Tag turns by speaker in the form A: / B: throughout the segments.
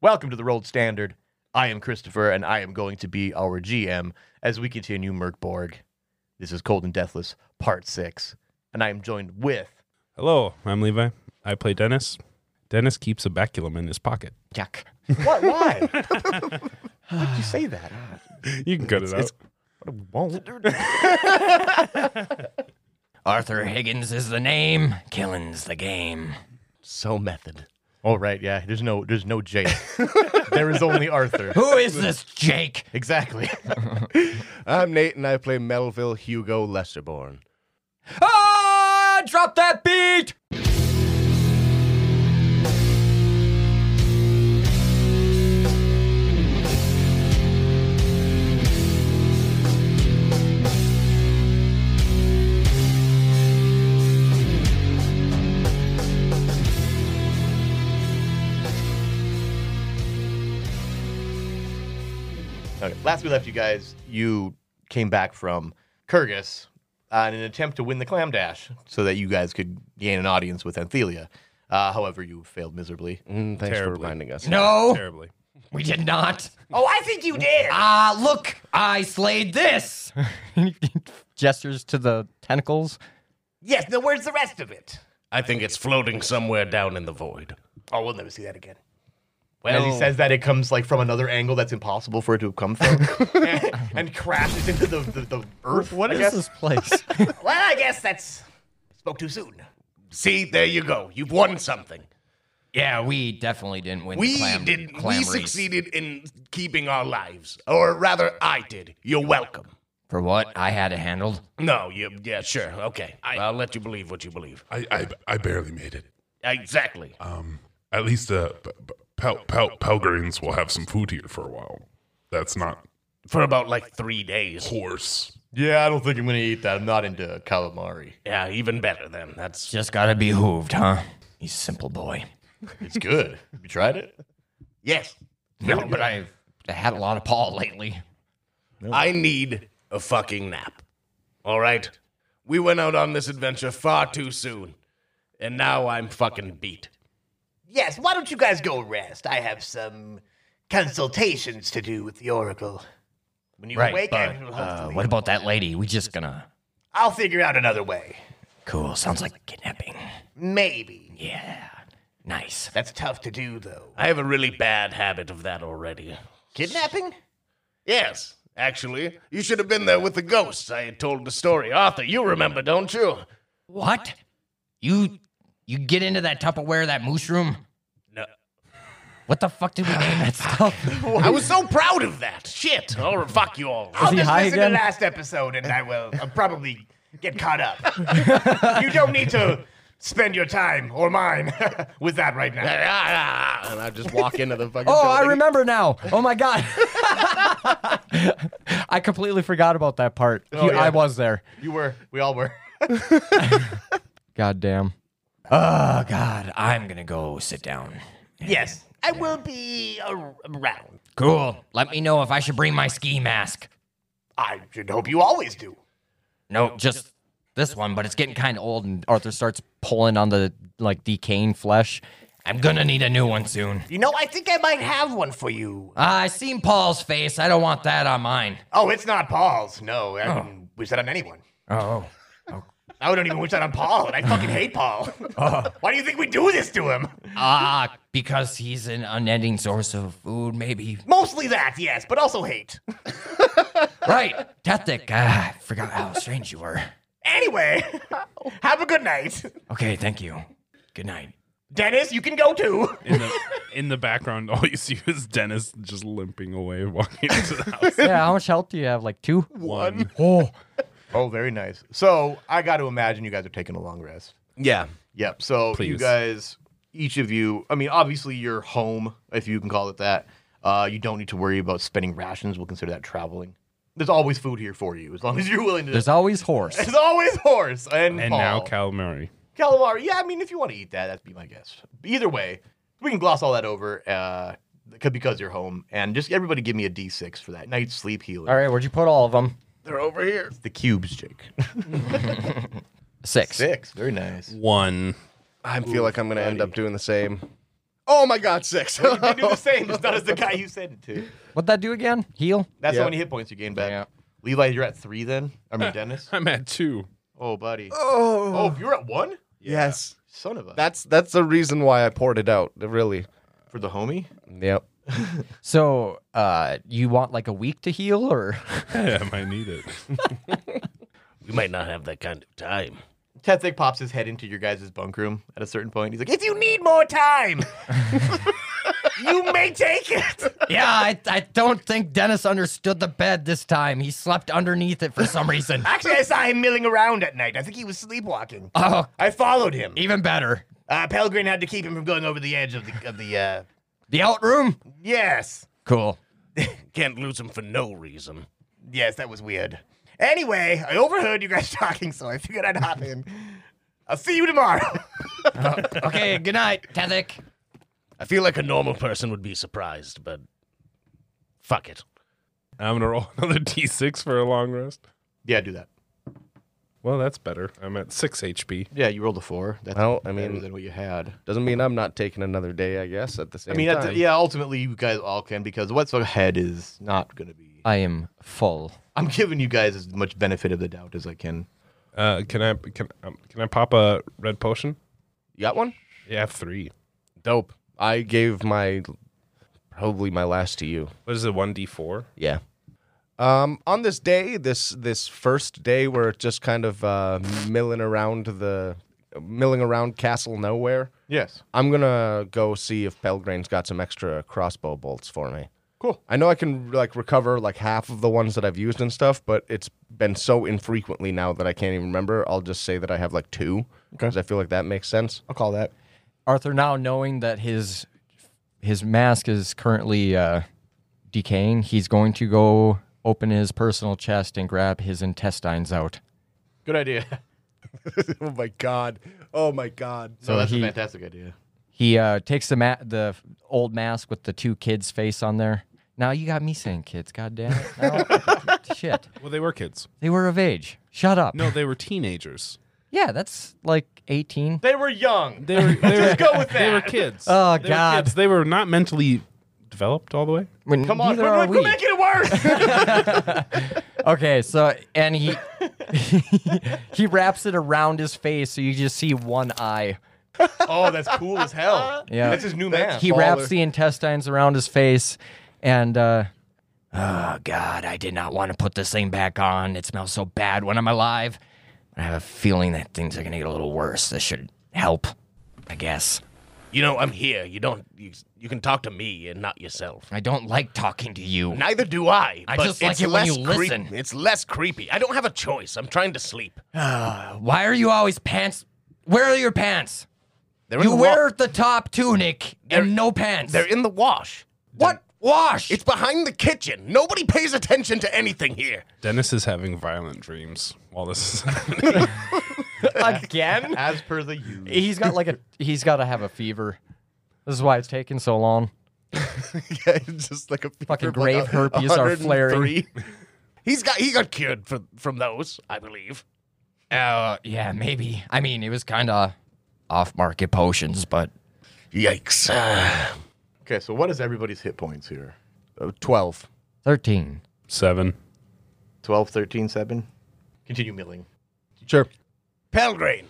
A: Welcome to the Rolled Standard. I am Christopher, and I am going to be our GM as we continue Merkborg. This is Cold and Deathless, Part 6, and I am joined with
B: Hello, I'm Levi. I play Dennis. Dennis keeps a baculum in his pocket.
A: Jack. What? Why? Why'd you say that?
B: You can cut it out.
C: Arthur Higgins is the name, Killen's the game.
D: So method.
A: Oh, right, yeah. There's no, there's no Jake. there is only Arthur.
C: Who is this Jake?
A: Exactly.
D: I'm Nate and I play Melville Hugo Lesserborn.
C: Ah, drop that beat!
A: Okay. Last we left you guys, you came back from Kyrgyz uh, in an attempt to win the clam dash so that you guys could gain an audience with Anthelia. Uh, however, you failed miserably.
D: Mm, thanks
B: Terribly.
D: for reminding us.
C: No,
B: Terribly.
C: we did not. Oh, I think you did. Ah, look, I slayed this.
E: gestures to the tentacles.
A: Yes, now where's the rest of it?
D: I think it's floating somewhere down in the void.
A: Oh, we'll never see that again. Well, As he says that, it comes like from another angle that's impossible for it to have come from, and, and crashes into the, the, the earth. What I guess.
E: this place?
A: Well, I guess that's spoke too soon.
D: See, there you go. You've won something.
C: Yeah, we definitely didn't win.
D: We
C: the clam,
D: did.
C: Clam
D: we
C: race.
D: succeeded in keeping our lives, or rather, I did. You're welcome.
C: for what I had it handled.
D: No, you. Yeah, sure. Okay, I, will let you believe what you believe. Uh,
F: I, I, I barely made it.
D: Exactly.
F: At least uh, p- p- Pel- Pel- Pelgrims will have some food here for a while. That's not
D: For about like three days.
F: horse.
A: Yeah, I don't think I'm gonna eat that. I'm not into calamari.
D: Yeah, even better then. That's
C: Just gotta be hooved, huh? He's simple boy.
A: It's good. you tried it?
D: yes.
C: No, but I've had a lot of Paul lately.
D: I need a fucking nap. All right? We went out on this adventure far too soon. And now I'm fucking beat.
G: Yes, why don't you guys go rest? I have some consultations to do with the Oracle. When you
C: Right,
G: wake
C: but
G: up,
C: uh, what about that lady? We just gonna.
G: I'll figure out another way.
C: Cool. Sounds like kidnapping.
G: Maybe.
C: Yeah. Nice.
G: That's tough to do, though.
D: I have a really bad habit of that already.
G: Kidnapping?
D: Yes, actually. You should have been there with the ghosts. I had told the story. Arthur, you remember, don't you?
C: What? You you get into that Tupperware, that mushroom?
D: No.
C: What the fuck did we name that stuff?
D: I was so proud of that. Shit. Oh, fuck you all.
G: I'll
E: he
G: just
E: high
G: listen
E: again?
G: to last episode and I will I'll probably get caught up. you don't need to spend your time or mine with that right now.
D: And I just walk into the fucking.
E: oh, I
D: building.
E: remember now. Oh my god. I completely forgot about that part.
C: Oh,
E: He-
A: yeah.
E: I was there.
A: You were. We all were.
E: God damn.
C: oh god, I'm gonna go sit down.
G: Yes, I will be ar- around.
C: Cool. Let me know if I should bring my ski mask.
G: I should hope you always do.
C: No, just this one, but it's getting kind of old and
E: Arthur starts pulling on the like decaying flesh.
C: I'm gonna need a new one soon. Ah,
G: You know, I think I might have one for you.
C: I seen Paul's face. I don't want that on mine.
G: Oh, it's not Paul's. No, I wouldn't wish that on anyone.
C: Oh.
G: I don't even wish that on Paul, and I fucking hate Paul.
C: Uh-huh.
G: Why do you think we do this to him?
C: Ah, because he's an unending source of food, maybe.
G: Mostly that, yes, but also hate.
C: Right. Tethic. Ah, I forgot how strange you were.
G: Anyway, have a good night.
C: Okay, thank you. Good night.
G: Dennis, you can go too.
B: In the, in the background, all you see is Dennis just limping away, walking into the house.
E: Yeah, how much health do you have? Like two?
B: One.
E: Oh.
A: Oh, very nice. So I got to imagine you guys are taking a long rest.
D: Yeah.
A: Yep. So you
B: Please.
A: guys, each of you, I mean, obviously you're home, if you can call it that. Uh, you don't need to worry about spending rations. We'll consider that traveling. There's always food here for you as long as you're willing to.
E: There's always horse.
A: There's always horse and
B: And
A: Paul.
B: now calamari.
A: calamari. Yeah, I mean, if you want to eat that, that'd be my guess. Either way, we can gloss all that over uh, c- because you're home. And just everybody give me a d6 for that. Night sleep healer.
E: All right, where'd you put all of them?
D: They're over here.
A: The cubes, Jake.
E: Six.
A: Six. Very nice.
B: One.
D: I feel like I'm going to end up doing the same. Oh my god, six.
A: I do the same, just not as the guy you sent it to.
C: What'd that do again? Heal?
A: That's
D: Yeah.
A: how many hit points you gain back.
C: Yeah.
A: Levi, you're at three then? I mean, Dennis?
B: I'm at two.
A: Oh, buddy.
D: oh,
A: Oh, you're at one?
D: yes.
A: Son of a.
D: That's that's the reason why I poured it out, really.
A: for the homie?
D: Yep.
C: So, uh, you want like a week to heal or?
B: Yeah, I might need it.
D: We might not have that kind of time.
A: Tethic pops his head into your guys' bunk room at a certain point. He's like,
G: If you need more time, you may take it.
C: yeah, I, I don't think Dennis understood the bed this time. He slept underneath it for some reason.
G: Actually, I saw him milling around at night. I think he was sleepwalking.
A: Uh-huh.
C: oh,
G: I followed him.
C: even better.
G: Uh, Pelgrin had to keep him from going over the edge of the of the. Uh,
C: The out room?
G: yes,
C: Cool.
D: Can't lose him for no reason.
G: yes, that was weird. Anyway, I overheard you guys talking, so I figured I'd hop in. I'll see you tomorrow.
C: Okay, good night, Tethic.
D: I feel like a normal person would be surprised, but fuck it.
B: I'm gonna roll another d6 for a long rest.
A: yeah, do that.
B: Well, that's better. I'm at six HP.
A: Yeah, you rolled a four. That's
D: Well, I
A: better
D: mean-
A: than what you had.
D: Doesn't mean I'm not taking another day, I guess, at the same
A: I mean, that's, yeah, ultimately, you guys all can because what's ahead is not going to be.
C: I am full.
A: I'm giving you guys as much benefit of the doubt as I can.
B: Uh, can I can um, can I pop a red potion?
D: You got one?
B: Yeah, I have three.
D: Dope. I gave my probably my last to you.
B: What is it? One d4.
D: Yeah. Um, on this day, this this first day, we're just kind of uh, milling around the milling around Castle Nowhere.
A: Yes.
D: I'm gonna go see if Pelgrain's got some extra crossbow bolts for me.
A: Cool.
D: I know I can like recover like half of the ones that I've used and stuff, but it's been so infrequently now that I can't even remember. I'll just say that I have like two because I feel like that makes sense.
A: I'll call that.
C: Arthur, now knowing that his his mask is currently uh, decaying, he's going to go open his personal chest and grab his intestines out.
A: Good idea.
D: oh my god! Oh my god!
A: So that's
C: he-
A: a fantastic idea.
C: He uh, takes the ma- the old mask with the two kids' face on there. Now you got me saying kids, goddamn it! Now- Shit,
B: Well, they were kids.
C: they were of age. Shut up.
B: No, they were teenagers.
C: Yeah, that's like eighteen.
A: They were young.
B: They were. They were
A: Go with that.
B: They were kids.
C: Oh,
B: They were
C: God.
B: kids. They were not mentally developed all the way.
C: When
A: Come on,
C: neither are
A: we're
C: we.
A: making it worse.
C: Okay, so and he he wraps it around his face, so you just see one eye.
A: oh, that's cool as hell.
C: Yeah.
A: that's his new mask.
C: He wraps the intestines around his face, and uh, oh god, I did not want to put this thing back on. It smells so bad when I'm alive. I have a feeling that things are gonna get a little worse. This should help, I guess.
D: You know I'm here. You don't. You, you can talk to me and not yourself.
C: I don't like talking to you.
D: Neither do I.
C: I
D: but
C: just like
D: it's
C: it when
D: less
C: you
D: creep-
C: listen.
D: It's less creepy. I don't have a choice. I'm trying to sleep.
C: Why are you always pants? Where are your pants?
D: They're
C: You
D: in the
C: wear
D: Wa-
C: the top tunic and no pants.
D: they're in the wash.
C: what wash?
D: It's behind the kitchen. Nobody pays attention to anything here.
B: Dennis is having violent dreams while this is.
C: again.
A: As per the you.
C: He's got like a. He's got to have a fever. This is why it's taking so long.
D: yeah, it's just like a fever,
C: Fucking
D: like
C: grave
D: a-
C: herpes are
D: 103.
C: flaring.
D: He's got he got cured from from those, I believe.
C: Uh, yeah, maybe. I mean, it was kind of off-market potions, but
D: Yikes! Uh,
A: Okay, so what is everybody's hit points here?
D: Twelve.
C: thirteen.
B: Seven.
A: 12, 13, 7? Continue milling.
D: Sure. Pelgrain.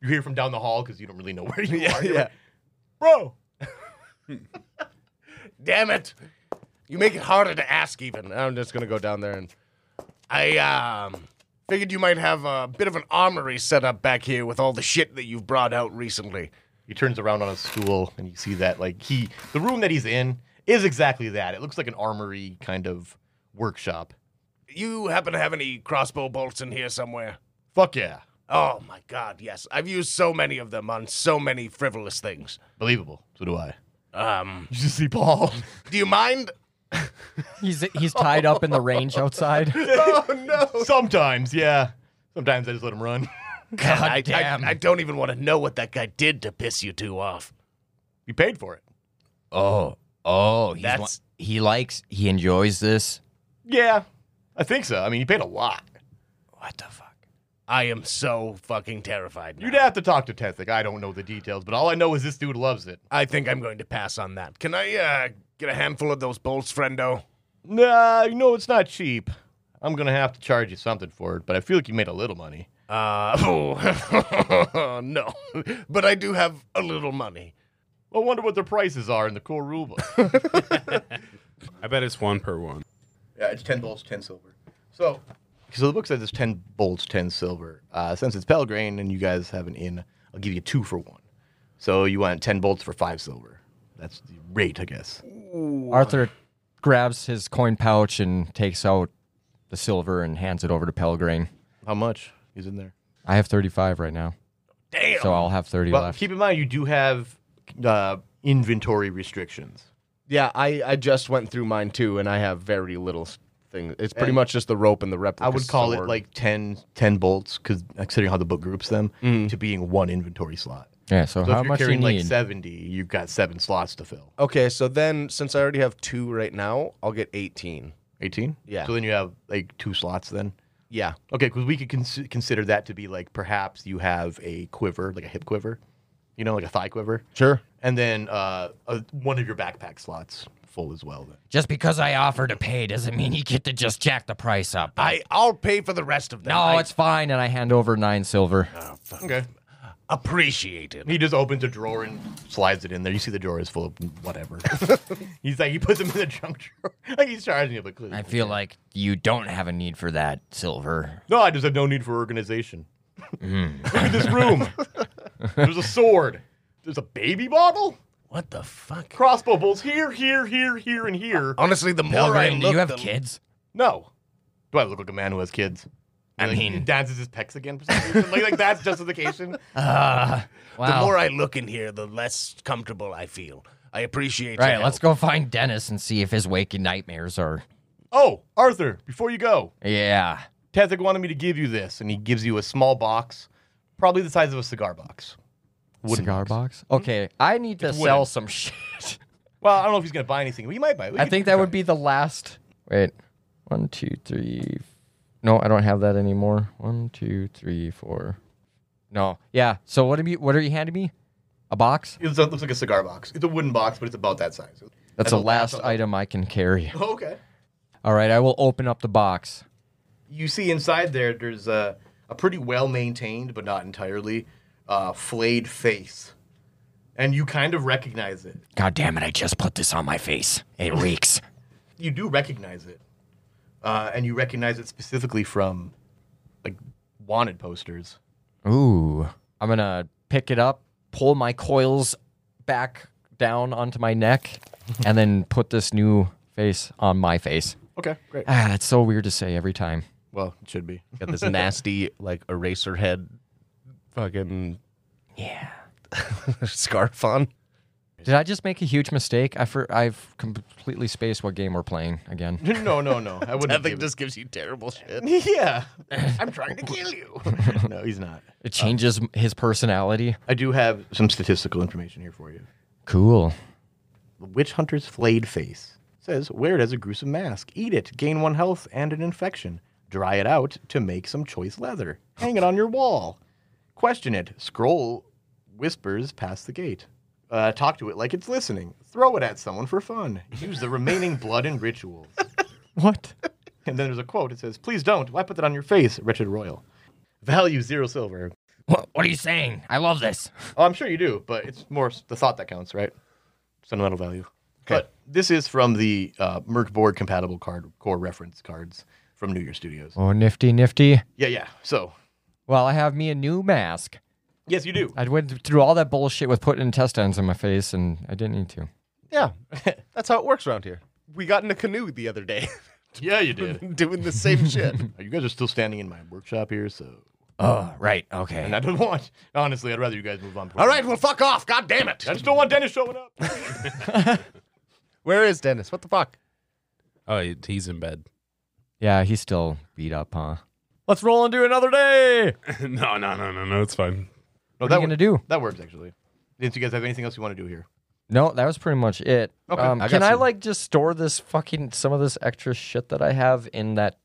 A: You hear from down the hall because you don't really know where you are. You're
D: yeah.
A: like, Bro,
D: Damn it! You make it harder to ask. Even I'm just gonna go down there and I um figured you might have a bit of an armory set up back here with all the shit that you've brought out recently.
A: He turns around on a stool and you see that like he the room that he's in is exactly that. It looks like an armory kind of workshop.
D: You happen to have any crossbow bolts in here somewhere?
A: Fuck yeah.
D: Oh my god, yes. I've used so many of them on so many frivolous things.
A: Believable. So do I.
D: Um,
A: You just see Paul.
D: do you mind?
C: He's he's tied up in the range outside.
D: Oh no.
A: Sometimes, yeah. Sometimes I just let him run.
D: God, I,
C: damn.
D: I, I don't even want to know what that guy did to piss you two off.
A: You paid for it.
C: Oh, oh, he's
D: That's-
C: he likes he enjoys this.
A: Yeah. I think so. I mean you paid a lot.
C: What the fuck?
D: I am so fucking terrified. Now.
A: You'd have to talk to Tenthic. I don't know the details, but all I know is this dude loves it.
D: I think I'm going to pass on that. Can I uh, get a handful of those bolts, friendo?
A: Nah, you know it's not cheap. I'm gonna have to charge you something for it, but I feel like you made a little money.
D: Uh, oh, no. But I do have a little money.
A: I wonder what their prices are in the core rulebook.
B: I bet it's one per one.
A: yeah, it's ten bolts, ten silver. So, so the book says it's ten bolts, ten silver. Uh, since it's Pelgrane and you guys have an in, I'll give you two for one. So you want ten bolts for five silver. That's the rate, I guess.
C: Arthur grabs his coin pouch and takes out the silver and hands it over to Pelgrane.
A: How much is in there?
C: I have 35 right now. Damn. So I'll have 30
A: Well,
C: left.
A: keep in mind you do have uh, inventory restrictions.
D: Yeah, I, I just went through mine too, and I have very little s- thing. It's pretty much just the rope and the replica.
A: I would call it
D: sword.
A: like 10, 10 bolts, because considering how the book groups them, to being one inventory slot.
C: yeah, so,
A: So
C: how
A: if you're
C: much you
A: carrying like
C: need?
A: seventy, you've got seven slots to fill.
D: Okay, so then since I already have two right now, I'll get 18.
A: Eighteen.
D: Yeah.
A: So then you have like two slots then.
D: Yeah.
A: Okay, because we could cons- consider that to be like perhaps you have a quiver, like a hip quiver, you know, like a thigh quiver,
D: Sure.
A: and then uh, a, one of your backpack slots full as well. Then.
C: just because I offer to pay doesn't mean you get to just jack the price up.
D: I, I'll pay for the rest of them.
C: no,
D: I Oh,
C: it's fine. And I hand over nine silver.
A: Okay.
D: appreciate it.
A: He just opens a drawer and slides it in there. You see the drawer is full of whatever. he's like he puts them in the junk drawer. Like he's charging you, but clearly.
C: I feel like you don't have a need for that silver.
A: No, I just have no need for organization.
D: Mm.
A: Look at this room. There's a sword. There's a baby bottle.
D: What the fuck?
A: Crossbow bolts here, here, here, here, and here.
D: Honestly, the more I
C: Pelgrim,
D: look,
C: do you have
D: the-
C: kids?
A: No. Do I look like a man who has kids?
C: I
A: Like,
C: mean-
A: he dances his pecs again for some reason. like, like that's justification.
D: the
C: Wow.
D: more I look in here, the less comfortable I feel. I appreciate.
C: Right,
D: your
C: let's
D: help.
C: go find Dennis and see if his waking nightmares are.
A: Oh, Arthur, before you go,
C: Yeah.
A: Tethic wanted me to give you this, and he gives you a small box, probably the size of a cigar box. Wooden
C: Cigar box? Okay, I need to
A: wooden.
C: sell some shit.
A: Well, I don't know if he's going to buy anything. Well, he might buy it. We
C: I
A: could
C: think
A: try
C: that would be the last. Wait. One, two, three. f- No, I don't have that anymore. One, two, three, four. No. Yeah. So what are you what are you handing me? A box?
A: It It looks like a cigar box. It's a wooden box, but it's about that size.
C: That's the last item I can carry.
A: Okay.
C: All right, I will open up the box.
A: you see inside there there's a, a pretty well maintained but not entirely uh, flayed face and you kind of recognize it
C: God damn it, I just put this on my face. It reeks.
A: you do recognize it uh, and you recognize it specifically from like wanted posters
C: Ooh. I'm going to pick it up, pull my coils back down onto my neck, and then put this new face on my face.
A: okay great
C: Ah, that's so weird to say every time.
A: well it should be
D: Got this nasty like eraser head, fucking
C: Yeah.
D: scarf on.
C: Did I just make a huge mistake? I for, I've completely spaced what game we're playing again.
A: no no no i wouldn't give it-
D: gives you terrible shit.
A: yeah i'm trying to kill you no he's not
C: It changes m his personality.
A: i do have some statistical information here for you
C: Cool.
A: The witch hunter's flayed face. Says, wear it as a gruesome mask. Eat it, gain one health and an infection. Dry it out to make some choice leather. Hang it on your wall. Question it. Scroll whispers past the gate. Uh, talk to it like it's listening. Throw it at someone for fun. Use the remaining blood in rituals.
C: What?
A: And then there's a quote. It says, please don't. Why put that on your face, wretched royal? Value zero silver.
C: What, what are you saying? I love this.
A: Oh, I'm sure you do, but it's more s- the thought that counts, right? Sentimental value. But this is from the uh, Merc board compatible card core reference cards from New Year Studios.
C: Oh, nifty, nifty.
A: Yeah, yeah. So,
C: Well, I have me a new mask.
A: yes, you do.
C: I went through all that bullshit with putting intestines in my face, and I didn't need to.
D: Yeah, that's how it works around here. We got in a canoe the other day,
A: Yeah, you did.
D: doing the same shit.
A: you guys are still standing in my workshop here, so.
C: Oh, right. Okay.
A: And I don't want, honestly, I'd rather you guys move on.
D: All right, well, fuck off. God damn it.
A: I just don't want Dennis showing up.
D: Where is Dennis? What the fuck?
B: Oh, he- he's in bed.
C: Yeah, he's still beat up, huh? Let's roll into another day.
B: no, no, no, no, no. It's fine.
A: No,
C: What are you gonna do?
A: That works, actually. Didn't you guys have anything else you want to do here?
C: No, that was pretty much it.
A: Okay,
C: um,
A: I got
C: can I
A: some.
C: like just store this fucking some of this extra shit that I have in that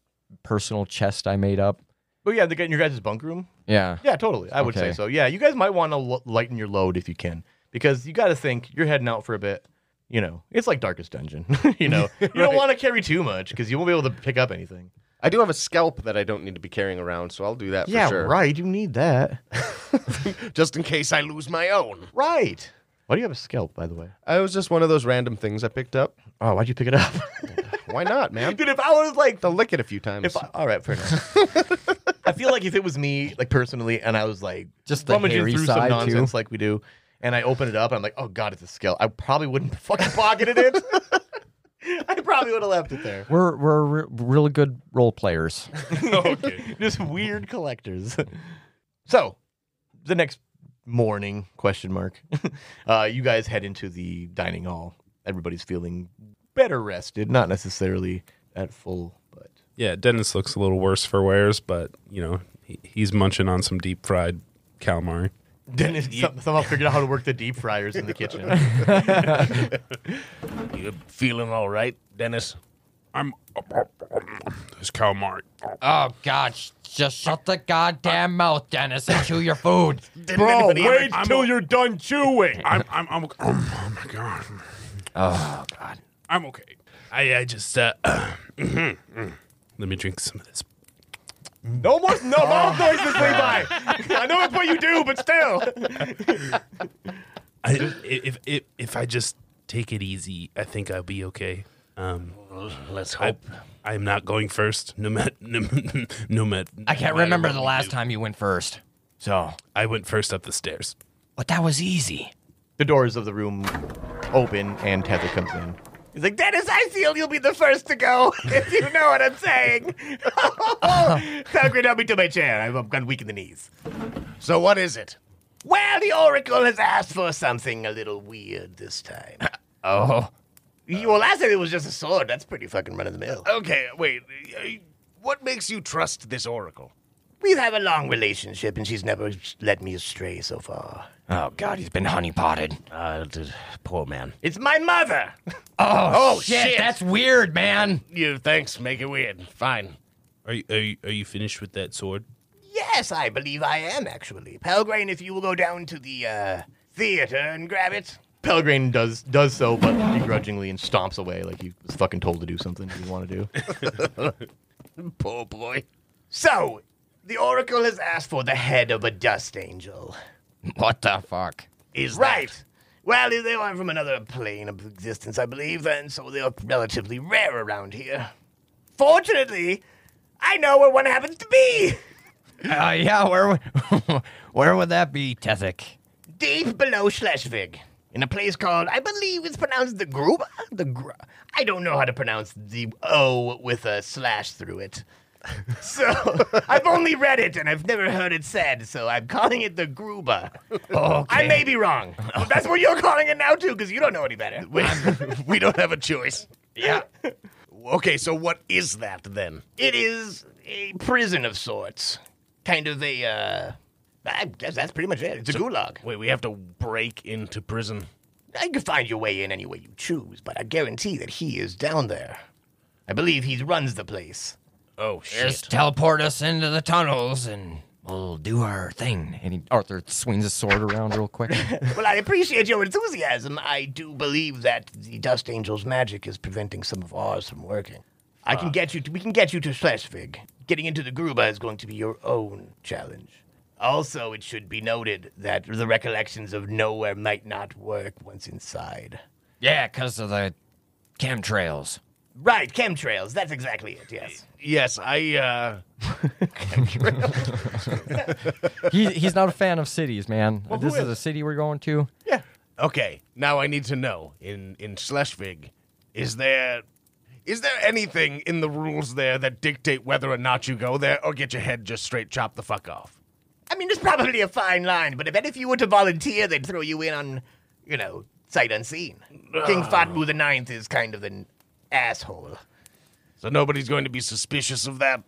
C: personal chest I made up?
A: Oh,
G: But yeah, the guy in your guys' bunk room.
C: Yeah.
G: Yeah, totally. I would say
C: Okay.
G: so. Yeah, you guys might want to l- lighten your load if you can, because you got to think you're heading out for a bit. You know, it's like Darkest Dungeon. you know, you don't want to carry too much because you won't be able to pick up anything.
D: I do have a scalp that I don't need to be carrying around, so I'll do that
G: yeah,
D: for sure.
G: right. You need that.
D: Just in case I lose my own.
G: right. Why do you have a scalp, by the way?
D: I was just one of those random things I picked up.
G: Oh, why'd you pick it up?
D: Why not, man?
G: Dude, if I was like
D: They'll lick it a few times.
G: If I, all right, fair enough. I feel like if it was me, like personally, and I was like
C: Just the hairy side, too.
G: nonsense like we do, and I open it up, and I'm like, oh god, it's a scale. I probably wouldn't have fucking pocketed it. I probably would have left it there.
C: We're we're re- really good role players.
A: okay.
G: Just weird collectors. so, the next morning, question mark, uh, you guys head into the dining hall. Everybody's feeling better rested, not necessarily at full, but
A: Yeah, Dennis looks a little worse for wears, but you know he, he's munching on some deep fried calamari.
G: Dennis some- somehow figured out how to work the deep fryers in the kitchen.
D: you feeling all right, Dennis?
B: I'm. There's calamari.
C: Oh God! sh- Just shut the goddamn mouth, Dennis, and chew your food.
D: Didn't anybody ever-
B: till
G: you're done chewing.
B: I'm. I'm. I'm. Oh my god.
C: Oh God!
B: I'm okay. I. I just. Uh, let me drink some of this.
G: No more, no
C: Oh.
G: mouth noises, Levi. I know it's what you do, but still.
B: I, if, if if I just take it easy, I think I'll be okay. Um,
D: Let's
B: I,
D: hope.
B: I'm not going first. No mat, no, no mat,
C: I can't
B: no matter
C: remember
B: what
C: the
B: we
C: last
B: do.
C: time you went first. So,
B: I went first up the stairs.
C: but that was easy.
G: The doors of the room open, and Tether comes in. He's like, Dennis, I feel you'll be the first to go, if you know what I'm saying. Telgrin, help me to my chair. I've- I've got weak in the knees.
D: So what is it?
G: Well, the Oracle has asked for something a little weird this time.
C: Oh,
G: You- well, last time it was just a sword. That's pretty fucking run of the mill.
C: Oh.
D: Okay, wait. uh, What makes you trust this oracle?
G: We've had a long relationship, and she's never led me astray so far.
C: oh God! He's been honeypotted.
D: Uh, d- poor man.
G: It's my mother.
C: Oh,
D: shit.
C: That's weird, man.
D: You thanks. Make it weird. Fine.
B: Are you, are you are you finished with that sword?
G: Yes, I believe I am actually. Pelgrane, if you will go down to the uh, theater and grab it. Pelgrane does does so, but begrudgingly and stomps away like he was fucking told to do something he didn't want to do.
D: Poor boy.
G: so, the Oracle has asked for the head of a dust angel.
C: What the fuck?
G: Is right. Well, they are from another plane of existence, I believe, and so they are relatively rare around here. Fortunately, I know where one happens to be.
C: Uh, yeah, where would- where would that be, Tethic?
G: deep below Schleswig, in a place called, I believe it's pronounced the Gruba? The Gr- I don't know how to pronounce the O with a slash through it. So I've only read it and I've never heard it said, so I'm calling it the Gruba. I may be wrong. But that's what you're calling it now too, because you don't know any better.
D: we don't have a choice.
G: yeah.
D: Okay, so what is that then?
G: It is a prison of sorts. Kind of a uh I guess that's pretty much it. It's a gulag.
D: Wait, we have to break into prison.
G: I can find your way in any way you choose, but I guarantee that he is down there. I believe he runs the place.
D: Oh shit!
C: Just teleport us into the tunnels and we'll do our thing. And he, Arthur swings his sword around real quick.
G: well, I appreciate your enthusiasm. I do believe that the Dust Angel's magic is preventing some of ours from working. I can get you. To, we can get you to Schleswig. Getting into the Gruba is going to be your own challenge. Also, it should be noted that the recollections of nowhere might not work once inside.
C: yeah, because of the chemtrails.
G: Right, chemtrails. That's exactly it. Yes.
D: Yes, I. uh...
C: He, he's not a fan of cities, man. this
G: who
C: is a city we're going to.
D: Okay, now I need to know in in Schleswig, is there is there anything in the rules there that dictate whether or not you go there or get your head just straight chopped the fuck off?
G: I mean, it's probably a fine line, but I bet if you were to volunteer, they'd throw you in on, you know, sight unseen. King
E: Oh.
G: Fatmu the Ninth is kind of an asshole.
D: So nobody's going to be suspicious of that.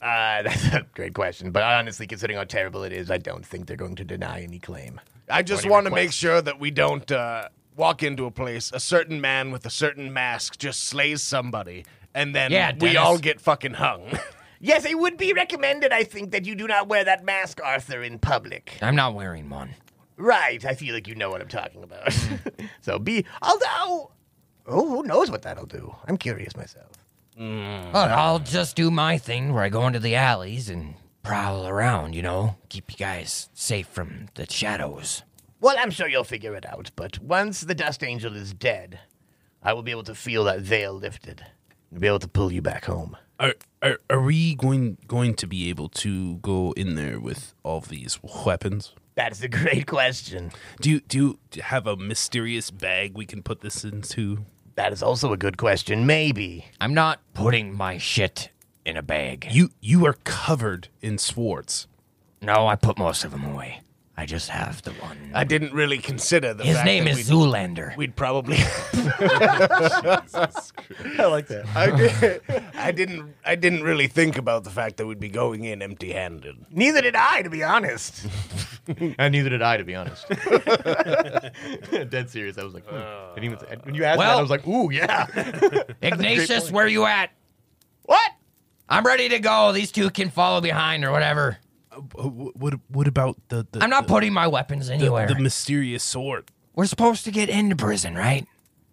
G: Uh, that's a great question, but honestly, considering how terrible it is, I don't think they're going to deny any claim.
D: I just
G: Any
D: want to
G: requests?
D: make sure that we don't uh, walk into a place. A certain man with a certain mask just slays somebody, and then
C: Yeah,
D: we
C: Dennis.
D: all get fucking hung.
G: Yes, it would be recommended, I think, that you do not wear that mask, Arthur, in public.
E: I'm not wearing one.
G: Right. I feel like you know what I'm talking about. so be. Although. Oh, who knows what that'll do? I'm curious myself.
E: Look, I'll just do my thing where I go into the alleys and prowl around, you know, keep you guys safe from the shadows.
G: Well, I'm sure you'll figure it out, but once the Dust Angel is dead, I will be able to feel that veil lifted and be able to pull you back home.
B: Are, are, are we going going to be able to go in there with all these weapons?
G: That's a great question.
B: Do you, do you- do you have a mysterious bag we can put this into?
G: That is also a good question. Maybe.
E: I'm not putting my shit in a bag.
B: You you are covered in swords.
E: No, I put most of them away. I just have the one.
D: I didn't really consider the
E: His
D: fact
E: name
D: that
E: is
D: we'd,
E: Zoolander.
D: we'd probably.
G: I like that.
D: I, did, I didn't. I didn't really think about the fact that we'd be going in empty-handed.
G: Neither did I, to be honest.
A: And neither did I, to be honest. Dead serious. I was like, hmm. I didn't even- when you asked
E: Well-
A: that, I was like, ooh, yeah.
E: Ignatius, where you at?
G: what?
E: I'm ready to go. These two can follow behind or whatever.
B: Uh, wh- What what about the, the
E: I'm not putting my weapons anywhere.
B: the, the mysterious sword
E: We're supposed to get into prison, right?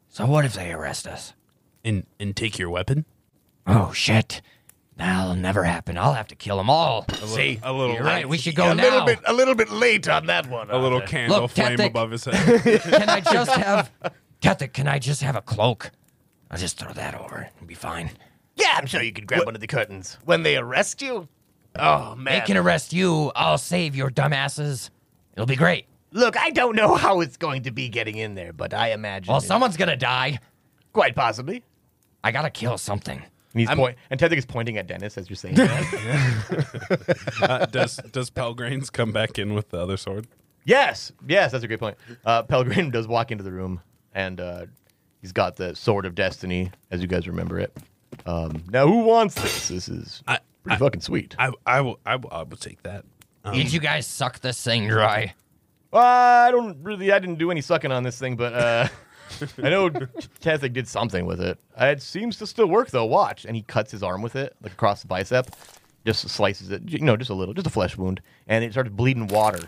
E: So what if they arrest us?
B: and and take your weapon?
E: Oh shit. That'll never happen. I'll have to kill them all.
D: See,
B: A little
E: You're right. We should go
D: a
E: now.
D: little bit. A little bit late on that one.
B: a little
D: Arthur.
B: candle
E: Look,
B: flame
E: Tethek.
B: above his head.
E: Can I just have Kethic, can I just have a cloak? I'll just throw that over and be fine.
G: Yeah, I'm sure you could grab one of the curtains.
D: When they arrest you. Oh man.
E: They can arrest you. I'll save your dumbasses. It'll be great.
G: Look, I don't know how it's going to be getting in there, but I imagine.
E: Well,
G: it-
E: someone's gonna die.
G: Quite possibly.
E: I gotta kill something.
A: And, he's point- and Tethik is pointing at Dennis as you're saying that.
B: uh, does does Pelgrains come back in with the other sword?
A: yes, yes, that's a great point. Uh, Pelgrim does walk into the room, and uh, he's got the Sword of Destiny, as you guys remember it. Um, now, who wants this? This is
B: I-
A: pretty fucking sweet.
B: I I will I will, I will take that. Um,
E: Did you guys suck this thing dry?
A: Well, Uh, I don't really. I didn't do any sucking on this thing, but uh, I know Tethik did something with it. Uh, It seems to still work though. Watch, and he cuts his arm with it, like across the bicep, just slices it, you know, just a little, just a flesh wound, and it starts bleeding water.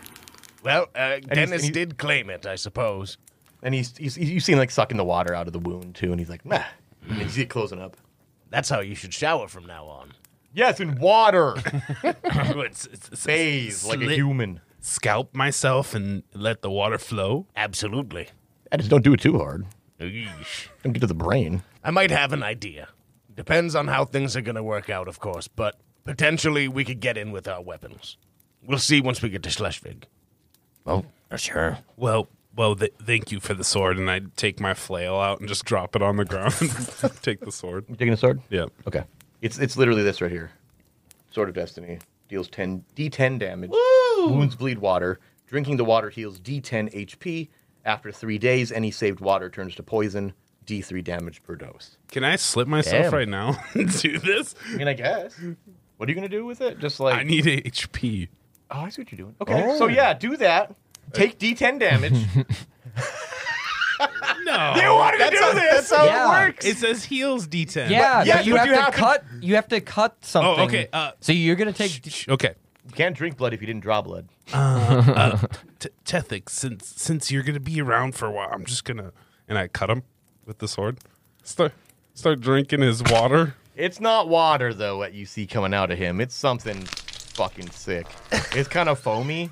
D: Well, uh, Dennis
A: he-
D: did claim it, I suppose.
A: And he's, he's you seen like sucking the water out of the wound too, and he's like, nah. And you see it closing up.
D: That's how you should shower from now on.
A: Yes, in water,
B: it's, it's, it's-
A: bathe like a
B: slit-
A: human.
B: Scalp myself and let the water flow.
D: Absolutely.
A: I just don't do it too hard.
D: Eesh.
A: Don't get to the brain.
D: I might have an idea. Depends on how things are going to work out, of course, but potentially we could get in with our weapons. We'll see once we get to Schleswig.
E: Oh, sure.
B: Well, well, th- thank you for the sword, and I take my flail out and just drop it on the ground. and take the sword.
A: You taking a sword?
B: Yeah.
A: Okay. It's it's literally this right here. Sword of Destiny deals 10 d10 damage. Wounds bleed water. Drinking the water heals d10 HP. After three days, any saved water turns to poison. D3 damage per dose.
B: Can I slip myself right now? and do this?
A: I mean, I guess. What are you gonna do with it? Just like
B: I need a HP.
A: oh, I see what you're doing. Okay, so yeah, do that. Take D10 damage.
B: No,
A: wanted to do this. That's how
E: Yeah.
A: it works.
B: it says heals D10.
E: Yeah,
A: yeah,
E: but you
A: but
E: have
A: you
E: to
A: have to-
E: cut. You have to cut something.
B: okay, uh,
E: so you're gonna take.
B: Shh, Okay.
A: You can't drink blood if you didn't draw blood.
B: Uh, T- Tethic, since since you're gonna be around for a while, I'm just gonna and I cut him with the sword. Start start drinking his water.
A: It's not water though what you see coming out of him. It's something fucking sick. It's kind of foamy.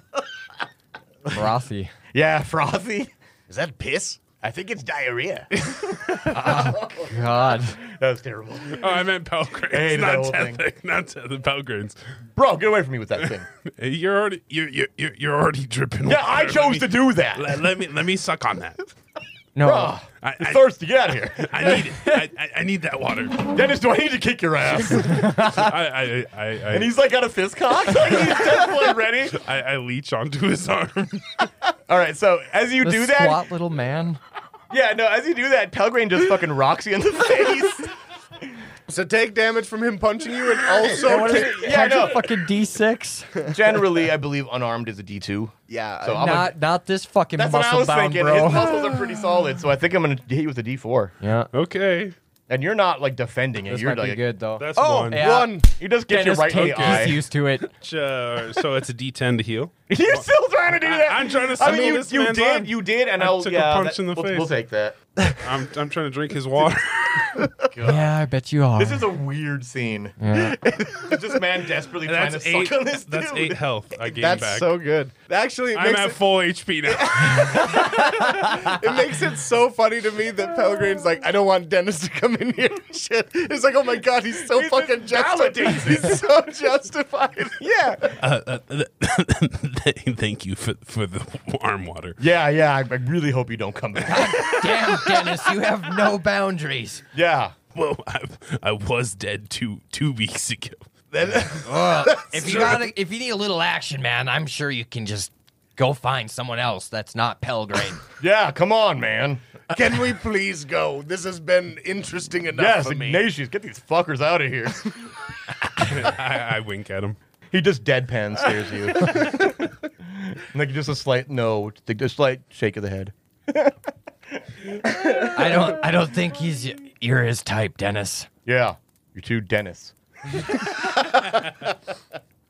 E: Rossi.
A: Yeah, frothy.
D: Is that piss?
G: I think it's diarrhea.
E: God.
A: That was terrible.
B: Oh, I meant Pelgrains,
A: Hey, that
B: not
A: whole thing.
B: Tethic, not Tethic, Pelgrains.
A: Bro, get away from me with that thing.
B: Hey, You're already you're you're you're, you're already dripping.
A: Yeah, I
B: water.
A: chose
B: Let me-
A: to do that.
B: Let, let me let me suck on that.
E: No.
A: Bruh,
B: I-
A: you're
B: I-
A: thirsty. Get out of here.
B: I need it. I, I, I need that water.
A: Dennis, do I need to kick your ass?
B: I I I I,
A: And he's like got a fist cock. Like, he's definitely ready.
B: I, I leech onto his arm.
A: All right, so as you
E: The
A: do that,
E: squat little man.
A: yeah, no, as you do that, Pelgrain just fucking rocks you in the face.
D: So take damage from him punching you and also.
E: What is it?
A: Yeah, I
E: Punch a
A: know.
E: fucking D6.
A: Generally, I believe unarmed is a D two.
D: Yeah,
A: so I'm
E: not
A: gonna,
E: not this fucking
A: that's what I
E: muscle
A: was
E: bound,
A: thinking.
E: bro.
A: His muscles are pretty solid, so I think I'm gonna hit you with a D four.
E: yeah.
B: okay.
A: And you're not like defending it.
E: This
A: you're
E: might
A: like,
E: be good though.
B: That's
A: Oh,
B: one.
E: Yeah.
D: One.
A: you just get your right in the eye.
E: he's used to it.
B: Uh, so it's a D10 to heal.
A: You're still trying to do
B: I-
A: that.
B: I'm trying to
A: I
B: smell
A: mean, you,
B: this
A: you
B: man's
A: did,
B: arm.
A: you did, and
B: I
A: will
B: took a
A: yeah,
B: punch
A: that-
B: in the
A: we'll,
B: face.
A: We'll take that.
B: I'm, I'm trying to drink his water.
E: Yeah, I bet you are.
A: This is a weird scene. It's just man desperately trying to
B: that's eight.
A: suck on this
B: That's
A: dude.
B: eight health. I gained
D: That's
B: back.
D: so good. Actually, it
B: I'm
D: makes,
B: at full HP now.
D: it, it makes it so funny to me that Pelgrim's like, I don't want Dennis to come in here and shit. It's like, oh my god, he's so fucking justified. He's so justified. yeah.
B: Uh, uh, thank you for, for the warm water.
A: Yeah, yeah. I, I really hope you don't come back.
E: Damn, Dennis, you have no boundaries.
A: yeah.
B: Well, I, I was dead two two weeks ago.
E: if you gotta, if you need a little action, man, I'm sure you can just go find someone else that's not Pelgrane.
A: Yeah, come on, man.
D: Can we please go? This has been interesting enough
A: Yes,
D: for me.
A: Ignatius, get these fuckers out of here.
B: I, I wink at him.
A: he just deadpan stares you. like just a slight no, like a slight shake of the head.
E: I don't, I don't think he's y- you're his type, Dennis.
A: Yeah, you're too Dennis.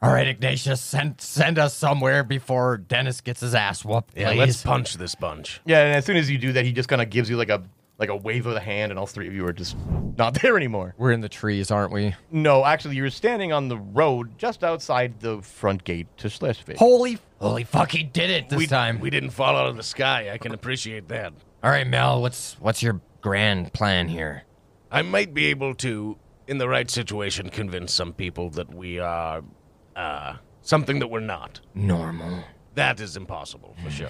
E: All right, Ignatius, send send us somewhere before Dennis gets his ass whooped, please.
D: yeah, let's punch this bunch.
A: Yeah, and as soon as you do that, he just kind of gives you like a like a wave of the hand, and all three of you are just not there anymore.
E: We're in the trees, aren't we?
A: No, actually, you were standing on the road just outside the front gate to Schleswig.
E: Holy, holy fuck, he did it this
D: We,
E: time.
D: we didn't fall out of the sky. I can appreciate that.
E: All right, Mel, what's what's your grand plan here?
D: I might be able to, in the right situation, convince some people that we are uh, something that we're not.
E: Normal.
D: That is impossible for sure.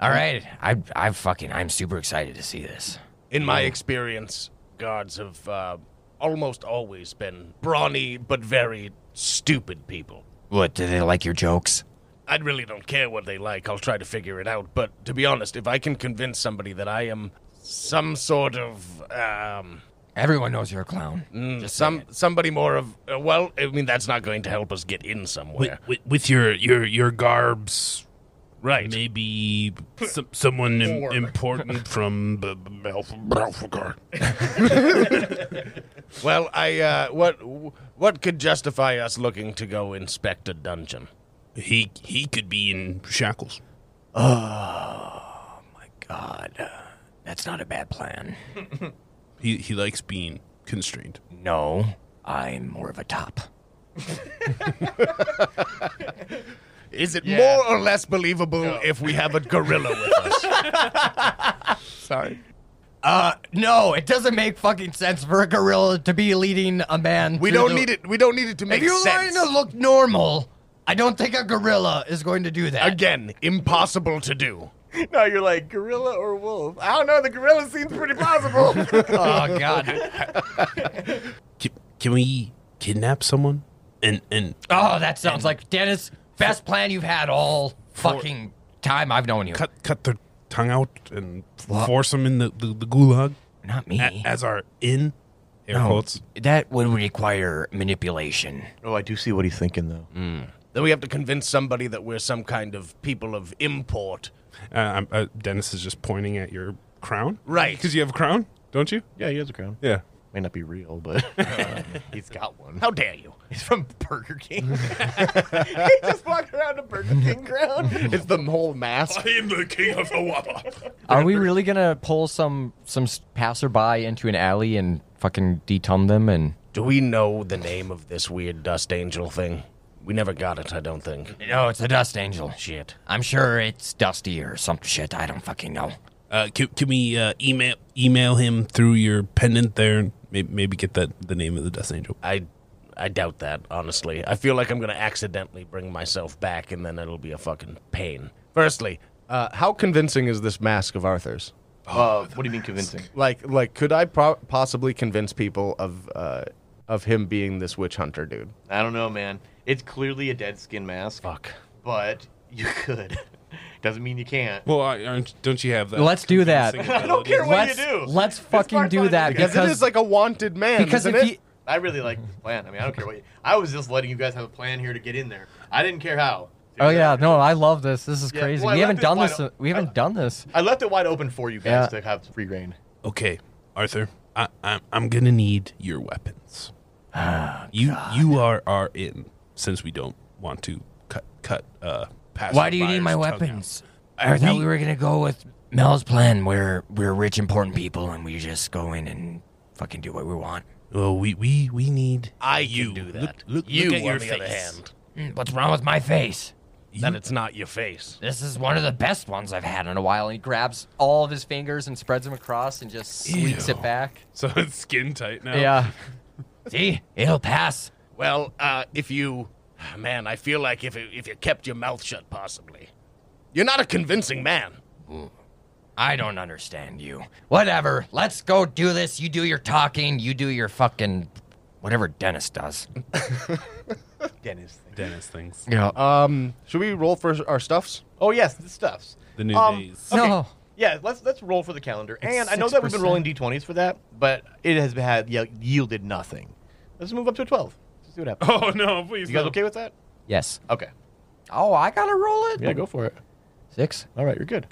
E: All right, I I fucking I'm super excited to see this.
D: In my experience, guards have uh, almost always been brawny but very stupid people.
E: What do they like your jokes?
D: I really don't care what they like. I'll try to figure it out. But to be honest, if I can convince somebody that I am some sort of um,
E: Everyone knows you're a clown. Just
D: some somebody more of uh, well, I mean that's not going to help us get in
F: With,
D: somewhere,
F: with, with your your your garbs,
D: right?
F: maybe some, someone im- important from the Belfagard.
D: Well, I uh, what what could justify us looking to go inspect a dungeon?
F: He he could be in shackles.
E: God, uh, that's not a bad plan.
F: He he likes being constrained.
E: No, I'm more of a top.
D: Is it more or less believable if we have a gorilla with us?
E: Uh, no, it doesn't make fucking sense for a gorilla to be leading a man.
D: We don't need it. We don't need it to make
E: If you're
D: sense.
E: going to look normal, I don't think a gorilla is going to do that.
D: Again, impossible to do.
A: No, you're like gorilla or wolf. I don't know. The gorilla seems pretty plausible.
E: oh god.
F: Can, can we kidnap someone? And and
E: Oh, that sounds like Dennis. Best plan you've had all fucking time I've known you.
F: cut cut their tongue out and force them in the, the, the gulag
E: Not me.
F: a- as our in air quotes.
E: That would require manipulation.
A: oh, I do see what he's thinking though.
D: Then we have to convince somebody that we're some kind of people of import.
B: Uh, I'm, uh, Dennis is just pointing at your crown,
D: Right.
B: Because you have a crown, don't you?
A: Yeah, he has a crown.
B: Yeah.
A: May not be real, but he's got one.
D: How dare you?
A: He's from Burger King. he just walked around a Burger King ground.
D: It's the whole mask.
F: I am the king of the Wapa.
E: Are we really gonna pull some some s- passerby into an alley and fucking detum them? And
D: Do we know the name of this weird dust angel thing? We never got it, I don't think.
E: no, it's a dust angel.
D: Shit.
E: I'm sure it's Dusty or some shit. I don't fucking know.
F: Uh, can, can we uh, email email him through your pendant there and maybe, maybe get that the name of the Death Angel?
D: I I doubt that, honestly. I feel like I'm gonna accidentally bring myself back and then it'll be a fucking pain. Firstly, uh, how convincing is this mask of Arthur's?
A: Uh, what do you mean convincing?
D: Like, like, could I pro- possibly convince people of uh, of him being this witch hunter dude?
A: I don't know, man. It's clearly a dead skin mask.
D: Fuck.
A: But you could. Doesn't mean you can't.
B: Well, I, aren't, don't you have that?
E: Let's do that.
B: convincing
A: I don't care
B: ability?
A: what
E: let's
A: you do.
E: let's
A: This
E: fucking
A: part's
E: do
A: fine,
E: that
A: because
E: because
D: Because it is like a wanted man,
E: because
D: isn't
E: if
D: it?
E: you
A: I really like the plan. I mean, I don't care what you. I was just letting you guys have a plan here to get in there. I didn't care how.
E: oh yeah no I love this this is
A: Yeah,
E: crazy
A: well, I
E: we
A: left
E: haven't
A: it
E: done
A: wide
E: this
A: o-
E: we haven't done this
A: I left it wide open for you guys to
E: Yeah.
A: have free reign.
F: Okay, Arthur,
B: I, I'm I'm gonna need your weapons.
C: Ah,
B: you you are are in since we don't want to cut cut uh.
C: Why do you
B: passersby's
C: need my
B: tongue
C: weapons?
B: out.
C: I thought
B: we-
C: we were gonna go with Mel's plan, where we're rich, important people, and we just go in and fucking do what we want.
B: Well, we we we need.
D: I
B: you.
D: can do that.
B: Look, look,
D: you,
B: look at
D: on
B: your
D: the
B: face.
D: other hand,
C: Mm, What's wrong with my face?
D: that it's not your face.
C: This is one of the best ones I've had in a while. And he grabs all of his fingers and spreads them across and just sweeps
B: Ew.
C: it back.
B: So it's skin tight
A: Oh.
B: now.
C: Yeah. See, it'll pass.
D: Well, uh, if you, ah, man, I feel like if it, if you kept your mouth shut, possibly, you're not a convincing man.
C: I don't understand you. Whatever. Let's go do this. You do your talking. You do your fucking whatever Dennis does.
A: Dennis.
B: Dennis things.
C: Yeah. uh,
D: Um, should we roll for our stuffs?
A: Oh yes, the stuffs.
B: The new
A: Um,
B: days.
A: okay.
C: No.
A: Yeah, let's let's roll for the calendar. and I know that we've been rolling d20s for that, but it has had yeah, yielded nothing. Let's move up to a 12. Let's see what happens.
B: Oh no! Please.
A: You guys
B: no.
A: okay with that?
C: Yes.
A: Okay.
C: Oh, I gotta roll it.
A: Yeah, go for it.
C: Six.
A: All right, you're good.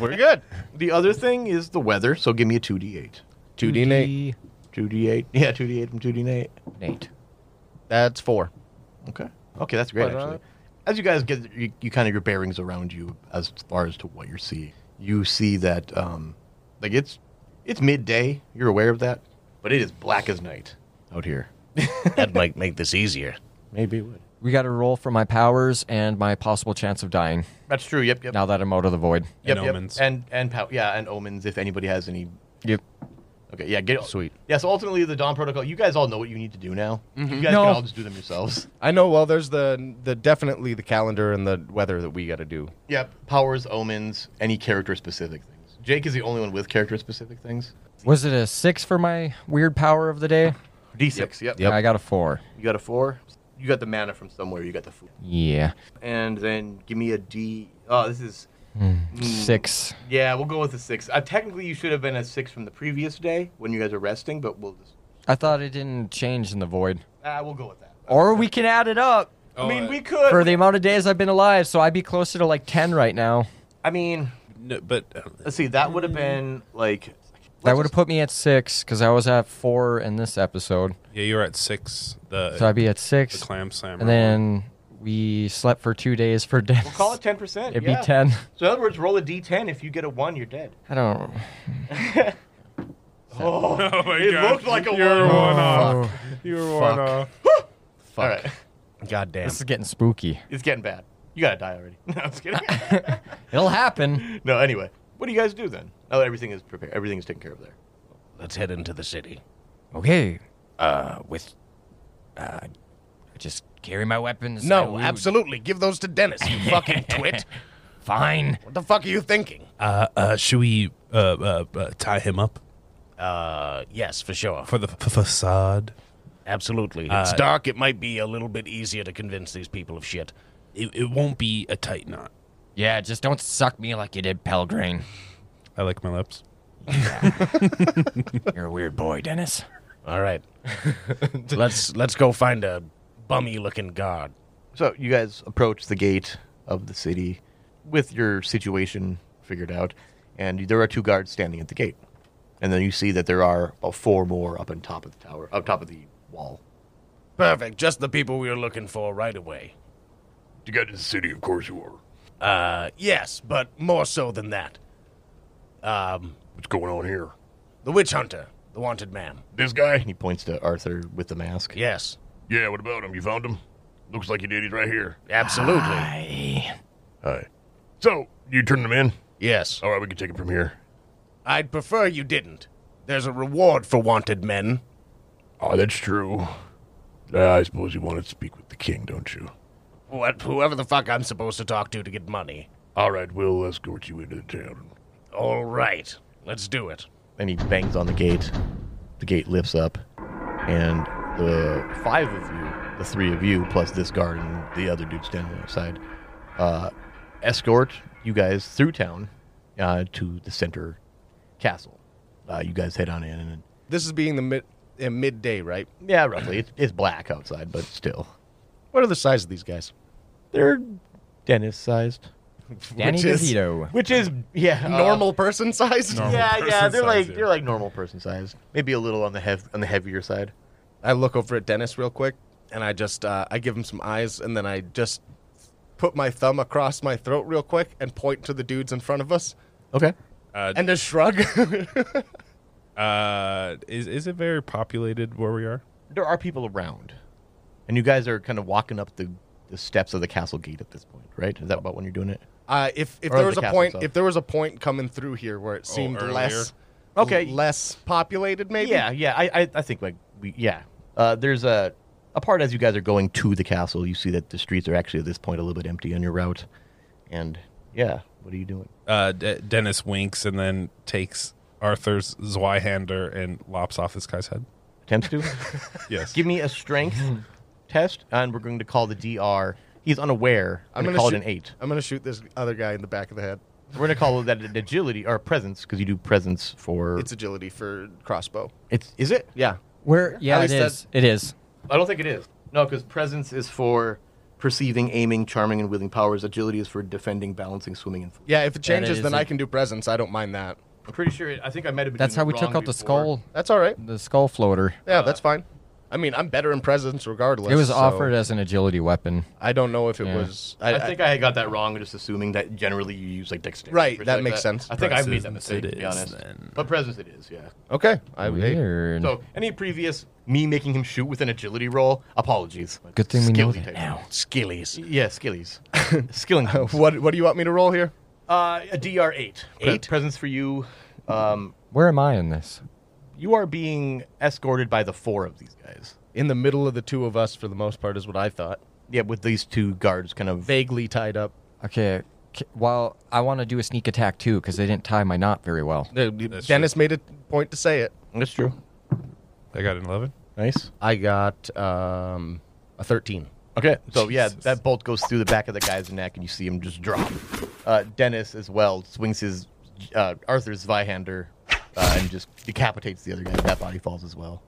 D: We're good.
A: the other thing is the weather, so give me a 2d8.
D: Two D Nate.
A: 2d8. Yeah, 2d8 from 2d8.
C: Nate.
D: That's four.
A: Okay. Okay, that's great, actually. As you guys get, you, you kind of your bearings around you as far as to what you're seeing. You see that, um, like it's it's midday. You're aware of that, but it is black as night out here.
D: that might make this easier.
A: Maybe it would.
C: We gotta roll for my powers and my possible chance of dying
A: That's true. Yep. Yep.
C: now that I'm out of the void.
A: yep,
B: And
A: yep.
B: omens.
A: And and pow- yeah, and omens. If anybody has any.
C: Yep.
A: Okay. Yeah. Get
D: Sweet.
A: Yeah. So ultimately, the dawn protocol. You guys all know what you need to do now. You guys
C: No.
A: can all just do them yourselves.
D: I know. Well, there's the the definitely the calendar and the weather that we got to do.
A: Yep. Powers, omens, any character specific things. Jake is the only one with character specific things.
C: Was it a six for my weird power of the day?
A: D6. Yep.
D: Yep.
C: I got a four.
A: You got a four. You got the mana from somewhere. You got the food.
C: Yeah.
A: And then give me a D. Oh, this is. Hmm.
C: Six.
A: Yeah, we'll go with a six. Uh, technically, you should have been a six from the previous day when you guys are resting, but we'll just.
C: I thought it didn't change in the void.
A: Uh, we'll go with that.
C: Or we can add it up
A: I mean,
B: uh,
A: we could.
C: for the amount of days I've been alive, so I'd be closer to like 10 right now.
A: I mean,
B: No, but uh,
A: let's see. That would have been like.
C: That would have put me at six because I was at four in this episode.
B: yeah, you're at six. The
C: So I'd be at
B: the
C: six.
B: clam slammer.
C: And then we slept for two days for Dennis.
A: We'll call it 10%.
C: It'd
A: yeah.
C: be 10.
A: So, in other words, roll a d10. If you get a one, you're dead.
C: I don't.
B: Oh my
A: It
B: god!
A: looked like a
B: You're
A: one.
B: one off.
C: Oh,
B: You're one off.
A: All right.
D: God damn.
C: this is getting spooky.
A: It's getting bad. You got to die already. No, I'm just kidding.
C: It'll happen.
A: no, anyway. What do you guys do then? Oh, everything is prepared. Everything is taken care of there.
D: Let's head into the city.
C: Okay. Uh, with. Uh, I just carry my weapons. I
D: No,
C: will-
D: absolutely. Give those to Dennis. You fucking twit.
C: Fine.
D: What the fuck are you thinking?
B: Uh, uh, should we uh, uh, uh, tie him up
D: Uh, yes, for sure.
B: for the f- facade?
D: Absolutely. Uh, it's dark. It might be a little bit easier to convince these people of shit.
B: It, it won't be a tight knot.
C: Yeah, just don't suck me like you did Pelgrane.
B: I like my lips.
C: You're a weird boy, Dennis.
D: All right. let's let's go find a bummy looking guard.
A: So you guys approach the gate of the city with your situation figured out, and there are two guards standing at the gate. And then you see that there are about four more up on top of the tower, up top of the wall.
D: Perfect. Just the people we were looking for right away.
A: To get to the city, of course you are.
D: Uh, yes, but more so than that. Um,
A: What's going on here?
D: the witch hunter, the wanted man.
A: This guy? He points to Arthur with the mask.
D: Yes,
F: Yeah, what about him? You found him? Looks like you did. He's right here.
D: absolutely.
F: Hi. So, you turned him in?
D: Yes.
F: All right, we can take it from here.
D: I'd prefer you didn't. There's a reward for wanted men.
F: Oh, that's true. Ah, I suppose you want to speak with the king, don't you?
D: What? Whoever the fuck I'm supposed to talk to to get money.
F: All right, we'll escort you into the town.
D: All right, let's do it.
A: And he bangs on the gate. The gate lifts up, and the five of you, the three of you, plus this guard and the other dude standing outside, uh, escort you guys through town uh, to the center castle. Uh, you guys head on in, and
D: This is being the mid uh, midday, right?
A: yeah, roughly it's, it's black outside, but still,
D: What are the size of these guys?
A: they're Dennis sized.
C: Danny
D: Which is-
C: DeVito.
A: Which is yeah, uh,
D: Normal person sized.
A: Yeah, yeah,
B: person
A: they're
B: size,
A: like
B: yeah.
A: they're like normal person size. Maybe a little on the heav- on the heavier side.
D: I look over at Dennis real quick, and I just uh, I give him some eyes, and then I just put my thumb across my throat real quick and point to the dudes in front of us,
A: Okay.
D: and just shrug.
B: Uh, is is it very populated where we are?
A: There are people around, and you guys are kind of walking up the, the steps of the castle gate at this point, right? Is that about when you're doing it?
D: uh, if if
A: Or
D: there
A: the
D: was a
A: castle
D: point,
A: itself.
D: if there was a point coming through here where it seemed
B: Oh, earlier?
D: less
A: Okay.
D: less populated, maybe
A: Yeah, yeah. I, I, I think like we, yeah. Uh, there's a a part as you guys are going to the castle, you see that the streets are actually at this point a little bit empty on your route, and yeah, what are you doing?
B: Uh, D- Dennis winks and then takes Arthur's Zweihander and lops off this guy's head.
A: Attempts to
B: Yes.
A: give me a strength test, and we're going to call the dr. He's unaware. I'm, going to call
D: shoot,
A: it an eight.
D: I'm gonna shoot this other guy in the back of the head.
A: We're going to call that an agility or presence because you do presence for.
D: It's agility for crossbow.
A: it's is it?
D: Yeah,
C: Where? Yeah,
D: At
C: it
D: least
C: is. It is.
A: I don't think it is. No, because presence is for perceiving, aiming, charming, and wielding powers. Agility is for defending, balancing, swimming, and.
D: yeah. If it changes, then
C: isn't-
D: I can do presence. I don't mind that.
A: I'm pretty sure. It, I think I might have been.
C: That's
A: doing
C: how we
A: it
C: took
A: wrong
C: out the
A: before.
C: skull.
D: That's all right.
C: The skull floater.
D: Yeah, that's fine. I mean, I'm better in presence regardless.
C: Uh, It was
D: so
C: offered as an agility weapon.
D: I don't know if it was. I,
A: I, think I got that wrong, just assuming that generally you use like dexterity.
D: Right,
A: or
D: that
A: something like
D: makes sense.
A: I think I made that
H: Presence
A: mistake,
H: it
A: to be
H: is,
A: honest.
H: then.
A: But presence it is, yeah.
D: okay. I, hey,
C: Weird.
A: So any previous me making him shoot with an agility roll, apologies.
C: Good thing we know
A: Skilly type.
C: that now.
D: skillies.
A: Yeah, skillies. Skilling.
D: What What do you want me to roll here?
A: Uh, a DR eight.
D: Eight?
A: presence for you. Um,
C: Where am I in this?
A: you are being escorted by the four of these guys.
D: In the middle of the two of us, for the most part, is what I thought.
A: Yeah, with these two guards kind of
D: Vaguely tied up.
C: Okay. c- Well, I want to do a sneak attack too because they didn't tie my knot very well.
D: Uh, Dennis made a point to say it.
A: That's true.
B: I got an eleven.
A: Nice.
D: I got um, a thirteen.
A: Okay, so yeah, that bolt goes through the back of the guy's neck, and you see him just drop. Uh, Dennis as well swings his uh, Arthur's Vihander uh, and just decapitates the other guy. That body falls as well.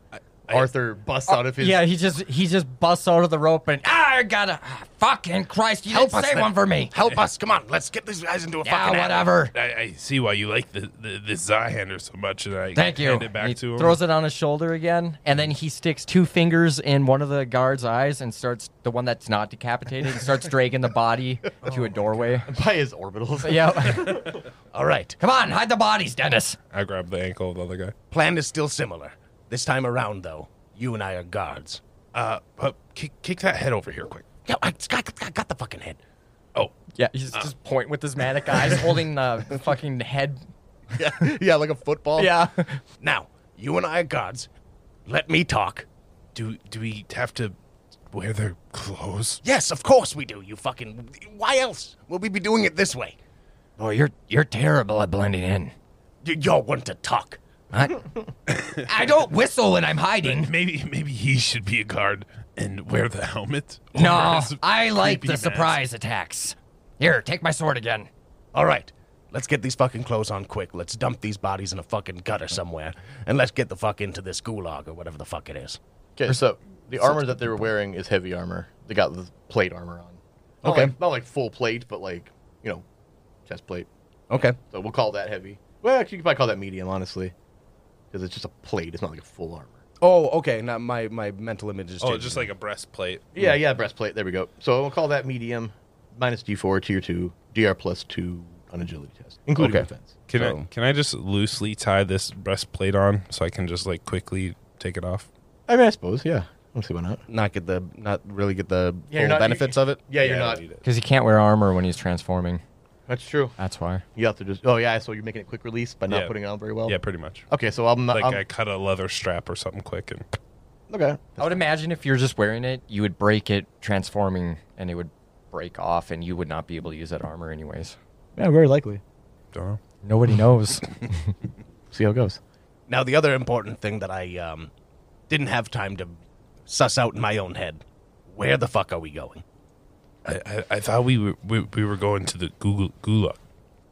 A: Arthur busts out of his.
C: Yeah, he just he just busts out of the rope and ah, I gotta ah, fucking Christ! You didn't save one for me.
D: Help us! Come on, let's get these guys into a
C: Yeah,
D: fucking.
C: whatever.
B: I, I see why you like the the, the Zweihander so much, and I
C: Thank you.
B: hand it
C: And he
B: back to him.
C: throws it on his shoulder again, and then he sticks two fingers in one of the guard's eyes and starts the one that's not decapitated and starts dragging the body to a doorway.
A: by his orbitals.
C: Yeah.
D: All right.
C: Come on, hide the bodies, Dennis.
B: I grab the ankle of the other guy.
D: Plan is still similar. This time around, though, you and I are guards.
B: Uh, but kick, kick that head over here quick.
D: Yeah, I got, I got the fucking head.
B: Oh,
C: Yeah, he's
D: Uh.
C: just point with his manic eyes, holding the fucking head.
D: Yeah, yeah, like a football.
C: Yeah.
D: Now, you and I are guards. Let me talk.
B: do do we have to wear their clothes?
D: Yes, of course we do. You fucking. Why else would we be doing it this way?
C: Boy, you're you're terrible at blending in.
D: You, y'all want to talk.
C: I, I don't whistle when I'm hiding.
B: Maybe maybe he should be a guard and wear the helmet.
C: No,
B: Or his
C: I like
B: creepy
C: the
B: mask.
C: surprise attacks. Here, take my sword again.
D: All right, let's get these fucking clothes on quick. Let's dump these bodies in a fucking gutter somewhere, and let's get the fuck into this gulag or whatever the fuck it is.
A: Okay, so the armor that they were wearing is heavy armor. They got the plate armor on. Not
D: Okay.
A: like- not like full plate, but like you know, chest plate.
D: Okay.
A: So we'll call that heavy. Well, actually, you could probably call that medium, honestly, because it's just a plate. It's not like a full armor.
D: Oh, okay. Now my my mental image is.
B: Oh, just like a breastplate.
A: Yeah, yeah, breastplate. There we go. So we'll call that medium, minus D4, tier two, DR plus two on agility test, including
D: Okay.
A: defense.
B: Can I
D: So-
B: can I just loosely tie this breastplate on so I can just like quickly take it off?
A: I mean, I suppose, yeah. Let's see why not.
D: not get the not really get the
A: Yeah,
D: full
A: you're not-
D: benefits of it.
A: Yeah, you're
B: I
A: not.
B: don't need it.
C: Because he can't wear armor when he's transforming.
A: That's true.
C: That's why.
A: You have to just. Oh yeah, so you're making a quick release by not
B: Yeah.
A: putting it on very well.
B: Yeah, pretty much.
A: Okay, so I'm.
B: Like
A: I'm
B: I cut a leather strap or something quick and
A: okay.
C: I would imagine if you're just wearing it, you would break it transforming, and it would break off, and you would not be able to use that armor anyways.
A: Yeah, very likely.
B: don't know.
C: Nobody knows.
A: See how it goes.
D: Now the other important thing that I um, didn't have time to suss out in my own head: where the fuck are we going?
B: I, I, I thought we were we, we were going to the Google Gulag.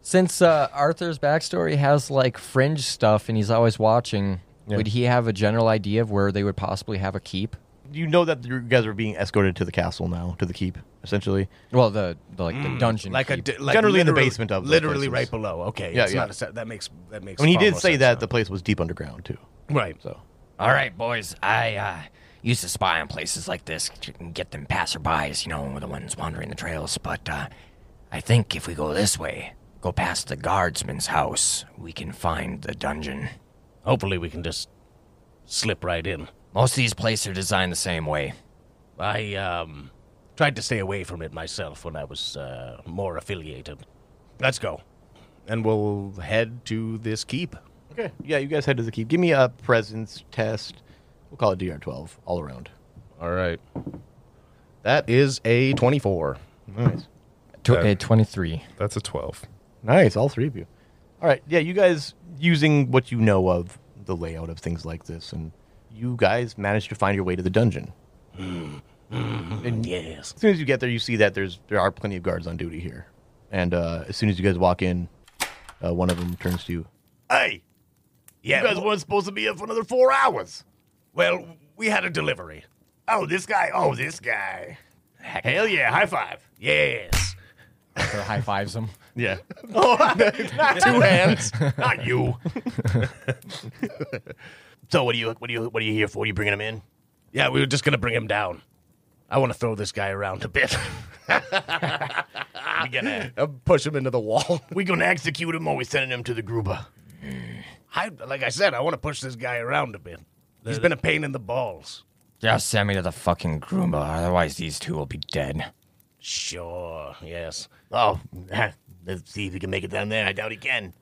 C: Since uh, Arthur's backstory has like fringe stuff, and he's always watching, would he have a general idea of where they would possibly have a keep?
A: you know that you guys are being escorted to the castle now, to the keep, essentially.
E: Well, the, the like the dungeon.
D: Mm. Like a
E: keep.
D: di- like
A: Generally in the
D: literally-
A: basement of those
D: literally
A: places.
D: right below. Okay,
A: Yeah,
D: it's
A: yeah.
D: Not a, se- that makes that makes.
A: I mean, he
D: far
A: did
D: more
A: say
D: sense
A: that
D: now.
A: the place was deep underground too.
D: right.
A: So
E: All right, boys. I uh, used to spy on places like this and get them passerbys, you know, the ones wandering the trails. But uh, I think if we go this way, go past the guardsman's house, we can find the dungeon.
D: Hopefully, we can just slip right in.
E: Most of these places are designed the same way.
D: I um tried to stay away from it myself when I was uh, more affiliated. Let's go, and we'll head to this keep.
A: okay, yeah, you guys head to the keep. Give me a presence test. We'll call it DR twelve all around.
D: All right. That is a twenty-four.
A: Nice.
B: uh,
E: 23.
B: That's a 12.
A: Nice, all three of you. All right, yeah, you guys using what you know of the layout of things like this, and you guys managed to find your way to the dungeon.
D: Yes.
A: As soon as you get there, you see that there's there are plenty of guards on duty here, and uh, as soon as you guys walk in, uh, one of them turns to you.
D: Hey, yeah.
G: You guys
D: w-
G: weren't supposed to be here for another four hours.
D: well, we had a delivery.
G: Oh, this guy. Oh, this guy. Hell yeah. High five.
D: Yes.
E: high fives him.
A: Yeah,
D: Two hands.
G: Oh, Not you. so what do you what do you what are you here for? You bringing him in?
D: yeah, we were just gonna bring him down. I want to throw this guy around a bit.
G: We gonna
D: Push him into the wall.
G: we gonna execute him or we sending him to the Gruber?
D: I, like I said, I want to push this guy around a bit. He's been a pain in the balls.
E: Just send me to the fucking Groomba, otherwise these two will be dead.
D: Sure. Yes.
G: Oh, let's see if he can make it down there. I doubt he can.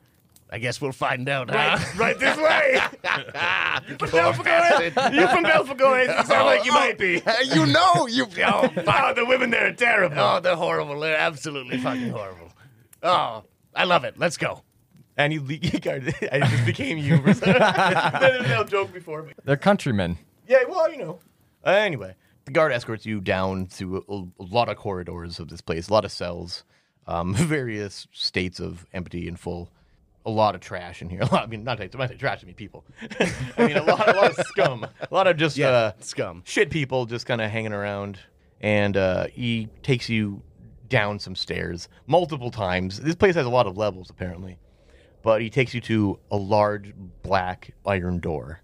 D: I guess we'll find out. Huh?
G: right this way. you from Belfagor? eh? You from Belfagor? eh? You sound like you might be.
D: Oh, uh, you know you. Oh,
G: Oh, the women there are terrible.
D: oh, they're horrible. They're absolutely fucking horrible. Oh, I love it. Let's go.
A: and he, le- he guard- I just became you. For some- That was no joke before. but-
E: They're countrymen.
A: Yeah, well, you know. Uh, anyway, the guard escorts you down through a, a lot of corridors of this place, a lot of cells, um, various states of empty and full, a lot of trash in here. A lot, I mean, not, not trash, I mean people. I mean, a lot, a lot of scum, a lot of just uh,
D: scum.
A: shit people just kind of hanging around. And uh, he takes you down some stairs multiple times. This place has a lot of levels, apparently. But he takes you to a large black iron door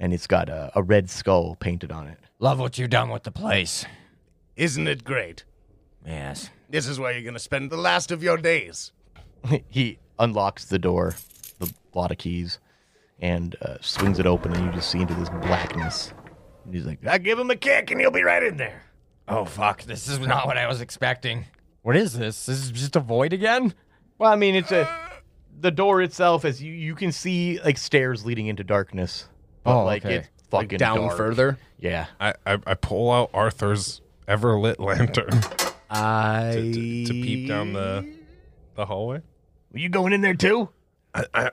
A: and it's got a, a red skull painted on it.
E: Love what you done with the place.
D: Isn't it great?
E: Yes.
D: This is where you're gonna spend the last of your days.
A: he unlocks the door, the lot of keys, and uh, swings it open, and you just see into this blackness. And he's like, "Ah,
G: I give him a kick and he'll be right in there.
E: Oh fuck, this is not what I was expecting. What is this? This is just a void again?
A: "Well, I mean, it's a the door itself as you you can see like stairs leading into darkness, but
E: Oh,
A: like
E: okay.
A: it's fucking dark. Yeah,
B: I, I, I pull out Arthur's ever lit lantern
D: I
B: to, to, to peep down the the hallway.
G: Are you going in there too?
B: I, I,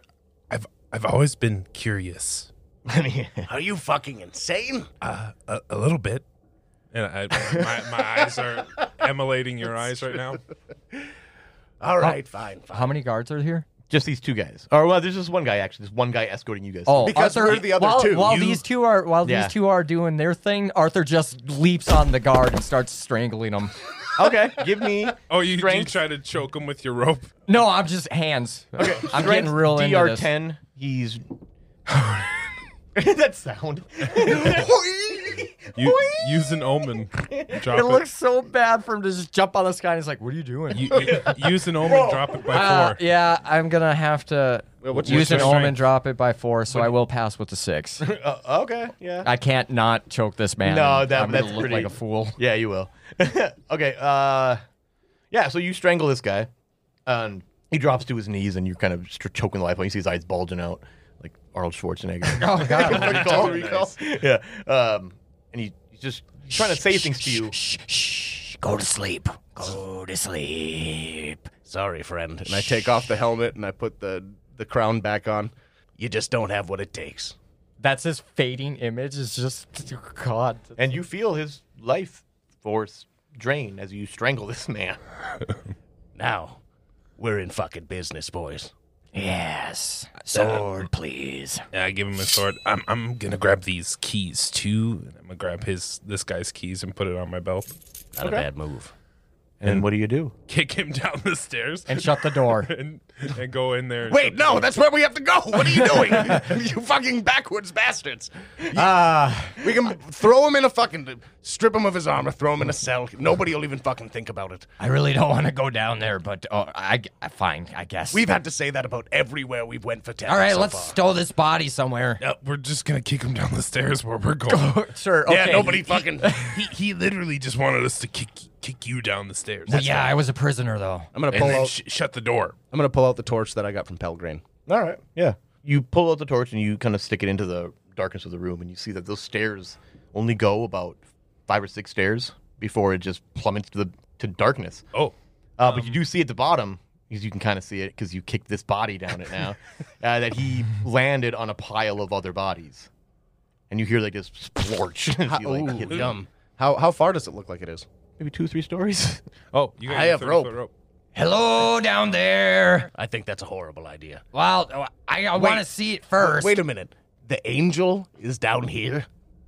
B: I've I've always been curious,
A: I mean,
D: Are you fucking insane?
E: Uh,
B: a, a little bit, and I, my, my eyes are emulating your eyes right now.
D: All right, fine, fine.
E: How many guards are here?
A: just these two guys. Or well, there's just one guy actually. There's one guy escorting you guys.
E: Oh,
D: Because
E: Arthur,
D: we're the other
E: while,
D: two.
E: While
D: You-
E: these two are while
A: Yeah.
E: these two are doing their thing, Arthur just leaps on the guard and starts strangling him.
A: okay, give me.
B: Oh, you, you
A: Strength.
B: try to choke him with your rope.
E: No, I'm just hands. Okay, I'm getting real into
A: DR
E: this.
A: ten. He's that sound.
B: You use an omen. Drop
E: It looks so bad for him to just jump on this guy. and He's like, "What are you doing?"
B: You, you- use an omen. Drop it by
E: Uh,
B: four.
E: yeah, I'm gonna have to
B: what's
E: use
B: your
E: an omen,
B: strength?
E: drop it by four, so I will pass with the six.
A: Uh, okay, yeah.
E: I can't not choke this man.
A: No,
E: and
A: that-
E: I'm gonna
A: that's
E: look
A: pretty-
E: like a fool.
A: Yeah, you will. okay. Uh, yeah. So you strangle this guy, and he drops to his knees, and you're kind of str- choking the life out. of him. You see his eyes bulging out, like Arnold Schwarzenegger.
E: Oh god,
A: recall, recall. Yeah. Um, and he, he's just trying to say things to you.
E: Shh, shh, go to sleep. Go to sleep.
D: Sorry, friend. And I take off the helmet and I put the the crown back on. You just don't have what it takes.
E: That's his fading image. Is just God.
A: And you feel his life force drain as you strangle this man.
D: Now, we're in fucking business, boys.
E: Yes. Sword, please.
F: Yeah, I give him a sword. I'm I'm gonna grab these keys too. And I'm gonna grab his this guy's keys and put it on my belt.
C: Not a bad move.
A: And, then what do you do?
F: Kick him down the stairs
E: And shut the door.
F: and, and go in there. and
D: Wait, no, that's where we have to go. What are you doing? you fucking backwards bastards.
E: Ah,
D: We can throw him in a fucking strip him of his armor, throw him in a cell. Nobody will even fucking think about it.
E: I really don't want to go down there, but oh, I, I fine, I guess.
D: We've had to say that about everywhere we went for ten.
E: All right,
D: so
E: let's
D: far.
E: stow this body somewhere.
F: Uh, we're just gonna kick him down the stairs where we're going.
E: Sure.
D: Yeah,
E: okay.
D: nobody fucking. I'm
F: he he literally just wanted us to kick kick you down the stairs.
E: Well, yeah, I was a prisoner though.
D: gonna
F: and then sh- shut the door.
D: I'm gonna pull out the torch that I got from Pelgrane.
A: All right. Yeah. You pull out the torch and you kind of stick it into the darkness of the room, and you see that those stairs only go about five or six stairs before it just plummets to the to darkness.
F: Oh,
A: Uh, but you
D: Um,
A: do see at the bottom, because you can kind of see it, because you kicked this body down it now, uh, that he landed on a pile of other bodies, and you hear like this splorch. as he, like, hit the-
D: yum. How how far does it look like it is?
A: Maybe two, three stories.
F: oh, you got
D: I
F: your
D: have
F: 30-foot
D: rope.
E: Hello down there.
D: I think that's a horrible idea.
E: Well, oh, I, I want to see it first.
D: Wait a minute. The angel is down here.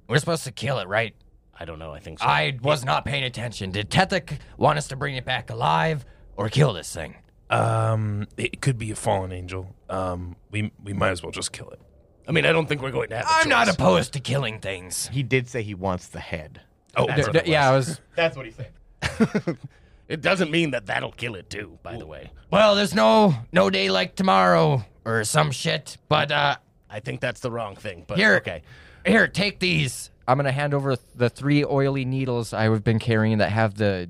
E: We're supposed to kill it, right?
D: I don't know. I think so.
E: I was not paying attention. Did Tethek want us to bring it back alive or kill this thing?
F: Um, it could be a fallen angel. Um, we we might as well just kill it.
D: I mean, I don't think we're going to have.
E: I'm not opposed to killing things.
A: he did say he wants the head.
F: Oh, that's what it
E: yeah, I was.
A: That's what he said.
D: It doesn't mean that that'll kill it too. By the way,
E: Well, there's no no day like tomorrow or some shit. But uh,
D: I think that's the wrong thing. But
E: here,
D: okay.
E: here, take these. I'm gonna hand over the three oily needles I have been carrying that have the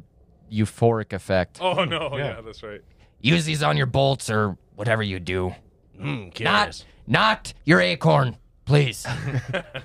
E: euphoric effect.
F: was. Oh no, yeah. that's right.
E: Use these on your bolts or whatever you do.
D: Hmm,
E: Not,
D: curious.
E: not your acorn, please.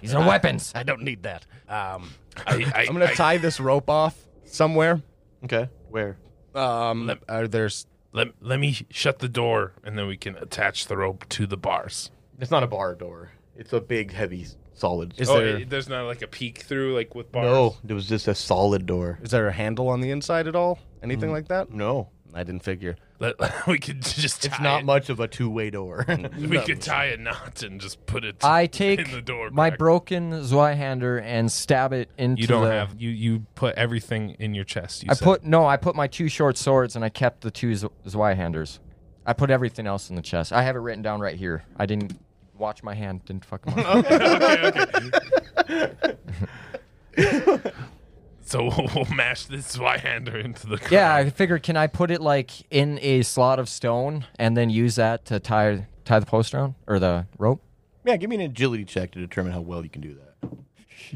E: these are weapons.
D: I don't need that. Um,
F: I, I,
D: I'm gonna
F: I-
D: tie this rope off somewhere.
A: Okay. Where?
D: Um, are there? s-
F: let let me shut the door, and then we can attach the rope to the bars.
A: It's not a bar door. It's a big, heavy, solid.
D: Is
F: Oh,
D: there?
F: it- there's not like a peek through like with bars.
A: no, it was just a solid door.
D: Is there a handle on the inside at all? Anything like that?
A: No,
D: I didn't figure.
F: Let- we could just.
A: it's
F: tie
A: not
F: it.
A: much of a two-way door.
F: We could tie a knot and just put it.
E: I
F: in
E: take
F: the door
E: my
F: crack.
E: broken Zweihander and stab it into
F: You don't
E: the.
F: have you. You put everything in your chest. You
E: I
F: said.
E: put no, I put my two short swords and I kept the two Z- Zweihanders. I put everything else in the chest. I have it written down right here. I didn't watch my hand. Didn't fuck. my hand.
F: So we'll, we'll mash this Zweihander into the. Ground.
E: yeah, I figured, can I put it like in a slot of stone and then use that to tie tie the post around or the rope?
A: yeah, give me an agility check to determine how well you can do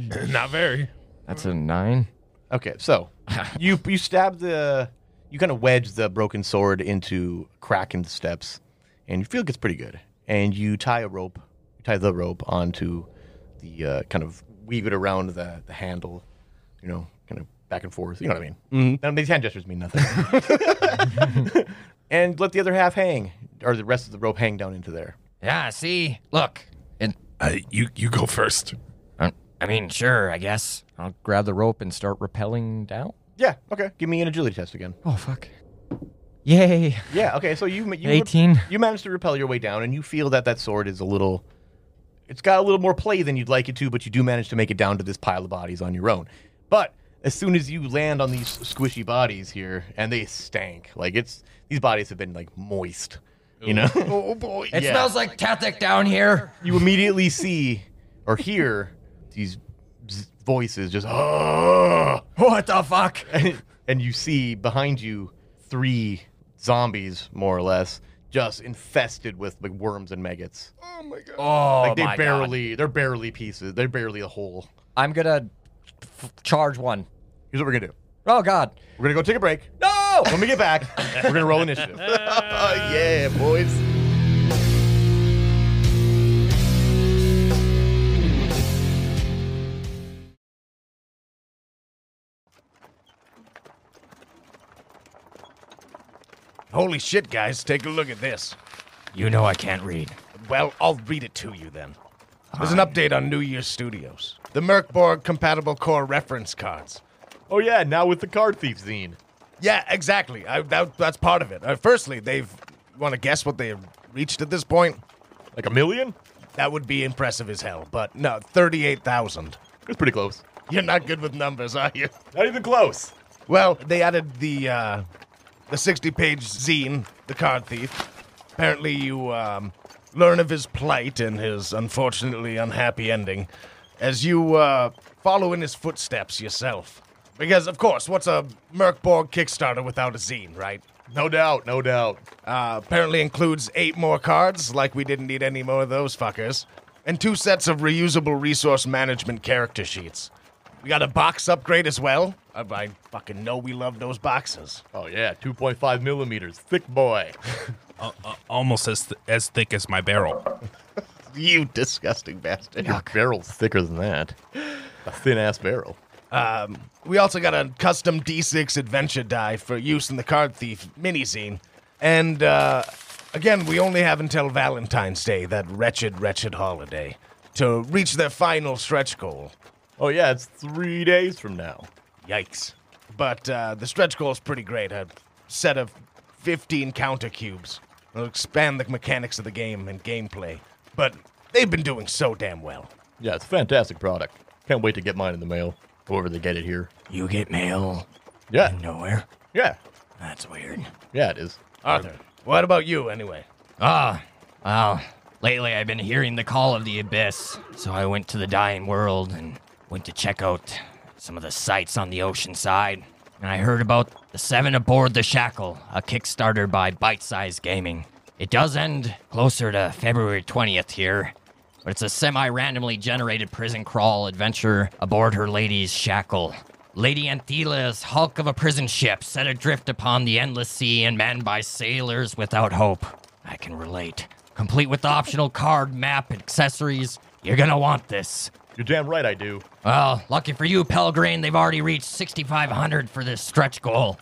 A: that.
F: not very.
E: That's a
F: Mm-hmm.
E: nine.
A: Okay, so you you stab the you kind of wedge the broken sword into a crack in the steps, and you feel it gets pretty good. And you tie a rope, you tie the rope onto the uh, kind of weave it around the the handle, you know, kind of back and forth. You know what I mean? Mm-hmm. these hand gestures mean nothing. and let the other half hang, or the rest of the rope hang down into there.
E: Yeah. See, look. And
F: Uh, you you go first.
E: I I mean, sure, I guess I'll grab the rope and start rappelling down.
A: Yeah. Okay. Give me an agility test again.
E: Oh fuck! Yay!
A: Yeah. Okay. So you ma- you
E: 18.
A: You manage to repel your way down, and you feel that that sword is a little. It's got a little more play than you'd like it to, but you do manage to make it down to this pile of bodies on your own. But as soon as you land on these squishy bodies here, and they stank like it's these bodies have been like moist, you know.
D: Oh boy.
E: It smells like Tethek down here.
A: you immediately see or hear these z- voices just "Ah!"
E: What the fuck?
A: and you see behind you three zombies more or less just infested with like worms and maggots
E: Oh
A: like they
E: my God.
A: barely they're barely pieces they're barely a whole
E: I'm gonna f- charge one.
A: here's what we're gonna do
E: Oh God!
A: we're gonna go take a break
E: No!
A: when we get back we're gonna roll initiative Oh, yeah boys
D: Holy shit, guys! Take a look at this.
E: You know I can't read.
D: Well, I'll read it to you then. There's an update on New Year's Studios. The Merkborg compatible core reference cards.
A: oh yeah now with the card thief zine
D: Yeah, exactly. I, that, that's part of it. Uh, firstly, they've want to guess what they have reached at this point?
A: Like a million?
D: That would be impressive as hell, but no, 38,000.
A: It's pretty close.
D: You're not good with numbers, are you?
A: Not even close.
D: Well, they added the uh, the 60 page zine, The Card Thief. Apparently, you um, learn of his plight and his unfortunately unhappy ending as you uh, follow in his footsteps yourself. Because, of course, what's a Merkborg Kickstarter without a zine, right?
A: No doubt, no doubt.
D: Uh, apparently includes eight more cards, like we didn't need any more of those fuckers, and two sets of reusable resource management character sheets. We got a box upgrade as well. I, I fucking know we love those boxes.
A: Oh yeah, 2.5 millimeters, thick boy.
F: Almost as th- as thick as my barrel.
A: you disgusting bastard. Your barrel's thicker than that. A thin ass barrel.
D: We also got a custom D6 adventure die for use in the Card Thief mini scene. And uh, again, we only have until Valentine's Day, that wretched, wretched holiday, to reach their final stretch goal.
A: Oh yeah, it's three days from now.
D: Yikes. But uh, the stretch goal is pretty great. A set of 15 counter cubes. It'll expand the mechanics of the game and gameplay. But they've been doing so damn well.
A: Yeah, it's a fantastic product. Can't wait to get mine in the mail. However they get it here.
E: You get mail
A: Yeah,
E: nowhere.
A: yeah,
E: That's weird.
A: yeah. It is.
D: Arthur, what about you, anyway?
E: Ah, well, lately I've been hearing the call of the abyss, so I went to the dying world and went to check out some of the sights on the ocean side. And I heard about the Seven Aboard the Shackle, a Kickstarter by Bite Size Gaming. It does end closer to February 20th here, but it's a semi randomly generated prison crawl adventure aboard her lady's shackle. Lady Anthela's hulk of a prison ship set adrift upon the endless sea and manned by sailors without hope. I can relate. Complete with the optional card, map, and accessories. You're gonna want this.
A: You're damn right I do.
E: Well, lucky for you, Pelgrane, they've already reached 6,500 for this stretch goal.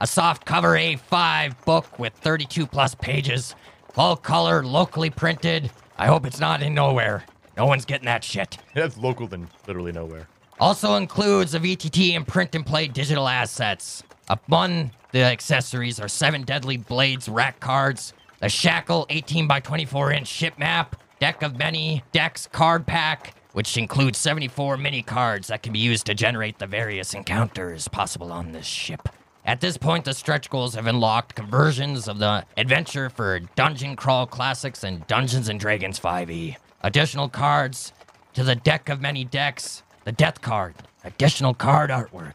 E: A soft cover A5 book with 32 plus pages, full color, locally printed. I hope it's not in nowhere. No one's getting that shit.
A: That's local than literally nowhere.
E: Also includes a VTT and print and play digital assets. Among the accessories are seven deadly blades rack cards, a shackle 18 by 24 inch ship map, deck of many decks card pack, which includes 74 mini cards that can be used to generate the various encounters possible on this ship. At this point, the stretch goals have unlocked conversions of the adventure for Dungeon Crawl Classics and Dungeons and Dragons 5e. Additional cards to the deck of many decks, the death card, additional card artwork,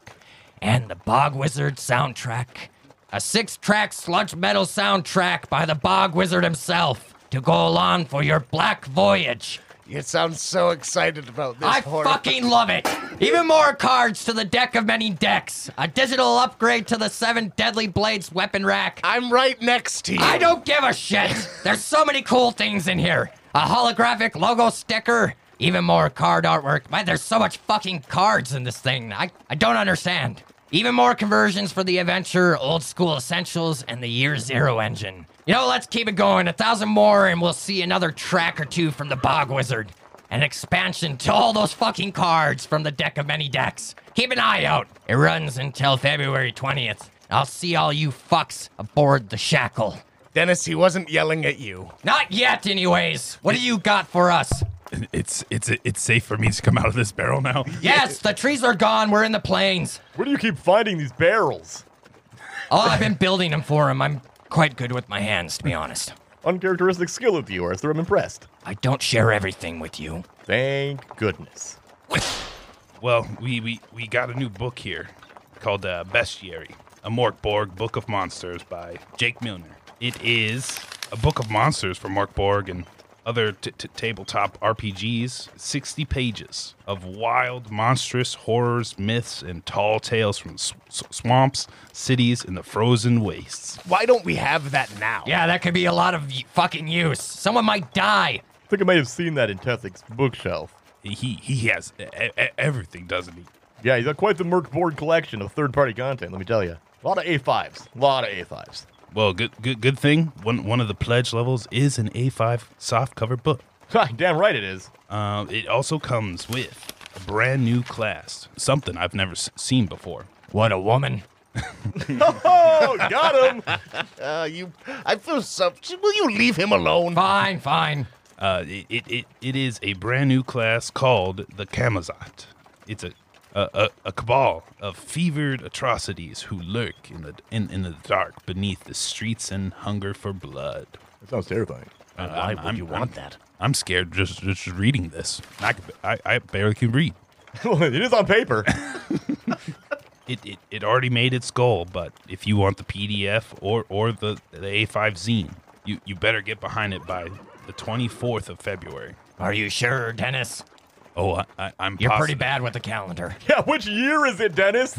E: and the Bog Wizard soundtrack. A six track sludge metal soundtrack by the Bog Wizard himself to go along for your black voyage.
D: You sound so excited about this
E: I
D: horror.
E: fucking love it. Even more cards to the deck of many decks. A digital upgrade to the seven deadly blades weapon rack.
D: I'm right next to you.
E: I don't give a shit. There's so many cool things in here. A holographic logo sticker, even more card artwork. Man, there's so much fucking cards in this thing. I, I don't understand. Even more conversions for the adventure, old school essentials, and the year zero engine. You know, let's keep it going. A thousand more, and we'll see another track or two from the Bog Wizard. An expansion to all those fucking cards from the deck of many decks. Keep an eye out. It runs until February 20th. I'll see all you fucks aboard the Shackle.
D: Dennis, he wasn't yelling at you.
E: Not yet, anyways. What do you got for us?
F: It's it's it's safe for me to come out of this barrel now.
E: Yes, the trees are gone. We're in the plains.
A: Where do you keep finding these barrels?
E: Oh, I've been building them for him. I'm quite good with my hands, to be honest.
A: Uncharacteristic skill of you, Arthur. I'm impressed.
E: I don't share everything with you.
A: Thank goodness.
F: Well, we we, we got a new book here called uh, Bestiary, a Morkborg Book of Monsters by Jake Milner. It is a book of monsters for Morkborg and other t- t- tabletop RPGs. 60 pages of wild, monstrous horrors, myths, and tall tales from sw- sw- swamps, cities, and the frozen wastes.
D: Why don't we have that now?
E: Yeah, that could be a lot of y- fucking use. Someone might die.
A: I think I may have seen that in Tethic's bookshelf.
F: He he has e- e- everything, doesn't he?
A: Yeah, he's got quite the Merc board collection of third party content, let me tell you. A lot of A5s. A lot of A5s.
F: Well, good good good thing one one of the pledge levels is an A5 soft cover book.
A: Ha, Damn right it is.
B: Uh,
F: Um, it also comes with a brand new class, something I've never s- seen before.
E: What a woman.
A: oh, got him.
D: Uh, you, I feel so. Will you leave him alone?
C: Fine, fine.
B: Uh, it, it, it, it is a brand new class called the Kamazot. It's a, a, a, a cabal of fevered atrocities who lurk in the, in, in the dark beneath the streets and hunger for blood.
A: That sounds terrifying.
B: Uh, why would you want that? I'm scared just just reading this. I, could- I, I barely can read.
A: Well, it is on paper.
B: It, it, it already made its goal, but if you want the PDF or, or the, the A5 zine, you, you better get behind it by the 24th of February.
C: Are you sure, Dennis?
B: Oh, I, I, I'm
C: You're pretty
B: positive.
C: bad with the calendar.
A: yeah, which year is it, Dennis?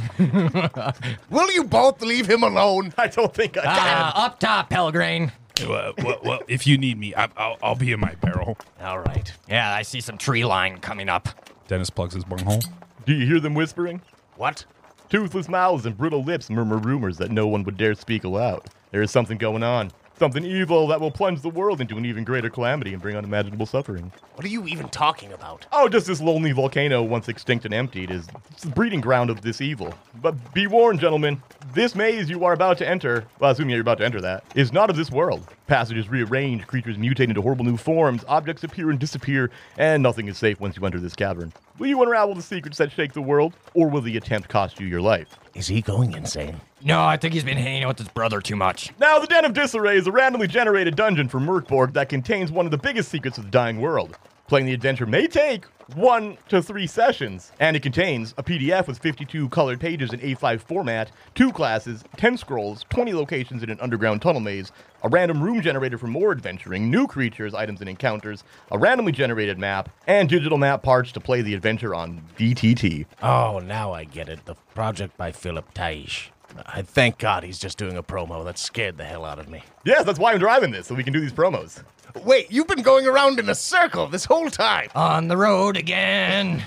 D: Will you both leave him alone?
A: I don't think I can.
C: Ah, up top, Pelgrane.
B: well, well, well, if you need me, I, I'll, I'll be in my barrel.
C: All right. Yeah, I see some tree line coming up.
B: Dennis plugs his bunghole.
A: Do you hear them whispering?
D: What?
A: Toothless mouths and brittle lips murmur rumors that no one would dare speak aloud. There is something going on. Something evil that will plunge the world into an even greater calamity and bring unimaginable suffering.
D: What are you even talking about?
A: Oh, just this lonely volcano, once extinct and emptied, is the breeding ground of this evil. But be warned, gentlemen, this maze you are about to enter, well, assuming you're about to enter that, is not of this world. Passages rearrange, creatures mutate into horrible new forms, objects appear and disappear, and nothing is safe once you enter this cavern. Will you unravel the secrets that shake the world, or will the attempt cost you your life?
D: Is he going insane?
C: No, I think he's been hanging out with his brother too much.
A: Now, the Den of Disarray is a randomly generated dungeon for Merkborg that contains one of the biggest secrets of the dying world. Playing the adventure may take one to three sessions, and it contains a PDF with 52 colored pages in A5 format, two classes, 10 scrolls, 20 locations in an underground tunnel maze, a random room generator for more adventuring, new creatures, items, and encounters, a randomly generated map, and digital map parts to play the adventure on DTT.
D: Oh, now I get it. The project by Philip Taish. I thank God he's just doing a promo. That scared the hell out of me.
A: Yes, that's why I'm driving this, so we can do these promos.
D: Wait, you've been going around in a circle this whole time.
C: On the road again.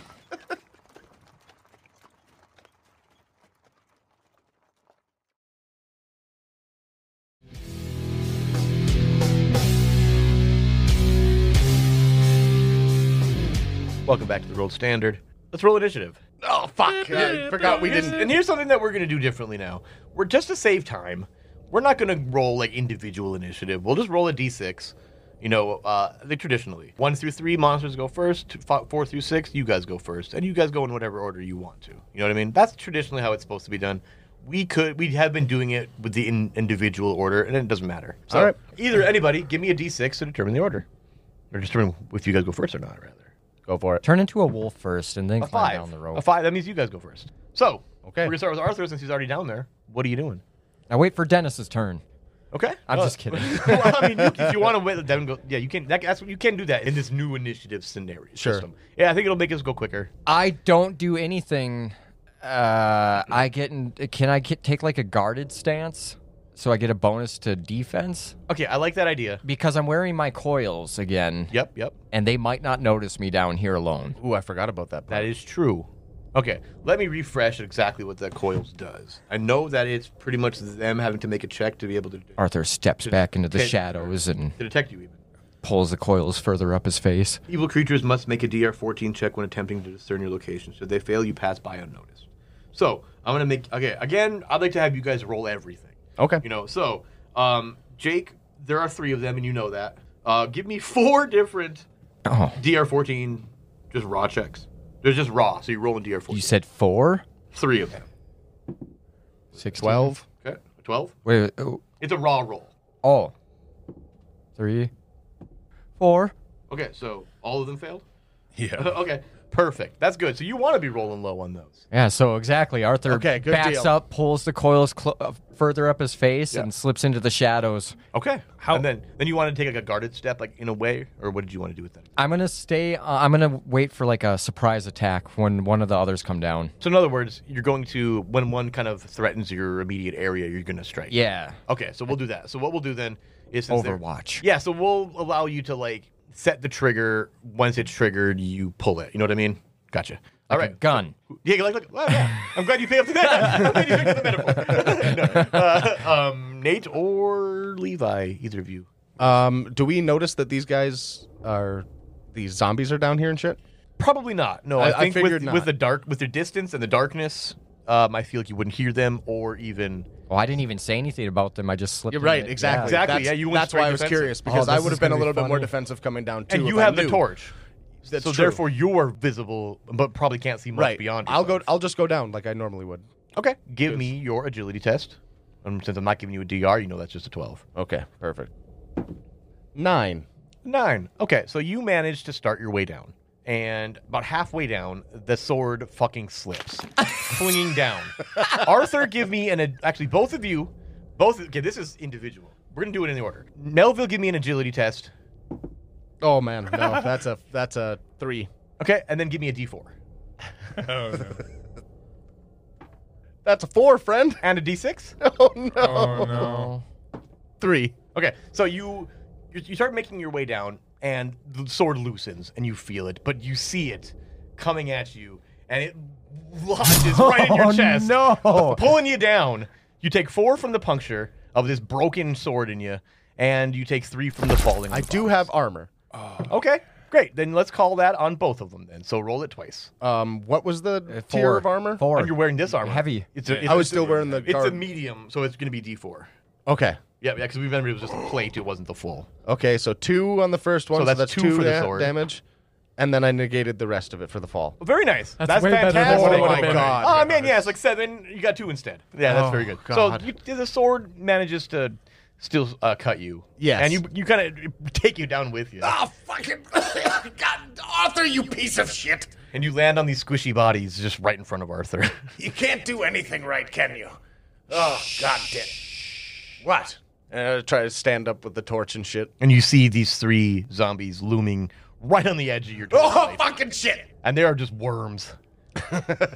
A: Welcome back to the World Standard. Let's roll initiative.
D: Oh fuck! I forgot we didn't.
A: And here's something that we're going to do differently now. We're just to save time. We're not going to roll like individual initiative. We'll just roll a d6. You know, uh, they traditionally one through three monsters go first. F- four through six, you guys go first, and you guys go in whatever order you want to. You know what I mean? That's traditionally how it's supposed to be done. We could, we have been doing it with the in- individual order, and it doesn't matter. So
D: All right.
A: either anybody, give me a d6 to determine the order, or determine if you guys go first or not. Rather,
D: Go for it.
C: Turn into a wolf first and then
A: a
C: climb
A: five.
C: down the rope.
A: A five. That means you guys go first. So
D: Okay.
A: we're gonna start with Arthur since he's already down there. What are you doing?
C: Now wait for Dennis's turn.
A: Okay.
C: I'm
A: Uh,
C: just kidding.
A: well, I mean, you, if you want to wait, then go. Yeah, you can. That, that's what you can do that in this new initiative scenario. Sure. System. Yeah, I think it'll make us go quicker.
C: I don't do anything. Uh, I get in, can I get, take like a guarded stance so I get a bonus to defense
A: Okay, I like that idea.
C: because I'm wearing my coils again.
A: Yep, yep.
C: And they might not notice me down here alone.
D: Ooh, I forgot about that.
A: That is true. Okay, let me refresh exactly what that coils does. I know that it's pretty much them having to make a check to be able to
C: Arthur steps back into the
A: Okay.
C: shadows and
A: to detect you. Even
C: pulls the coils further up his face.
A: evil creatures must make a DR 14 check when attempting to discern your location. Should they fail, you pass by unnoticed. So I'm gonna make okay again. I'd like to have you guys roll everything.
D: Okay.
A: You know, so um, Jake, there are three of them, and you know that. Uh, give me four different
C: Oh,
A: DR14 just raw checks. They're just raw, so you roll in DR14.
C: you said four?
A: three of them.
C: Six,
A: Okay, twelve.
C: Wait, oh,
A: It's a raw roll.
C: oh. Three, four.
A: Okay, so all of them failed.
B: Yeah.
A: okay, perfect. That's good. So you want to be rolling low on those.
C: Yeah, so exactly. Arthur
A: Okay, good
C: backs
A: deal.
C: up, pulls the coils cl- uh, further up his face, and slips into the shadows.
A: Okay. How? And then then you want to take like a guarded step, like in a way, or what did you want to do with that?
C: I'm gonna stay. Uh, I'm gonna wait for like a surprise attack when one of the others come down.
A: So in other words, you're going to when one kind of threatens your immediate area, you're going to strike.
C: Yeah,
A: Okay, so we'll do that. So what we'll do then is since they're-
C: Overwatch.
A: Yeah, so we'll allow you to like set the trigger. Once it's triggered, you pull it. You know what I mean? Gotcha. All right.
C: A gun.
A: Yeah, like, like, oh, yeah. I'm glad you picked up the metaphor. I'm glad you picked up the metaphor. No. Uh, um, Nate or Levi, either of you.
D: Um, do we notice that these guys are these zombies are down here and shit?
A: Probably not. No, I,
D: I- I
A: think with,
D: figured not.
A: with the dark, with the distance and the darkness, um, I feel like you wouldn't hear them or even.
C: Oh, I didn't even say anything about them. I just slipped.
I: You're
C: in
I: right,
C: it.
I: exactly.
A: Exactly,
I: That's,
A: yeah, you went
I: that's why
A: straight
I: I was
A: defensive.
I: curious because
C: Oh,
I: I
C: this
I: would
C: is
I: have been a
C: gonna be
I: little bit more
C: funny.
I: defensive coming down too.
A: And you
I: if I
A: have the
I: knew.
A: torch.
I: That's
A: so
I: true.
A: therefore you're visible, but probably can't see much
I: right
A: beyond.
I: I'll go.
A: yourself.
I: I'll just go down like I normally would.
A: Okay, give me your agility test. Um, since I'm not giving you a DR, you know that's just a 12.
I: Okay, perfect. Nine.
A: Nine. Okay, so you manage to start your way down. And about halfway down, the sword fucking slips, flinging down. Arthur, give me an. ad- Actually, both of you. Both. Okay, this is individual. We're going to do it in the order. Melville, give me an agility test.
I: Oh man, no, that's a that's a three.
A: Okay, and then give me a d4.
I: Oh, That's a four, friend.
A: And a d6?
I: Oh no,
A: Three. Okay, so you you you start making your way down, and the sword loosens, and you feel it, but you see it coming at you, and it lodges right in your
C: Oh,
A: chest,
C: no.
A: pulling you down. You take four from the puncture of this broken sword in you, and you take three from the falling.
I: I do have armor.
A: Okay, great. Then let's call that on both of them. Then, so roll it twice.
I: Um, what was the
C: Uh,
I: tier of armor?
C: Four.
A: And you're wearing this armor.
C: Heavy.
A: It's a, it's
I: I was
A: a-
I: still wearing the
A: It's
I: guard.
A: a medium, so it's going to be D four.
I: Okay,
A: Yeah, yeah. Because we remember it was just a plate; it wasn't the full.
I: okay. So two on the first one. So
A: that's
I: that's,
A: two
I: two,
A: for the
I: da-
A: sword.
I: damage, and then I negated the rest of it for the fall.
A: Very nice. That's,
B: way better
A: fantastic.
B: than what
I: it would've
A: oh my
I: been.
A: god. Oh man, yeah, it's like seven. You got two instead. Yeah, that's very good.
I: Oh, God.
A: So you, the sword manages to still uh, cut you.
I: Yes. Ah,
A: And you you kind of take you down with you,
D: Oh, fucking. God, Arthur, you piece of shit.
A: and you land on these squishy bodies just right in front of Arthur.
D: You can't do anything right, can you? Oh, God damn. What?
I: And I try to stand up with the torch and shit.
A: and you see these three zombies looming right on the edge of your door.
D: Oh, fucking shit.
A: And they are just worms.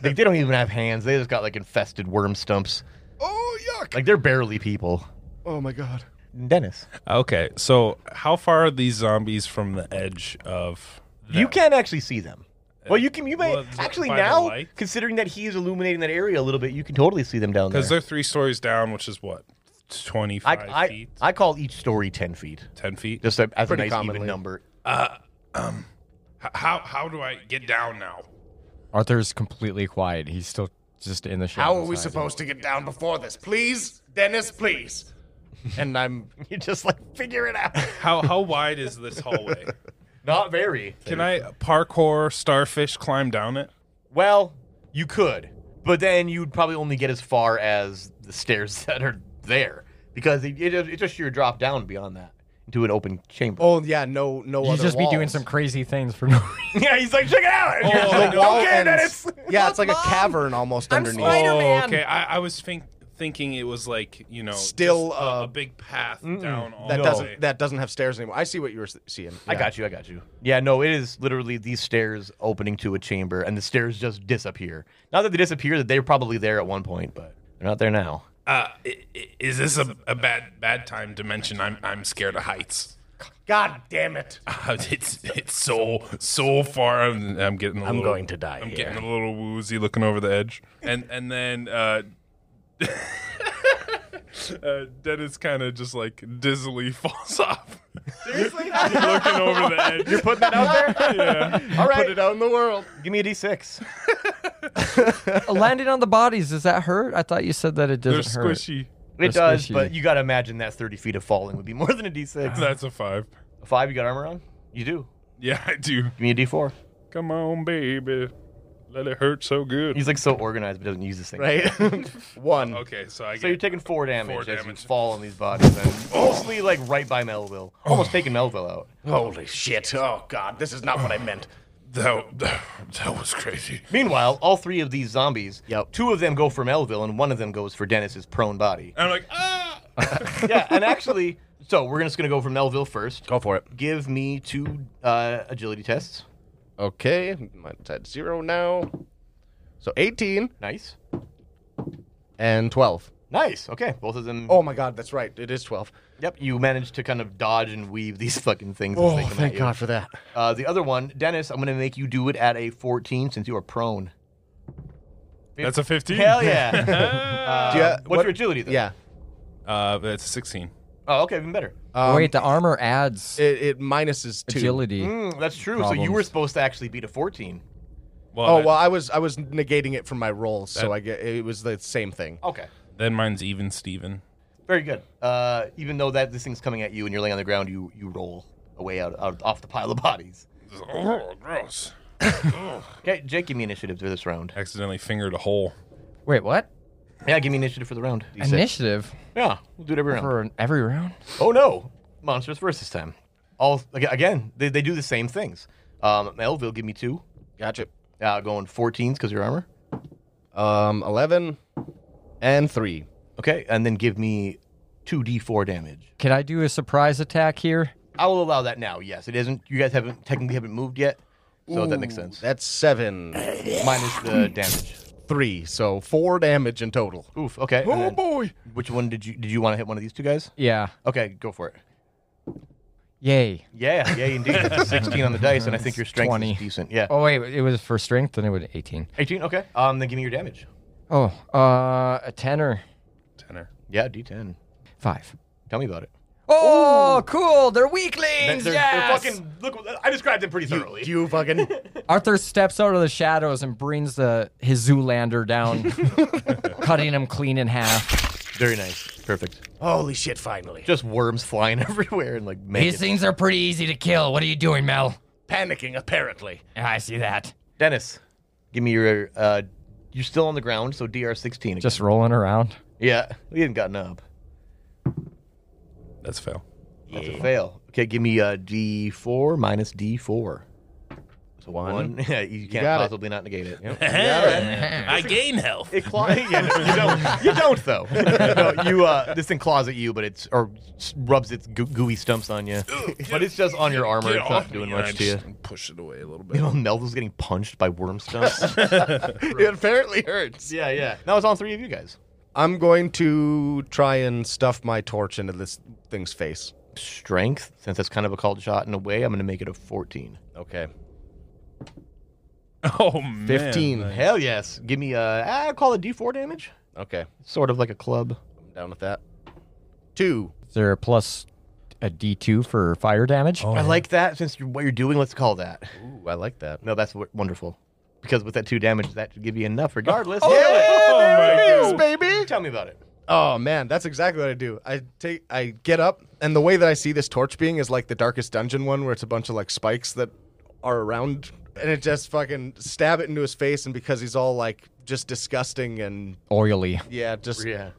A: they, they don't even have hands. They just got like infested worm stumps.
I: Oh yuck!
A: Like they're barely people.
I: Oh my god.
A: Dennis.
F: Okay, so how far are these zombies from the edge of?
A: You can't actually see them. Well, you can. You may
F: well, is it
A: actually
F: by the
A: now,
F: light?
A: considering that he is illuminating that area a little bit, you can totally see them down there.
F: Because they're three stories down, which is what twenty
A: I,
F: five
A: I,
F: feet,
A: I call each story ten feet,
F: ten feet.
A: just a, as a
I: Pretty
A: nice
I: commonly.
A: even number.
F: H- how how do I get down now?
C: Arthur's completely quiet. He's still just in the shadows.
D: How are we
C: hiding.
D: supposed to get down before this? Please, Dennis, please.
I: And I'm
A: You just like figure it out.
F: How how wide is this hallway?
A: Not very.
F: Can I parkour starfish climb down it?
A: Well, you could, but then you'd probably only get as far as the stairs that are there because it, it, it's just your drop down beyond that into an open chamber.
I: oh yeah, no no
C: You
I: other
C: just
I: walls. Oh,
C: be doing some crazy things for no reason.
A: Yeah, he's like, check it out. And you're just
I: The
A: like,
I: wall
A: okay,
I: ends-
A: Dennis.
I: Yeah, it's like a cavern almost underneath.
F: Oh, okay. I, I was think, thinking it was like you know,
I: Still,
F: just a,
I: uh,
F: a big path down. All
I: That
F: the way.
I: doesn't that doesn't have stairs anymore. I see what you were s- seeing.
A: I got you. I got you. Yeah, no, it is literally these stairs opening to a chamber, and the stairs just disappear. Not that they disappear, that they were probably there at one point, but they're not there now.
F: Uh, i- i- is this a, a bad bad time dimension? I'm I'm scared of heights.
D: God damn it.
F: Uh, it's it's so so far. I'm, I'm getting. A I'm
I: going to die
F: I'm
I: here.
F: getting a little woozy looking over the edge, and and then. Uh, Uh, Dennis kind of just like dizzily falls off. Seriously, looking over the edge. You're putting that out there. yeah.
I: All right. Put it out in the world.
A: Give me a d6.
C: Landing on the bodies, does that hurt? I thought you said that it
F: They're
C: doesn't hurt.
F: squishy.
A: It
C: They're
A: does,
C: squishy.
A: but you got to imagine that 30 feet of falling would be more than a d6.
F: That's a five.
A: A five, you got armor on? You do.
F: Yeah, I do.
A: Give me a d4.
F: Come on, baby. Let it hurt so good.
A: He's like so organized, but doesn't use this thing.
I: Right. One.
F: Okay, so I
A: So
F: get
A: you're taking four damage
F: Four
A: as
F: damage.
A: you fall on these bodies, and mostly like right by Melville,
I: Oh.
A: almost taking Melville out.
D: Holy shit. Oh, God. This is not what I meant.
F: that, that was crazy.
A: Meanwhile, all three of these zombies,
I: Yep.
A: two of them go for Melville, and one of them goes for Dennis's prone body.
F: And I'm like, ah.
A: yeah, and actually, so we're just gonna go for Melville first.
I: Go for it.
A: Give me two uh, agility tests.
I: Okay. Mine's at zero now. So 18
A: Nice,
I: and 12.
A: nice. Okay, both of them.
I: Oh my god, that's right. It is 12.
A: yep. You managed to kind of dodge and weave these fucking things. as they come at you.
I: Oh, for that.
A: Uh, the other one, Dennis, I'm gonna make you do it at a 14 since you are prone.
F: That's a 15.
A: Hell yeah. Uh,
I: Do you,
A: what's your agility? Though?
I: Yeah.
F: Uh, that's a 16.
A: Oh, okay, even better.
I: Um,
C: Wait, the armor adds
I: It, it minuses two.
C: agility.
A: Mm, that's true. So you
C: Problems.
A: were supposed to actually beat a 14.
B: Well,
I: Oh
B: that-
I: well, I was I was negating it from my role, so I get it was the same thing.
A: Okay.
B: then mine's even Steven.
A: Very good. Uh, even though that this thing's coming at you and you're laying on the ground, you you roll away out, out off the pile of bodies.
B: Oh, gross.
A: Okay, Jake, give me initiative for this round.
B: Accidentally fingered a hole.
C: Wait, what?
A: Yeah, give me initiative for the round. D6.
C: Initiative
A: Yeah, we'll do it every round.
C: for an- every round?
A: Oh no, monsters versus time. All aga- again, they, they do the same things. Um, Melville, give me two.
I: Gotcha.
A: Uh, going 14s because your armor.
I: Um, eleven and three.
A: Okay, and then give me two d4 damage.
C: Can I do a surprise attack here?
A: I will allow that now. Yes, it isn't. You guys haven't technically haven't moved yet, so that makes
I: Ooh,
A: sense.
I: That's seven,
A: Minus the damage.
I: three, so four damage in total.
A: Oof. Okay. and then
I: boy!
A: Which one did you did you want to hit? One of these two guys?
C: Yeah.
A: Okay, go for it.
C: Yay.
A: Yeah, yeah, indeed. That's a 16 on the dice, and I think your strength
C: 20.
A: is decent. Yeah.
C: Oh wait, it was for strength, then it would 18.
A: 18. Okay. Um, then give me your damage.
C: Oh, uh, a tenor,
B: Tenor.
A: Yeah, d10.
C: five.
A: Tell me about it.
C: Oh, cool! They're weaklings.
A: They're,
C: yes.
A: they're fucking. Look, I described it pretty thoroughly.
I: You fucking
C: Arthur steps out of the shadows and brings the his Zoolander down, cutting him clean in half.
A: Very nice. Perfect.
I: holy shit! Finally,
A: Just worms flying everywhere and like
C: These
A: making.
C: things are pretty easy to kill. What are you doing, Mel? Ah,
I: panicking apparently.
C: I see that.
A: Dennis, give me your. uh You're still on the ground, so dr 16. Again.
C: Just rolling around.
A: yeah, we haven't gotten up.
B: That's a fail.
A: That's a fail. Okay, give me a d4 minus d4. So one. Yeah, you can't
I: got it.
A: possibly not negate it.
B: I gain health.
A: It claws. yeah, no, you, don't, you don't though. No, you uh, this thing claws at you, but it's or s- rubs its goo- gooey stumps on you. But it's just on your armor. It's not doing much to you.
B: Push it away a little
A: You
B: bit.
A: know, Melville's getting punched by worm stumps.
I: It apparently hurts.
A: yeah, yeah. Now it's on three of you guys.
I: I'm going to try and stuff my torch into this thing's face.
A: Strength, since that's kind of a called shot in a way, I'm going to make it a 14.
I: Okay.
B: Oh man.
I: 15.
A: Hell yes. Give me a, I call it D4 damage.
I: Okay.
A: Sort of like a club.
I: I'm down with that. Two.
C: Is there a plus a D2 for fire damage?
A: I like that since you're, what you're doing, let's call that.
I: Ooh, I like that.
A: No, that's w- wonderful. Because with that two damage, that should give you enough regardless.
B: Oh my god.
A: baby. Tell me about it.
I: Oh man, that's exactly what I do. I take, I get up, and the way that I see this torch being is like the darkest dungeon one, where it's a bunch of like spikes that are around, and it just fucking stab it into his face, and because he's all like just disgusting and
C: Oily.
I: yeah, just
A: Yeah.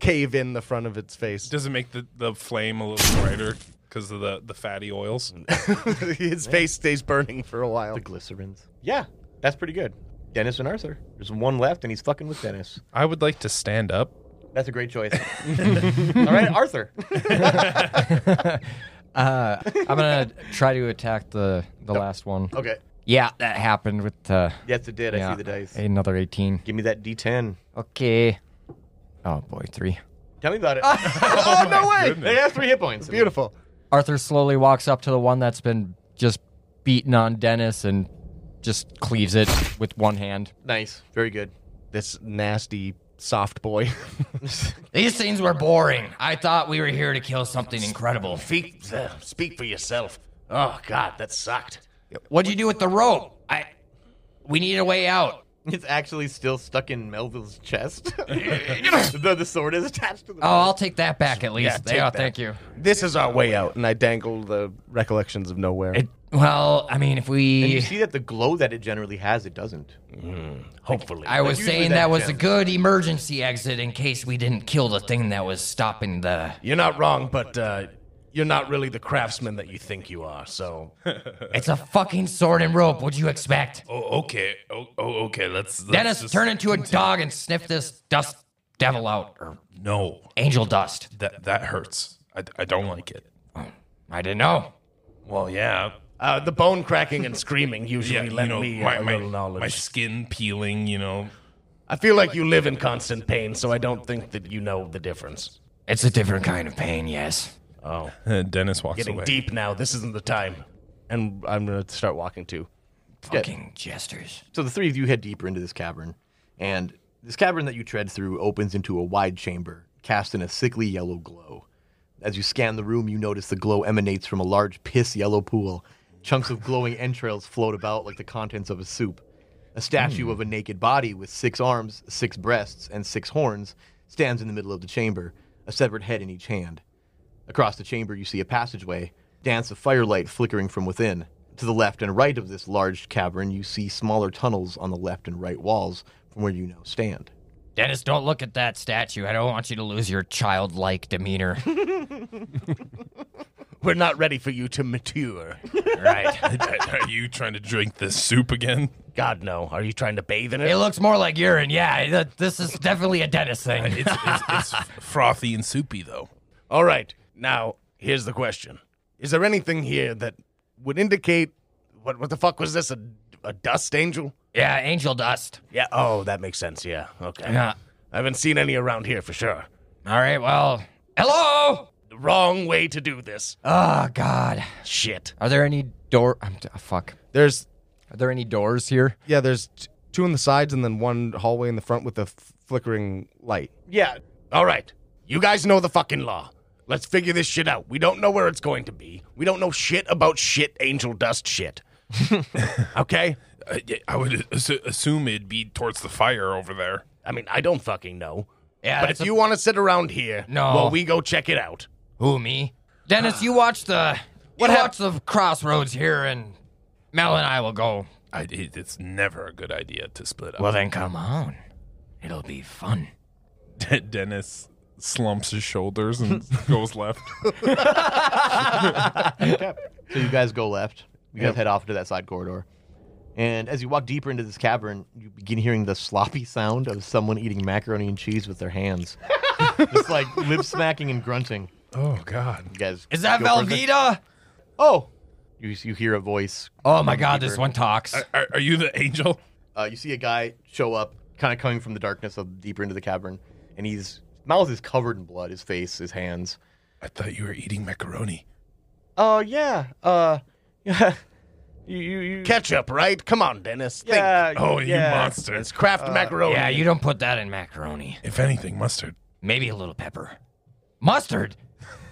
I: cave in the front of its face.
B: Does it make the, the flame a little brighter because of the, the fatty oils?
I: his face stays burning for a while.
A: The glycerins. Yeah, that's pretty good. Dennis and Arthur. There's one left, and he's fucking with Dennis.
B: I would like to stand up.
A: That's a great choice. All right, Arthur.
C: Uh, I'm gonna try to attack the the last one.
A: Okay.
C: Yeah, that happened with. Uh,
A: Yes, it did. I
C: yeah,
A: see the dice.
C: Another 18.
A: Give me that D10.
C: Okay. Oh boy, three.
A: Tell me about it.
I: oh no way!
A: they have three hit points.
I: Beautiful.
C: Arthur slowly walks up to the one that's been just beaten on Dennis and just cleaves it with one hand.
A: Nice. Very good.
I: This nasty soft boy.
C: These things were boring. I thought we were here to kill something incredible.
D: Speak, uh, speak for yourself. Oh God, that sucked.
C: What'd you do with the rope? I. We need a way out.
A: It's actually still stuck in Melville's chest. the, the sword is attached to the.
C: Oh, I'll take that back at least.
I: take
C: yeah,
I: that.
C: thank you.
I: this is our way out, and I dangle the recollections of nowhere.
C: It, well, I mean, if
A: And
C: we.
A: you see that the glow that it generally has, it doesn't.
D: Hopefully.
C: I was
A: usually
C: saying
A: that
C: that was a
A: happens.
C: good emergency exit in case we didn't kill the thing that was stopping the.
D: You're not wrong, but uh, you're not really the craftsman that you think you are. So
C: It's a fucking sword and rope. What'd you expect?
B: Oh, okay. Oh, oh okay. Let's. let's
C: Dennis,
B: just-
C: turn into a dog and sniff this dust devil out, or
B: No,
C: angel dust.
B: that that hurts. I, I don't like it.
C: I didn't know.
B: Well, yeah.
D: uh, the bone cracking and screaming
B: Yeah,
D: usually
B: you
D: lend
B: know,
D: me
B: my,
D: a
B: my,
D: little knowledge.
B: my skin peeling, you know.
D: I feel like you live in constant pain, so I don't think that you know the difference.
C: It's a different kind of pain, yes.
D: Oh,
B: Dennis walks
D: getting
B: away.
D: deep now. This isn't the time.
I: and I'm gonna start walking too.
C: Fucking jesters.
A: So the three of you head deeper into this cavern, and this cavern that you tread through opens into a wide chamber, cast in a sickly yellow glow. As you scan the room, you notice the glow emanates from a large piss yellow pool. Chunks of glowing entrails float about like the contents of a soup. A statue of a naked body with six arms, six breasts, and six horns stands in the middle of the chamber, a severed head in each hand. Across the chamber, you see a passageway, dance of firelight flickering from within. To the left and right of this large cavern, you see smaller tunnels on the left and right walls from where you now stand.
E: Dennis, don't look at that statue. I don't want you to lose your childlike demeanor.
D: We're not ready for you to mature.
E: right.
F: Are you trying to drink this soup again?
D: God, no. Are you trying to bathe in
E: It
D: it?
E: looks more like urine. Yeah, th- this is definitely a Dennis thing.
F: It's, it's, it's frothy and soupy, though.
D: All right. Now, here's the question Is there anything here that would indicate. What, what the fuck was this? A, a dust angel?
E: Yeah, angel dust.
D: Yeah. Oh, that makes sense. Yeah. Okay.
E: Yeah.
D: I haven't seen any around here for sure.
E: All right, well. Hello!
D: The wrong way to do this.
B: Uh.
E: Oh, God.
D: Shit.
E: Are there any door? I'm t- fuck.
D: There's
E: Are there any doors here?
I: Yeah, there's t- two in the sides and then one hallway in the front with a f- flickering light.
D: Yeah. All right. You guys know the fucking law. Let's figure this shit out. We don't know where it's going to be. We don't know shit about shit, angel dust shit. okay?
F: I, Uh, I would assu- assume it'd be towards the fire over there.
D: I mean, I don't fucking know.
E: Yeah,
D: But
E: that's
D: if
E: a-
D: you want to sit around here
E: No.
D: while we go check it out,
E: Who me? Dennis, you watch the what you watch the crossroads here, and Mel and I will go.
F: I, it, it's never a good idea to split up.
E: Well, then come on. It'll be fun.
F: De- Dennis slumps his shoulders and goes left.
A: So you guys go left. You guys head off into that side corridor. And as you walk deeper into this cavern, you begin hearing the sloppy sound of someone eating macaroni and cheese with their hands. Just like lip smacking and grunting.
F: Oh God!
A: You guys
E: Is that
A: go further.
E: Velveeta?
A: Oh! You, you hear a voice.
E: Oh my God, this one talks.
F: Are, are you the angel?
A: Uh, you see a guy show up, kind of coming from the darkness of deeper into the cavern. And he's mouth is covered in blood, his face, his hands.
F: I thought you were eating macaroni.
A: Oh, yeah. Uh, yeah. You, you, you.
D: ketchup, right? Come on, Dennis. Think.
A: yeah,
F: Oh,
A: yeah.
F: you monster!
D: Uh, It's Kraft macaroni.
E: Yeah, you don't put that in macaroni.
F: If anything, mustard.
E: Maybe a little pepper. Mustard?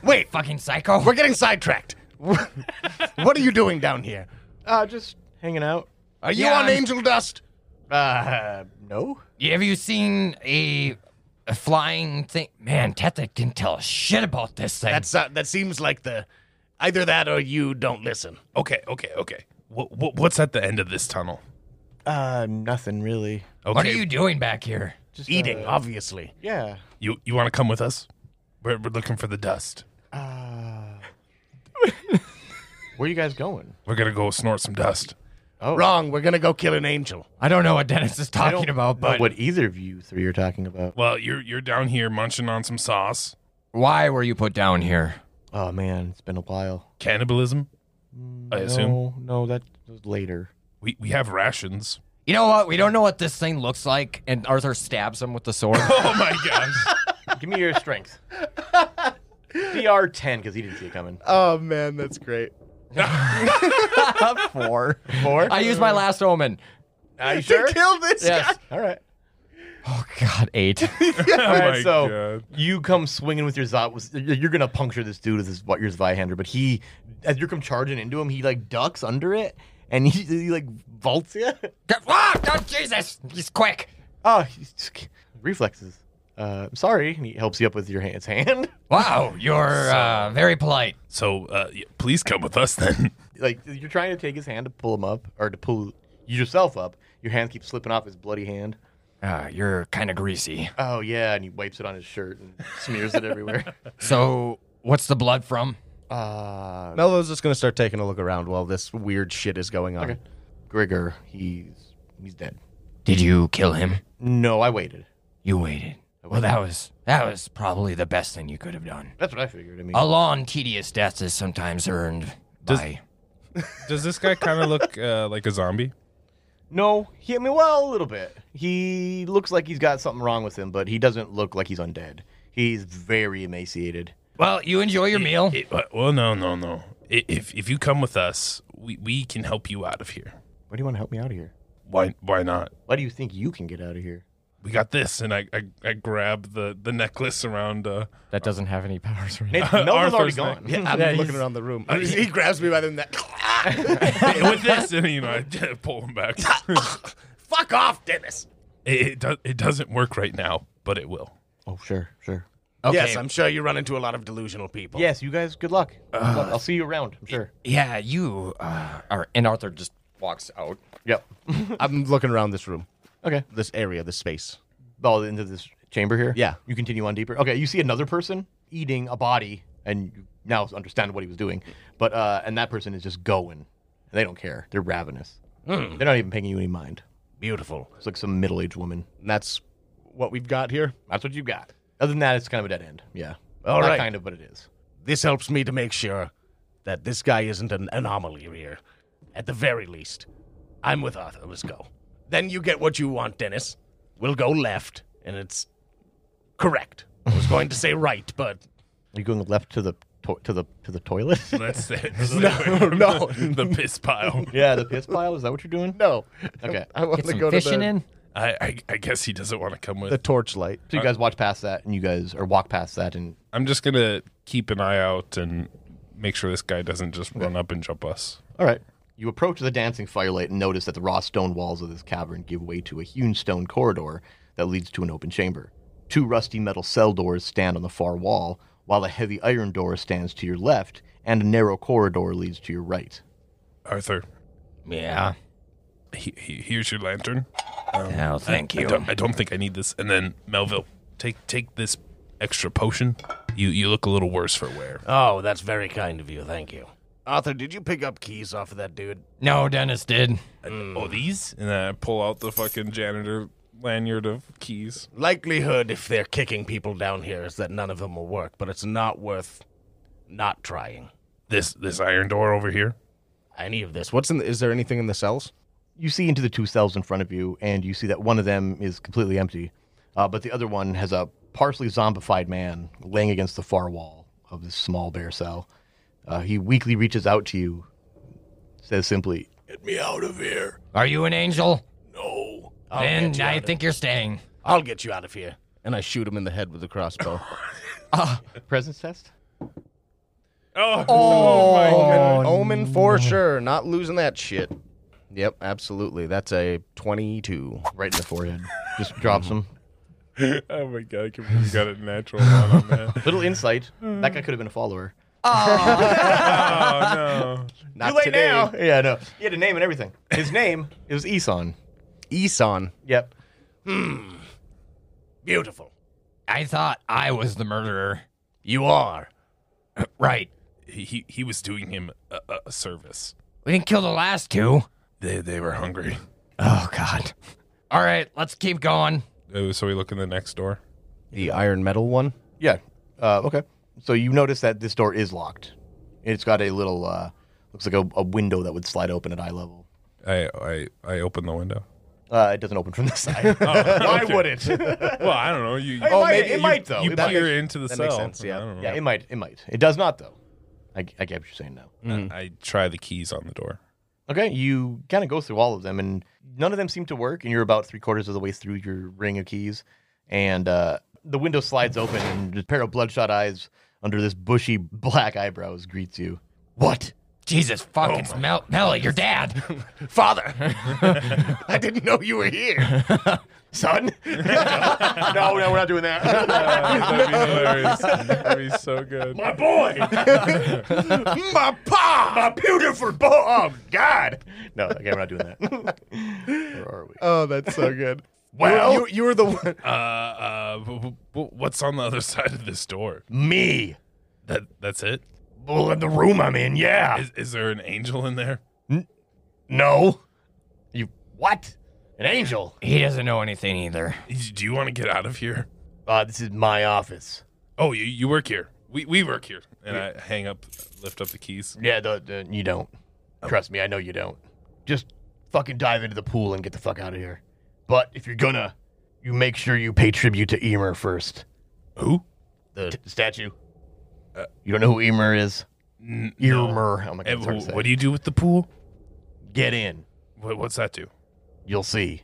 D: Wait,
E: Fucking psycho.
D: we're getting sidetracked. what are you doing down here?
A: Uh, just hanging out.
D: Are you
E: Yeah,
D: on
E: I'm-
D: angel dust?
A: Uh, no?
E: Have you seen a, a flying thing? Man, Tethek didn't tell a shit about this thing.
D: That's uh, that seems like the either that or you don't listen.
F: Okay, okay, okay. What, what, what's at the end of this tunnel?
A: Uh, nothing really.
F: Okay,
E: what are you doing back here?
D: Eating, obviously.
A: Yeah.
F: You, you want to come with us? We're, we're looking for the dust.
A: Uh. Where are you guys going?
F: We're gonna go snort some dust.
D: Wrong. We're gonna go kill an angel.
E: I don't know what Dennis is talking about, but
A: what either of you three are talking about.
F: Well, you're you're down here munching on some sauce.
E: why were you put down here?
A: Oh man, it's been a while.
F: Cannibalism, I assume.
A: No, no, that was later.
F: We we have rations.
E: You know what? We don't know what this thing looks like, and Arthur stabs him with the sword.
F: Oh my gosh!
A: Give me your strength. DR ten, because he didn't see it coming.
I: Oh man, that's great.
E: Four.
A: Four.
E: I used my last omen.
A: Are you sure?
I: Kill this
E: Yes.
A: All right.
E: Oh God, eight.
A: All right.
F: Oh my
A: so
F: God.
A: you come swinging with your Zot. with- You're gonna puncture this dude with his what your Zweihander, but he, as you come charging into him, he like ducks under it and he, he like vaults you.
E: oh, Jesus! He's quick.
A: Oh, he's, reflexes. Uh, I'm sorry. And he helps you up with your hand, his hand.
E: Wow, you're uh, very polite.
F: So uh, y- please come with us then.
A: like you're trying to take his hand to pull him up or to pull yourself up. Your hand keeps slipping off his bloody hand.
E: Uh, you're kind of greasy.
A: Oh yeah, and he wipes it on his shirt and smears it everywhere.
E: So, what's the blood from?
A: Uh
I: Mello's just gonna start taking a look around while this weird shit is going on.
A: Grigor, he's he's dead.
E: Did you kill him?
A: No, I waited.
E: You waited. Well, that was that was probably the best thing you could have done.
A: That's what I figured. I mean,
E: A long, tedious death is sometimes earned by.
F: Does this guy kind of look uh, like a zombie?
A: no, he I mean, well, a little bit. He looks like he's got something wrong with him, but he doesn't look like he's undead. He's very emaciated.
E: Well, you enjoy your meal.
F: It- uh, well, no, no, no. I- If if you come with us, we, we can help you out of here.
A: Why do you want to help me out of here?
F: Why why not?
A: Why do you think you can get out of here?
F: We got this, and I I, I grab the the necklace around. Uh,
E: That doesn't have any powers right now.
A: Melvin's already
F: Arthur's
A: gone.
I: I'm looking around the room. he grabs me by the neck.
F: with this, and you know, I pull him back.
D: Fuck off, Dennis.
F: It, it, do, it doesn't work right now, but it will.
A: Oh, sure, sure.
D: Yes, I'm sure you run into a lot of delusional people.
A: Yes, you guys, good luck. Good luck. I'll see you around, I'm sure.
E: Yeah, you uh, are. And Arthur just walks out.
A: Yep.
I: I'm looking around this room,
A: Okay.
I: this area, this space.
A: Oh, into this chamber here?
I: Yeah.
A: You continue on deeper. Okay, you see another person eating a body, and you now understand what he was doing. But, uh, and that person is just going. And they don't care. They're ravenous.
I: Hmm.
A: They're not even paying you any mind.
D: Beautiful.
A: It's like some middle aged woman.
I: And that's what we've got here.
D: Uh,
A: That's what you got. Other than that, it's kind of a dead end. Yeah.
D: All
A: Not
D: right.
A: kind of, but it is.
D: This helps me to make sure that this guy isn't an anomaly here. At the very least, I'm with Arthur. Let's go. Then you get what you want, Dennis. We'll go left, and it's correct. I was going to say right, but
A: Are you going left to the to- to the to the toilet?
F: That's it. no,
I: no.
F: the piss pile.
A: yeah, the piss pile. Is that what you're doing?
I: No.
A: Okay.
I: I want
E: Get
I: to
E: some
I: go to
E: fishing
I: the,
E: in.
F: I, I, I guess he doesn't want to come with.
I: the torchlight.
A: So you guys watch past that, and you guys or walk past that, and
F: I'm just gonna keep an eye out and make sure this guy doesn't just run up and jump us.
A: all right. You approach the dancing firelight and notice that the raw stone walls of this cavern give way to a hewn stone corridor that leads to an open chamber. Two rusty metal cell doors stand on the far wall, while a heavy iron door stands to your left, and a narrow corridor leads to your right.
F: Arthur,
E: Yeah.
F: he, he, here's your lantern.
E: oh, thank
F: I
E: you.
F: don't, I don't think I need this. And then Melville, take take this extra potion. You you look a little worse for wear.
D: oh, that's very kind of you. Thank you, Arthur. Did you pick up keys off of that dude?
E: No, Dennis did.
F: Oh, these? And then I pull out the fucking janitor lanyard of keys.
D: Likelihood, if they're kicking people down here, is that none of them will work. But it's not worth not trying
F: This this iron door over here.
D: any of this.
I: What's in? The, is there anything in the cells?
A: you see into the two cells in front of you, and you see that one of them is completely empty, uh, but the other one has a partially zombified man laying against the far wall of this small bare cell. Uh, he weakly reaches out to you, says simply, "Get me out of here."
E: Are you an angel?
D: No.
E: Then I think you're staying.
D: I'll get you out of here. And I shoot him in the head with a crossbow.
A: Presence test.
F: Oh,
I: Omen for sure. Not losing that shit. Yep, absolutely. That's a twenty-two.
A: Right in the forehead. Just drops him.
F: oh my god! I can't believe you got a natural one on that.
A: Little insight. That guy could have been a follower.
I: Not
A: Too late
I: today.
A: now. Yeah, no. He had a name and everything. His name it was Eson.
I: Eson.
A: Yep.
D: Beautiful.
E: I thought I was the murderer.
D: You are.
E: Right.
F: He, he he was doing him a, a- a service.
E: We didn't kill the last two.
F: They they were hungry.
E: Oh, God. All right, let's keep going.
F: Uh, So we look in the next door.
I: The iron metal one.
A: Yeah. Uh, okay. So you notice that this door is locked. It's got a little, uh, looks like a, a window that would slide open at eye level.
F: I I I open the window.
A: Uh, it doesn't open from this side.
F: Why would it? well, I don't know. You,
A: Oh, might- maybe it you- might, though.
F: You
A: It might.
F: peer into the
I: That
F: cell.
I: makes sense, yeah.
F: I don't know.
A: yeah, it might. It might. It does not, though. I, I get what you're saying now.
I: Mm-hmm.
F: I try the keys on the door.
A: Okay, you kind of go through all of them, and none of them seem to work. And you're about three quarters of the way through your ring of keys, and uh, the window slides open, and a pair of bloodshot eyes under this bushy black eyebrows greets you.
E: What? Jesus fuck, it's Mel- Melly, your dad.
D: Father, I didn't know you were here.
A: Son? no, no, we're not doing that.
F: that'd be hilarious. That'd be so good.
G: My boy! my pa! My beautiful boy! Oh, God!
A: no, okay, we're not doing that. Where are we?
I: Oh, that's so good.
G: Well-
I: you, you were the one.
F: Uh, uh, w- w- w- what's on the other side of this door?
G: Me!
F: That that's it.
G: Well, in the room I'm in, yeah.
F: Is, is there an angel in there?
G: no.
A: You-
G: What? An angel?
E: He doesn't know anything either.
F: Is- Do you want to get out of here?
G: Uh, this is my office.
F: Oh, you, you work here. We we work here. And I hang up, lift up the keys.
G: Yeah, the, the, you don't.
F: Oh.
G: Trust me, I know you don't. Just fucking dive into the pool and get the fuck out of here. But if you're gonna, you make sure you pay tribute to Emer first.
F: Who?
G: The t- statue. you don't know who Emer is? Emer. Oh my god,
F: And
G: it's hard to
F: Eh, wh-
G: say.
F: what do you do with the pool?
G: Get in.
F: What, what's that do?
G: You'll see.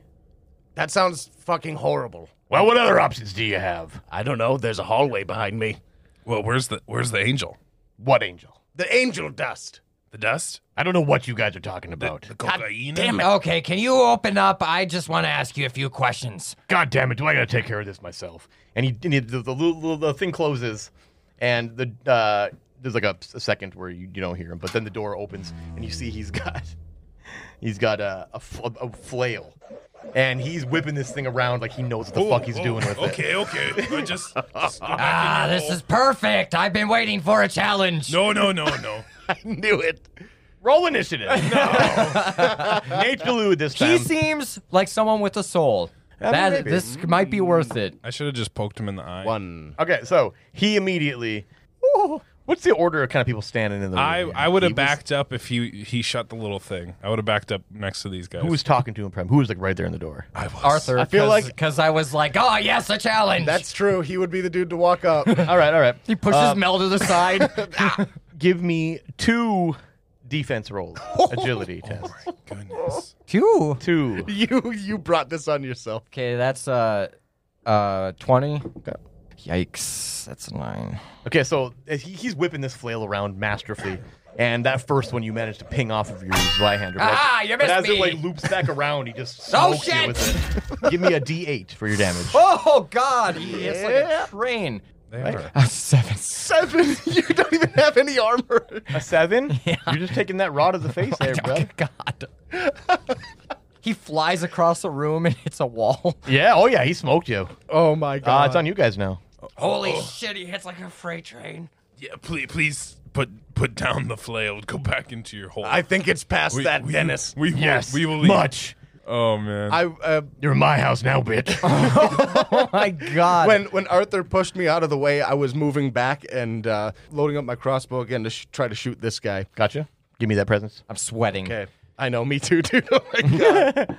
D: That sounds fucking horrible.
G: Well, what other options do you have?
D: I don't know. There's a hallway behind me.
F: Well, where's the where's the angel?
G: What angel?
D: The angel dust.
F: The dust?
G: I don't know what you guys are talking
F: The,
G: about.
F: the cocaine?
E: Damn it. Okay, can you open up? I just want to ask you a few questions.
G: God damn it! Do I gotta take care of this myself?
A: and he, and he the, the, little- little- the thing closes, and the uh, there's like a, a second where you, you don't hear him, but then the door opens and you see he's got he's got a, a, fl- a flail, and he's whipping this thing around like he knows what the fuck he's
F: Oh,
A: doing with it.
F: okay, Okay, I just, just go back in
E: Ah,
F: your
E: this
F: hole.
E: is perfect. I've been waiting for a challenge.
F: No, no, no, no.
G: Knew it. Roll initiative.
A: Nate Galoo this
E: He
A: time.
E: seems like someone with a soul. That
A: maybe.
E: this might be worth it.
B: I should have just poked him in the eye.
I: One.
A: Okay, so he immediately. Ooh, what's the order of kind of people standing in the room?
B: I, I would
A: He
B: have
A: was-
B: backed up if he he shut the little thing. I would have backed up next to these guys.
A: Who was talking to him? Prime. Who was like right there in the door?
B: I was.
E: Arthur, I
A: feel like-
E: because I was like, oh yes, a challenge.
I: That's true. He would be the dude to walk up.
A: all right, all right.
E: he pushes Mel to the side.
A: Give me two defense rolls,
I: Oh
A: agility tests.
B: Goodness.
E: Phew.
A: Two.
I: you you brought this on yourself.
E: Okay, that's uh uh twenty. Yikes, that's a nine.
A: Okay, so uh, he, he's whipping this flail around masterfully, and that first one you managed to ping off of your right-hander. but-
E: Ah, you
A: but
E: missed
A: as it
E: me.
A: like loops back around, he just
E: Oh,
A: smokes you
E: shit.
A: with it. Give me a D8 for your damage.
E: Oh God, he hits like a train.
B: They are.
E: A seven.
I: Seven. You don't even have any armor.
A: A seven? You're just taking that rod of the face there, bro.
E: Oh, God. he flies across the room and hits a wall.
A: Yeah. Oh yeah, he smoked you.
I: Oh my
A: Uh,
I: god.
A: it's on you guys now.
E: Holy shit, he hits like a freight train.
B: Yeah, please, please put put down the flail. Go back into your hole.
D: I think it's past
B: We-
D: that,
B: we-
D: Dennis.
B: We will,
G: yes.
B: we will leave.
G: Much.
B: Oh man.
I: I uh,
G: You're in my house now, bitch.
E: Oh my God.
I: when when Arthur pushed me out of the way, I was moving back and uh, loading up my crossbow again to sh- try to shoot this guy.
A: Gotcha. Give me that presence.
E: I'm sweating.
I: Okay. I know. Me too, dude. Oh my god.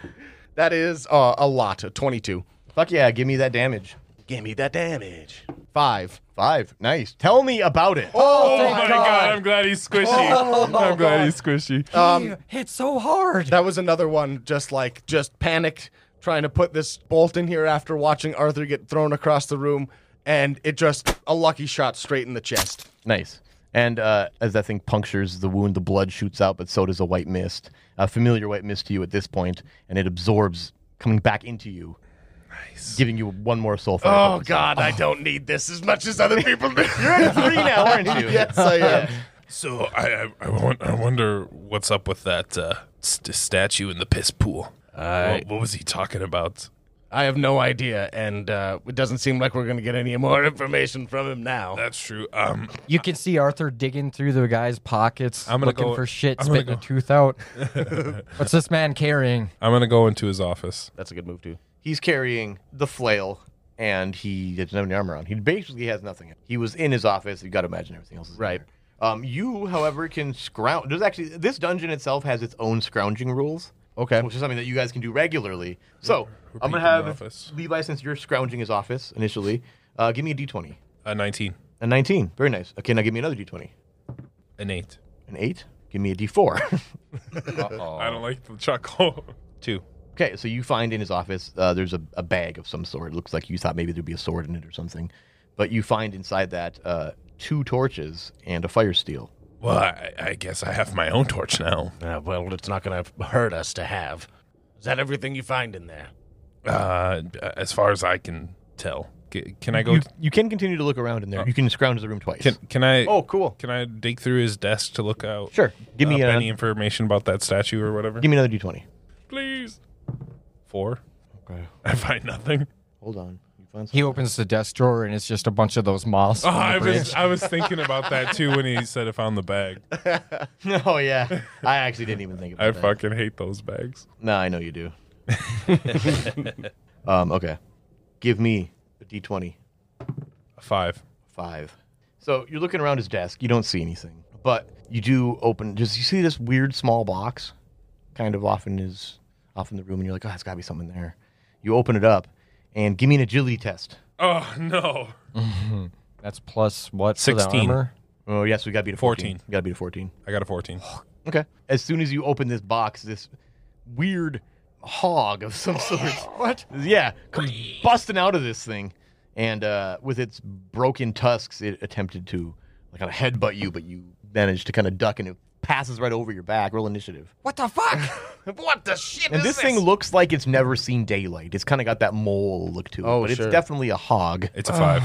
I: that is uh, a lot. A Twenty-two.
A: Fuck yeah, give me that damage.
D: Give me that damage.
I: Five.
A: Five. Nice. Tell me about it.
E: Oh,
B: oh
E: thank
B: my god. I'm glad he's squishy. I'm glad he's squishy.
A: Uh,
E: he hit so hard.
I: That was another one. Just like just panicked trying to put this bolt in here after watching Arthur get thrown across the room, and it just a lucky shot straight in the chest.
A: Nice. And uh, as that thing punctures the wound, the blood shoots out, but so does a white mist, a familiar white mist to you at this point, and it absorbs, coming back into you, nice, giving you one more soul. for
D: Oh
A: that purpose.
D: god, I don't need this as much as other people do.
A: three now, aren't you?
I: Yes, I am.
B: So I I, I, won- I wonder what's up with that uh, st- statue in the piss pool. what, what was he talking about?
D: I have no idea, and uh, it doesn't seem like we're going to get any more information from him now.
B: That's true. Um,
E: You can see Arthur digging through the guy's pockets,
B: I'm gonna
E: looking
B: go-
E: for shit,
B: I'm gonna
E: spitting a
B: go-
E: tooth out. What's this man carrying?
B: I'm gonna go into his office.
I: That's a good move too.
A: He's carrying the flail, and he doesn't have any armor on. He basically has nothing. He was in his office. You got to imagine everything else is in
I: Right.
A: there. Um, you, however, can scrounge. There's actually this dungeon itself has its own scrounging rules.
I: Okay.
A: which is something that you guys can do regularly. So I'm
B: peeping
A: gonna have
B: the office.
A: Levi, since you're scrounging his office initially, uh, give me a d20,
B: A 19,
A: a 19, very nice. Okay, now give me another d20,
B: an eight.
A: an eight. Give me a d4.
B: I don't like the chuckle. Two.
A: okay, so you find in his office uh, there's a, a bag of some sort. It looks like you thought maybe there'd be a sword in it or something, but you find inside that uh, two torches and a fire steel.
B: Well, I, I guess I have my own torch now.
D: Uh, well, it's not going to hurt us to have. Is that everything you find in there?
B: Uh, as far as I can tell, C- can I go?
A: You, you can continue to look around in there. You can scrounge the room twice.
B: Oh. Can can I?
A: oh, cool.
B: Can I dig through his desk to look out?
A: Sure. Give me
B: up
A: a-
B: any information about that statue or whatever.
A: Give me another d20.
B: Please. Four.
A: Okay.
B: I find nothing.
A: Hold on. You find
E: He opens the desk drawer and it's just a bunch of those moths.
B: Oh,
E: from the
B: I
E: bridge.
B: was I was thinking about that too when he said I found the bag.
A: Oh yeah. I actually didn't even think about
B: I
A: that.
B: fucking hate those bags.
A: No, I know you do. um, okay. Give me a D20.
B: Five.
A: Five. So you're looking around his desk. You don't see anything. But you do open just you see this weird small box kind of off in his off in the room and you're like, Oh, there's gotta be something there. You open it up and give me an agility test.
B: Oh no.
E: That's plus what? for the
B: 16.
E: armor?
A: Oh yes, we gotta beat a 14.
B: 14.
A: You gotta beat a fourteen.
B: I got a fourteen.
A: Okay. As soon as you open this box, this weird hog of some sort. what? Yeah, comes busting out of this thing, and uh, with its broken tusks, it attempted to like kind of headbutt you, but you manage to kind of duck and it passes right over your back. Roll initiative.
C: What the fuck?
D: What the shit
A: And
D: is
A: this thing looks like it's never seen daylight. It's kind of got that mole look to it,
D: Oh,
A: but
D: sure.
A: it's definitely a hog.
B: It's a five.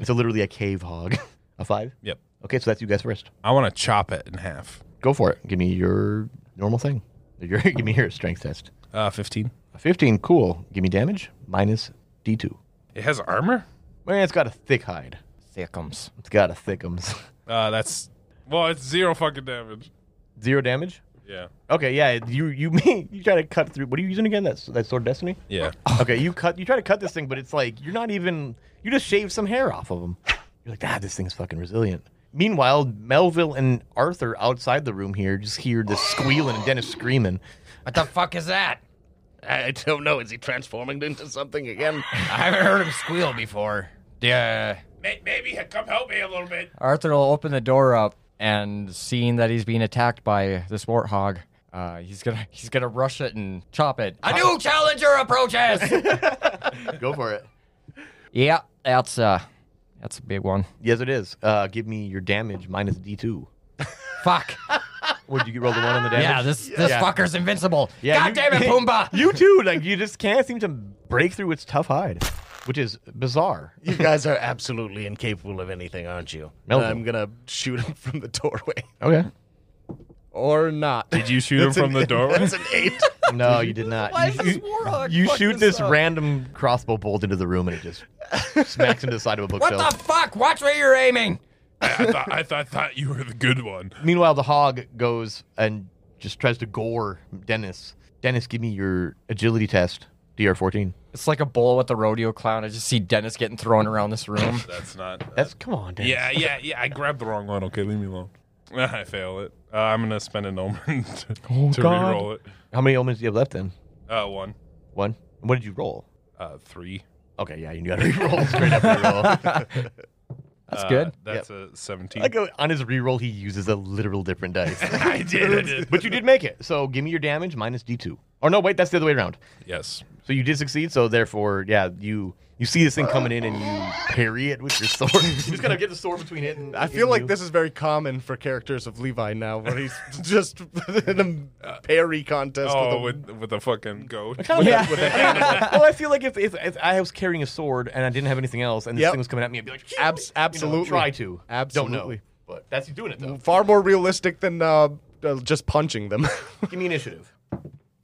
A: It's a, literally a cave hog. a five?
B: Yep.
A: Okay, so that's you guys first.
B: I want to chop it in half.
A: Go for it. Give me your normal thing. Your, give me your strength test.
B: Uh, 15.
A: A 15, cool. Give me damage, minus D2.
B: It has armor?
A: Man, it's got a thick hide.
E: Thickums.
A: It's got a thickums.
B: Uh, that's. Well, it's zero fucking damage.
A: Zero damage?
B: Yeah.
A: Okay, yeah, you you you try to cut through. What are you using again? That's that sword of destiny.
B: Yeah.
A: Okay, you cut. You try to cut this thing, but it's like you're not even. You just shave some hair off of him. You're like, ah, this thing's fucking resilient. Meanwhile, Melville and Arthur outside the room here just hear this squealing and Dennis screaming.
C: What the fuck is that?
D: I don't know. Is he transforming into something again?
C: I haven't heard him squeal before. Yeah.
F: May- Maybe come help me a little bit.
E: Arthur will open the door up and seeing that he's being attacked by this warthog, uh, he's gonna he's gonna rush it and chop it.
C: A new challenger approaches.
A: Go for it.
E: Yeah, that's uh that's a big one.
A: Yes, it is. Uh, give me your damage minus D two.
E: Fuck.
A: Would you roll the one on the damage?
E: Yeah, this this
A: Yeah.
E: fucker's invincible.
A: Yeah,
E: God
A: you-
E: damn it, Pumbaa.
A: You too. Like you just can't seem to break through its tough hide, which is bizarre.
D: you guys are absolutely incapable of anything, aren't you?
A: Melvin.
D: I'm gonna shoot him from the doorway.
A: Okay.
I: or not.
B: Did you shoot him from the doorway?
D: That's an eight.
A: No, you did not.
E: Why
A: You-
E: is this
A: you-
E: warhog
A: You
E: fuck
A: shoot
E: this
A: this
E: up?
A: random crossbow bolt into the room and it just smacks into the side of a
C: what
A: bookshelf.
C: the fuck? Watch where you're aiming.
F: I, I thought, I thought, thought you were the good one.
A: Meanwhile, the hog goes and just tries to gore Dennis. Dennis, give me your agility test, DR 14.
E: It's like a bull with a rodeo clown. I just see Dennis getting thrown around this room.
B: That's not. uh,
A: That's come on, Dennis.
B: Yeah, yeah, yeah. I grabbed the wrong one. Okay, leave me alone. I fail it. Uh, I'm gonna spend an omen to, to
E: God.
B: re-roll it.
A: How many omens do you have left then?
B: Uh, one,
A: One. And What did you roll?
B: uh, three.
A: Okay, yeah, you gotta reroll straight up reroll.
E: That's
B: Uh,
E: good.
B: That's a seventeen.
A: like uh, on his reroll, he uses a literal different dice.
F: I did. I did.
A: but you did make it, so give me your damage minus D2. Or no, wait, that's the other way around.
B: yes.
A: So you did succeed. So therefore, yeah, you you see this thing coming in and you parry it with your sword. you just gotta get the sword between it and
I: I feel like this is very common for characters of Levi now, where he's just in a parry contest.
B: Oh,
I: with
B: with with a fucking goat.
A: yeah. well, I feel like if, if if I was carrying a sword and I didn't have anything else and this
I: Yep.
A: thing was coming at me, I'd be like, "Phew,"
I: Abs-
A: you know,
I: absolutely.
A: try to, don't know,
I: Absolutely.
A: but that's you doing it
I: a,
A: though.
I: far more realistic than uh, uh, just punching them. I
A: Give me initiative.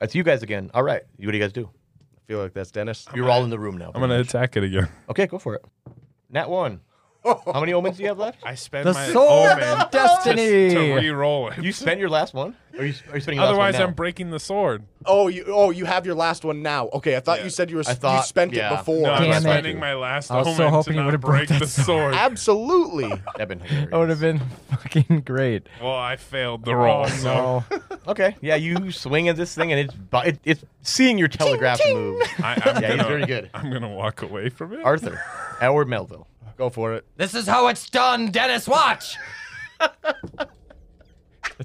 A: That's you guys again. All right, what do you guys do?
I: feel like that's Dennis.
A: You're all in the room now.
B: I'm gonna attack it again.
A: Okay, go for it. Nat one. How many omens do you have left?
B: I spend
E: The
B: my
E: sword
B: omen
E: of
B: just to
E: destiny.
B: re-roll it.
A: You spent your last one. Or are you are you spending your
B: Otherwise,
A: last one
B: I'm breaking the sword.
I: Oh, you oh you have your last one now. Okay, I thought you said you were
A: thought-
I: you spent
A: yeah.
I: it before.
B: No, I'm
E: Damn it.
B: spending my last
E: I was so
B: omen
E: hoping you
B: to not
E: would've brought
B: break
E: that
B: the sword.
I: Absolutely.
A: now? That'd been hilarious.
E: That would have been fucking great.
B: well, I failed the roll. so.
E: Oh, no.
A: Okay, yeah, you swing at this thing and it's bu- it, it's seeing your telegraph move.
B: I, I'm
A: Yeah, he's
B: gonna,
A: very good.
B: I'm gonna walk away from it.
A: Arthur, Howard Melville.
I: Go for it.
C: This is how it's done, Dennis. Watch.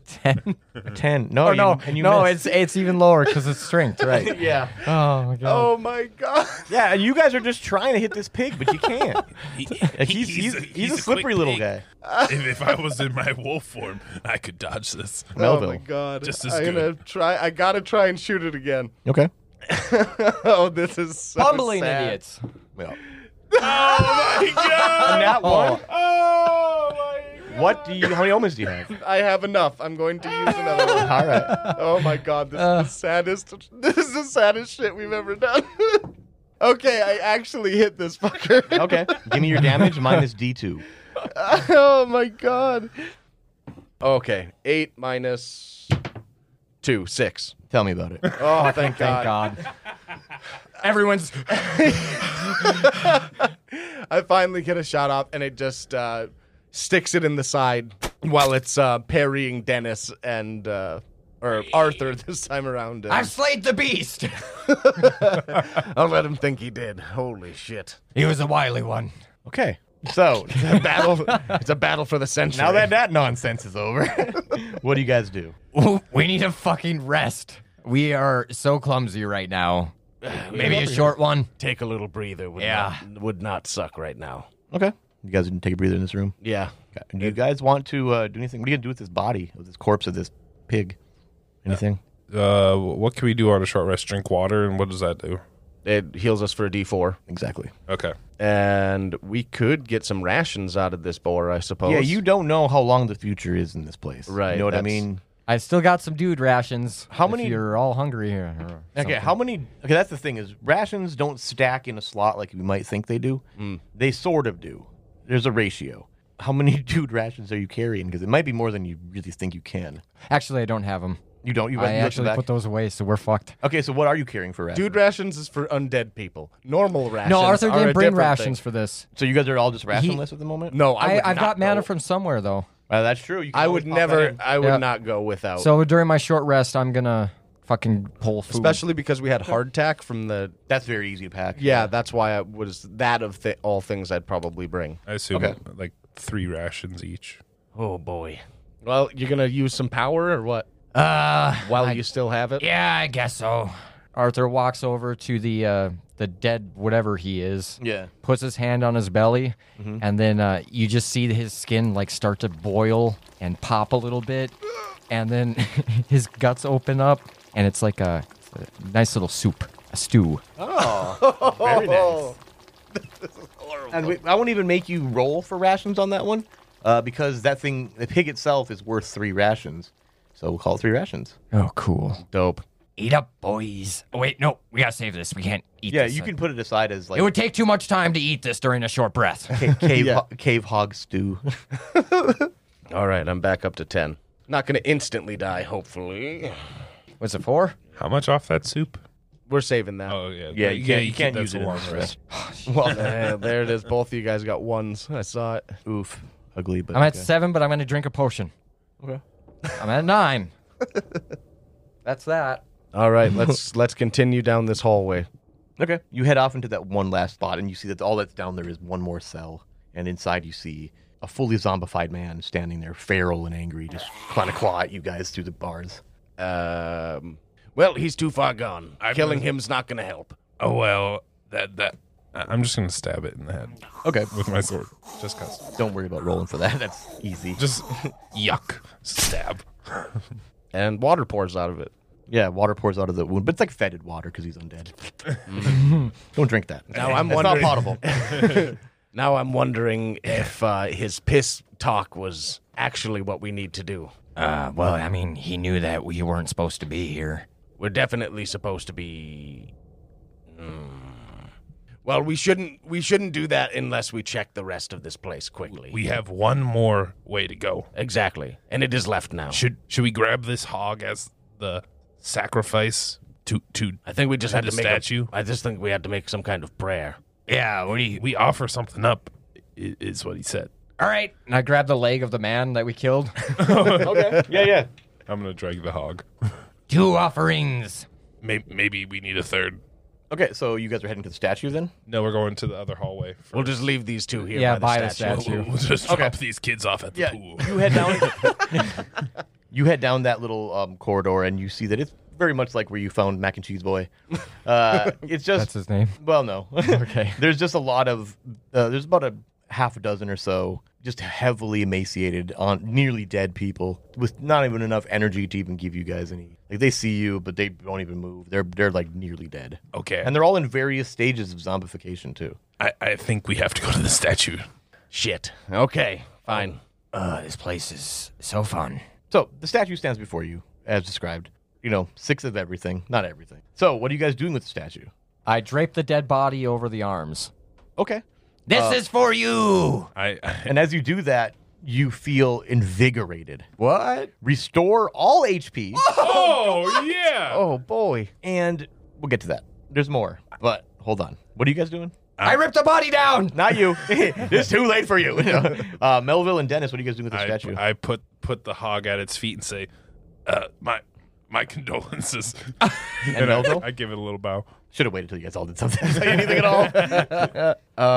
E: Ten.
A: Ten. No,
E: Oh
A: you-
E: no,
A: and you
E: no,
A: missed.
E: it's it's even lower because it's strength, right?
A: yeah,
E: Oh my god.
I: Oh my god.
A: yeah. And you guys are just trying to hit this pig, but you can't.
F: He-
A: Like, he's,
F: he-
A: he's, he's, a,
F: quick
A: slippery little
F: pig.
A: guy.
F: If, if I was in my wolf form, I could dodge this.
A: Melville.
I: Oh my god.
F: Just as
I: I'm gonna try I gotta try and shoot it again.
A: Okay.
I: oh, this is so
E: Bumbling
I: sad.
E: idiots.
A: Well,
F: Yeah!
A: that one.
I: Oh my god.
A: What do you? How many omens do you have?
I: I have enough. I'm going to use another one.
A: All right. Uh.
I: Oh my god, this is the saddest this is the saddest shit we've ever done. okay, I actually hit this fucker.
A: Okay. Give me your damage minus D two.
I: oh my god. Okay, eight minus two, six.
A: Tell me about it.
I: Oh, thank,
E: Thank
I: god.
E: God.
I: Everyone's. I finally get a shot off, and it just uh, sticks it in the side while it's uh, parrying Dennis and uh, or Arthur this time around.
C: I've slayed the beast.
I: I'll let him think he did. Holy shit!
C: He was a wily one.
A: Okay. So
I: The battle. it's a battle for the century.
A: now that that nonsense is over, what do you guys do?
E: we need a fucking rest. We are so clumsy right now. Maybe a short one.
D: Take a little breather. Would
E: Yeah.
D: not, would not suck right now.
A: Okay. You guys didn't take a breather in this room.
I: Yeah.
A: Okay. Do you guys want to uh, do anything? What are you gonna do with this body, with this corpse of this pig? Anything?
B: Uh, what can we do on a short rest? Drink water, and what does that do?
I: It heals us for a D4.
A: exactly.
B: Okay.
I: And we could get some rations out of this boar, I suppose.
A: Yeah, you don't know how long the future is in this place.
I: Right,
A: You know what I
I: that's-
A: mean?
E: I still got some dude rations.
A: How
E: if
A: many-
E: You're all hungry here. or
A: Okay,
E: something.
A: how many? Okay, that's the thing is rations don't stack in a slot like you might think they do. They sort of do. There's a ratio. How many dude rations are you carrying? Because it might be more than you really think you can.
E: Actually, I don't have them.
A: You don't. You
E: I
A: you looked
E: actually
A: back.
E: put those away, so we're fucked.
A: Okay, so what are you carrying for rations?
I: Dude rations is for undead people. Normal rations.
E: no, Arthur
I: are a
E: didn't bring
I: different
E: rations
I: thing.
E: for this.
A: So you guys are all just rationless at the moment.
I: No, I,
E: I,
I: would
E: I've
I: not
E: got
I: go-
E: mana from somewhere though.
A: Uh, that's true. You can
I: I
A: always
I: would
A: pop that
I: never.
A: in.
I: I would
E: Yeah.
I: not go without.
E: So during my short rest, I'm gonna fucking pull food.
I: especially because we had hardtack from the.
A: That's very easy to pack.
I: Yeah, that's why I was that of th- all things I'd probably bring.
B: I assume like three rations each.
C: Oh boy.
I: Well, you're gonna use some power or what?
E: Uh,
I: While you still have it.
E: yeah, I guess so. Arthur walks over to the uh, the dead whatever he is.
A: Yeah.
E: Puts his hand on his belly, and then uh, you just see his skin like start to boil and pop a little bit, and then his guts open up, and it's like a, a nice little soup, a stew.
A: Very nice. And we, I won't even make you roll for rations on that one, uh, because that thing, the pig itself, is worth three rations. So we'll call it three rations.
E: Oh, cool.
I: Dope.
E: Eat up, boys. Oh, wait, no, we gotta save this. We can't eat
A: Yeah,
E: this.
A: you can put it aside as like
E: It would take too much time to eat this during a short breath.
A: ca- cave ho- cave hog stew.
I: All right, I'm back up to ten. Not gonna instantly die. Hopefully,
E: What's it for?
B: How much off that soup?
I: we're saving that.
B: Oh yeah,
A: Yeah, you can't- you
B: keep
A: can't
B: that
A: use
B: for
A: it in
B: long
A: this
B: rest.
I: Well, there, there it is. Both of you guys got ones. I saw it.
A: Oof, ugly, but
E: I'm at
A: okay.
E: seven, but I'm gonna drink a potion.
A: Okay.
E: I'm at nine. That's that.
I: All right, let's let's continue down this hallway.
A: Okay. You head off into that one last spot, and you see that all that's down there is one more cell. And inside, you see a fully zombified man standing there, feral and angry, just trying to claw at you guys through the bars.
I: Um, well, he's too far gone. Killing him's not gonna help.
B: Oh well, that that. I- I'm just gonna stab it in the head. Okay, with my sword, just cause.
A: Don't worry about rolling for that. That's easy.
B: Just yuck, stab.
I: And water pours out of it.
A: Yeah, water pours out of the wound, but it's like fetid water because he's undead. Don't drink that.
I: Now I'm
A: it's not
I: wondering.
A: potable.
I: Now I'm wondering if uh, his piss talk was actually what we need to do.
E: Uh, well, I mean, he knew that we weren't supposed to be here.
I: We're definitely supposed to be. Mm. Well, we shouldn't. We shouldn't do that unless we check the rest of this place quickly.
F: We have one more way to go.
I: exactly, and it is left now.
F: Should should we grab this hog as the sacrifice to to?
I: I think we just had
F: the
I: to make a-
F: statue?
I: I just think we had to make some kind of prayer.
F: Yeah, we we offer something up. i- Is what he said.
E: All right. And I grab the leg of the man that we killed.
B: I'm gonna drag the hog.
E: Two offerings.
F: Maybe, maybe we need a third.
A: Okay, so you guys are heading to the statue then?
B: No, we're going to the other hallway. For,
I: We'll just leave these two here.
E: Yeah,
I: by the
E: by the
I: statue.
E: statue.
F: We'll just drop these kids off at the pool.
A: You head down. you head down that little um, corridor, and you see that it's very much like where you found Mac and Cheese Boy. Uh, it's just
E: That's his name.
A: Well, no. okay. there's just a lot of uh, there's about a half a dozen or so just heavily emaciated on nearly dead people with not even enough energy to even give you guys any. Like they see you, but they don't even move. They're they're like nearly dead.
F: Okay.
A: And they're all in various stages of zombification too.
F: I, I think we have to go to the statue.
I: Shit. Okay. Fine.
E: Uh, this place is so fun.
A: So the statue stands before you as described. You know, six of everything, not everything. So what are you guys doing with the statue?
E: I drape the dead body over the arms.
A: Okay.
E: This is for you.
B: I, I
A: And as you do that, you feel invigorated.
I: What?
A: Restore all HP.
B: oh yeah.
I: Oh boy.
A: and we'll get to that. There's more, but hold on. What are you guys doing?
E: I ripped the body down.
A: Not you. it's too late for you. uh, Melville and Dennis, what are you guys doing with the
B: I,
A: statue?
B: I put put the hog at its feet and say, uh, my my condolences. and I,
A: Melville?
B: I give it a little bow.
A: Should have waited till you guys all did something. Say anything at all? You're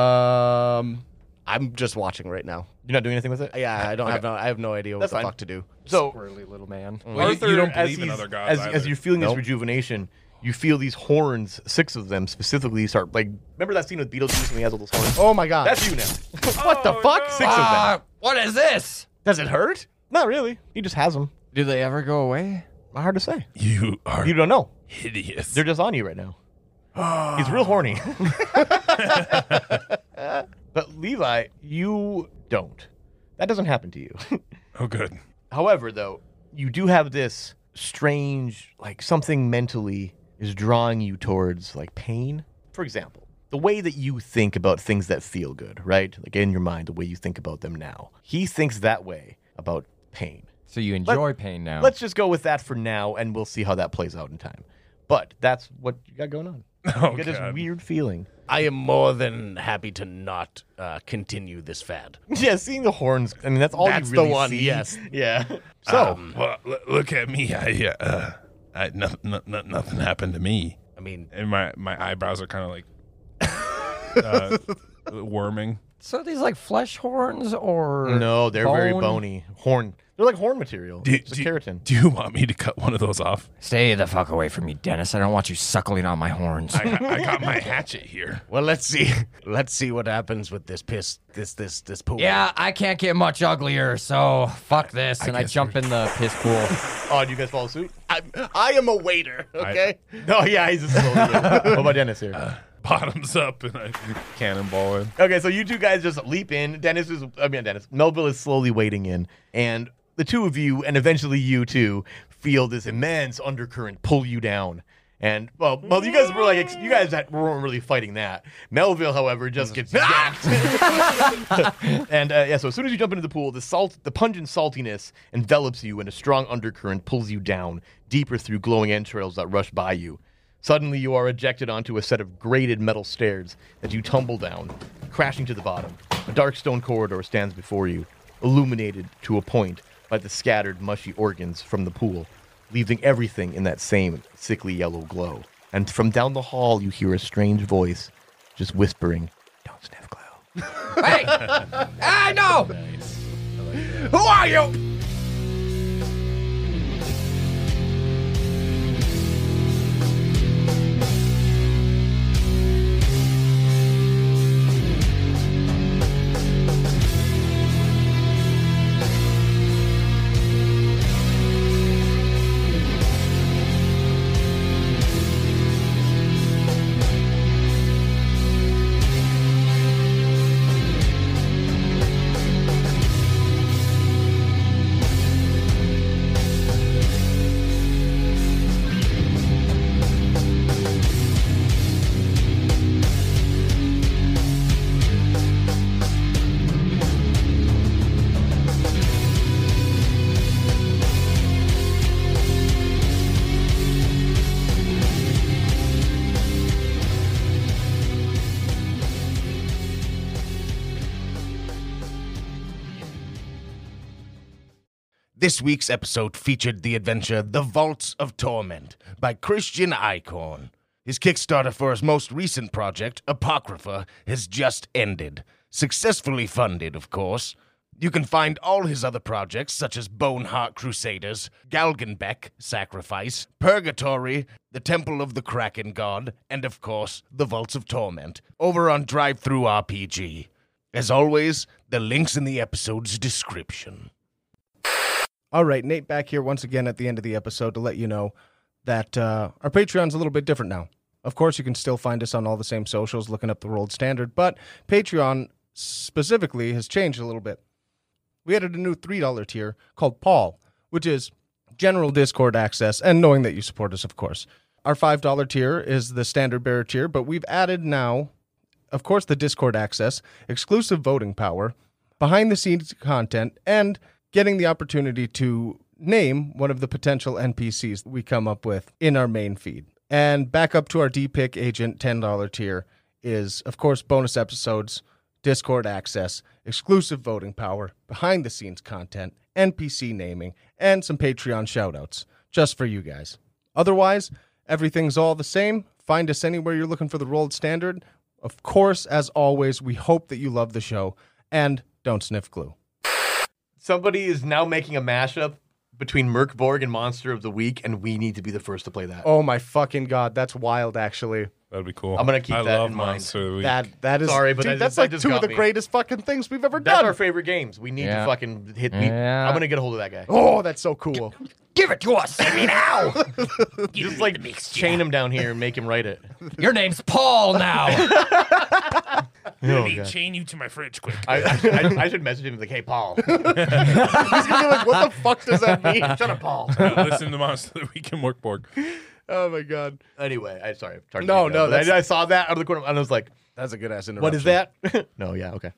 I: Um, I'm just watching right now.
A: not doing anything with it.
I: Yeah, I don't have no. I have no idea what
A: That's
I: the
A: fine.
I: fuck to do.
A: So
E: Squirrely little man.
B: Well, you- you, don't
A: as
B: believe in
A: he's-
B: other gods
A: as,
B: either.
A: as you're feeling this rejuvenation, you feel these horns, six of them specifically, start like. Remember that scene with Beetlejuice when he has all those horns?
I: Oh my god.
A: That's you now. Oh,
E: What the fuck?
A: Six of them.
C: Uh, what is this?
I: Ah. Does it hurt?
A: Not really. He just has them.
E: Do they ever go away?
A: Hard to say.
F: You are
A: You don't know.
F: hideous.
A: They're just on you right now. He's real horny. but Levi, you don't. That doesn't happen to you.
F: Oh, good.
A: However, though, you do have this strange, like something mentally is drawing you towards like pain. For example, the way that you think about things that feel good, right? Like in your mind, the way you think about them now. He thinks that way about pain.
E: So you enjoy pain now.
A: Let's just go with that for now, and we'll see how that plays out in time. But that's what you got going on.
D: Oh,
A: you got this weird feeling.
D: I am more than happy to not uh, continue this fad.
A: Yeah, seeing the horns. I mean, that's all
D: That's
A: you
D: the
A: really
D: one,
A: see.
D: yes. Um,
A: Yeah. So
F: Well, l- look at me. I, uh, uh, I nothing, nothing, nothing happened to me.
D: I mean,
F: And my, my eyebrows are kind of like uh, worming.
E: So are these like flesh horns or
A: no, they're very
E: bone?
A: bony. Horn. They're like horn material.
F: Do,
A: it's
F: do-
A: just keratin.
F: Do you want me to cut one of those off?
E: Stay the fuck away from me, Dennis. I don't want you suckling on my horns.
F: I, I got my hatchet here.
D: well, let's see. Let's see what happens with this piss. This this this pool.
E: yeah, I can't get much uglier, so fuck this. and I jump in the piss pool.
A: Oh, do you guys follow suit?
D: I, I am a waiter. Okay.
A: No, yeah, he's a slow. what about Dennis here?
F: Bottoms up and I cannonball in.
A: Okay, so you two guys just leap in. Dennis is, I mean, Dennis, Melville is slowly wading in, and the two of you, and eventually you two, feel this immense undercurrent pull you down. And well, well, you guys were like, ex- you guys had- weren't really fighting that. Melville, however, just gets Ah! yanked. and uh, yeah, so as soon as you jump into the pool, the salt, the pungent saltiness envelops you, and a strong undercurrent pulls you down deeper through glowing entrails that rush by you. Suddenly, you are ejected onto a set of grated metal stairs that you tumble down, crashing to the bottom. A dark stone corridor stands before you, illuminated to a point by the scattered, mushy organs from the pool, leaving everything in that same sickly yellow glow. And from down the hall, you hear a strange voice just whispering, Don't sniff glow.
E: hey! I know!
D: Who are you? This week's episode featured the adventure The Vaults of Torment by Christian Icorn. His Kickstarter for his most recent project, Apocrypha, has just ended. Successfully funded, of course. You can find all his other projects, such as Boneheart Crusaders, Galgenbeck Sacrifice, Purgatory, The Temple of the Kraken God, and of course, The Vaults of Torment, over on Drive Through RPG. As always, the link's in the episode's description.
I: All right, Nate back here once again at the end of the episode to let you know that uh, our Patreon's a little bit different now. Of course, you can still find us on all the same socials looking up the world standard, but Patreon specifically has changed a little bit. We added a new $3 tier called Paul, which is general Discord access and knowing that you support us, of course. Our $5 tier is the standard bearer tier, but we've added now of course, the Discord access, exclusive voting power, behind the scenes content, and getting the opportunity to name one of the potential NPCs that we come up with in our main feed. And back up to our DPIC agent $10 tier is, of course, bonus episodes, Discord access, exclusive voting power, behind the scenes content, NPC naming, and some Patreon shoutouts just for you guys. Otherwise, everything's all the same. Find us anywhere you're looking for the rolled standard. Of course, as always, we hope that you love the show and don't sniff glue.
A: somebody is now making a mashup between Merkborg and Monster of the Week, and we need to be the first to play that.
I: Oh my fucking god, that's wild. Actually,
B: That'd be cool.
A: I'm gonna keep
B: I
A: that
B: love
A: in mind.
B: Monster of the Week.
I: that that is
A: Sorry, but
I: dude,
A: that
I: that's
A: just- that
I: like
A: just
I: two of
A: got
I: the
A: me.
I: greatest fucking things we've ever
A: That's
I: done.
A: our favorite games. We need
E: Yeah.
A: to fucking hit. We,
E: Yeah.
A: I'm gonna get a hold of that guy.
I: oh, that's so cool.
C: Give it to us. I mean, now.
A: Just like chain him down here and make him write it.
E: Your name's Paul now.
F: Let me chain you to my fridge quick.
A: I, I, should- I, I should message him like, "Hey, Paul,
D: He's gonna be like, what the fuck does that mean? Shut up, Paul.
B: Listen to Monster of the Week and Morkborg.
D: Oh my god.
A: Anyway, I sorry.
D: No, no,
A: That's,
D: that's-
A: I, I saw that out of the corner, of my- and I was like,
D: That's a good ass interruption.
A: "What is that?" no, yeah, okay.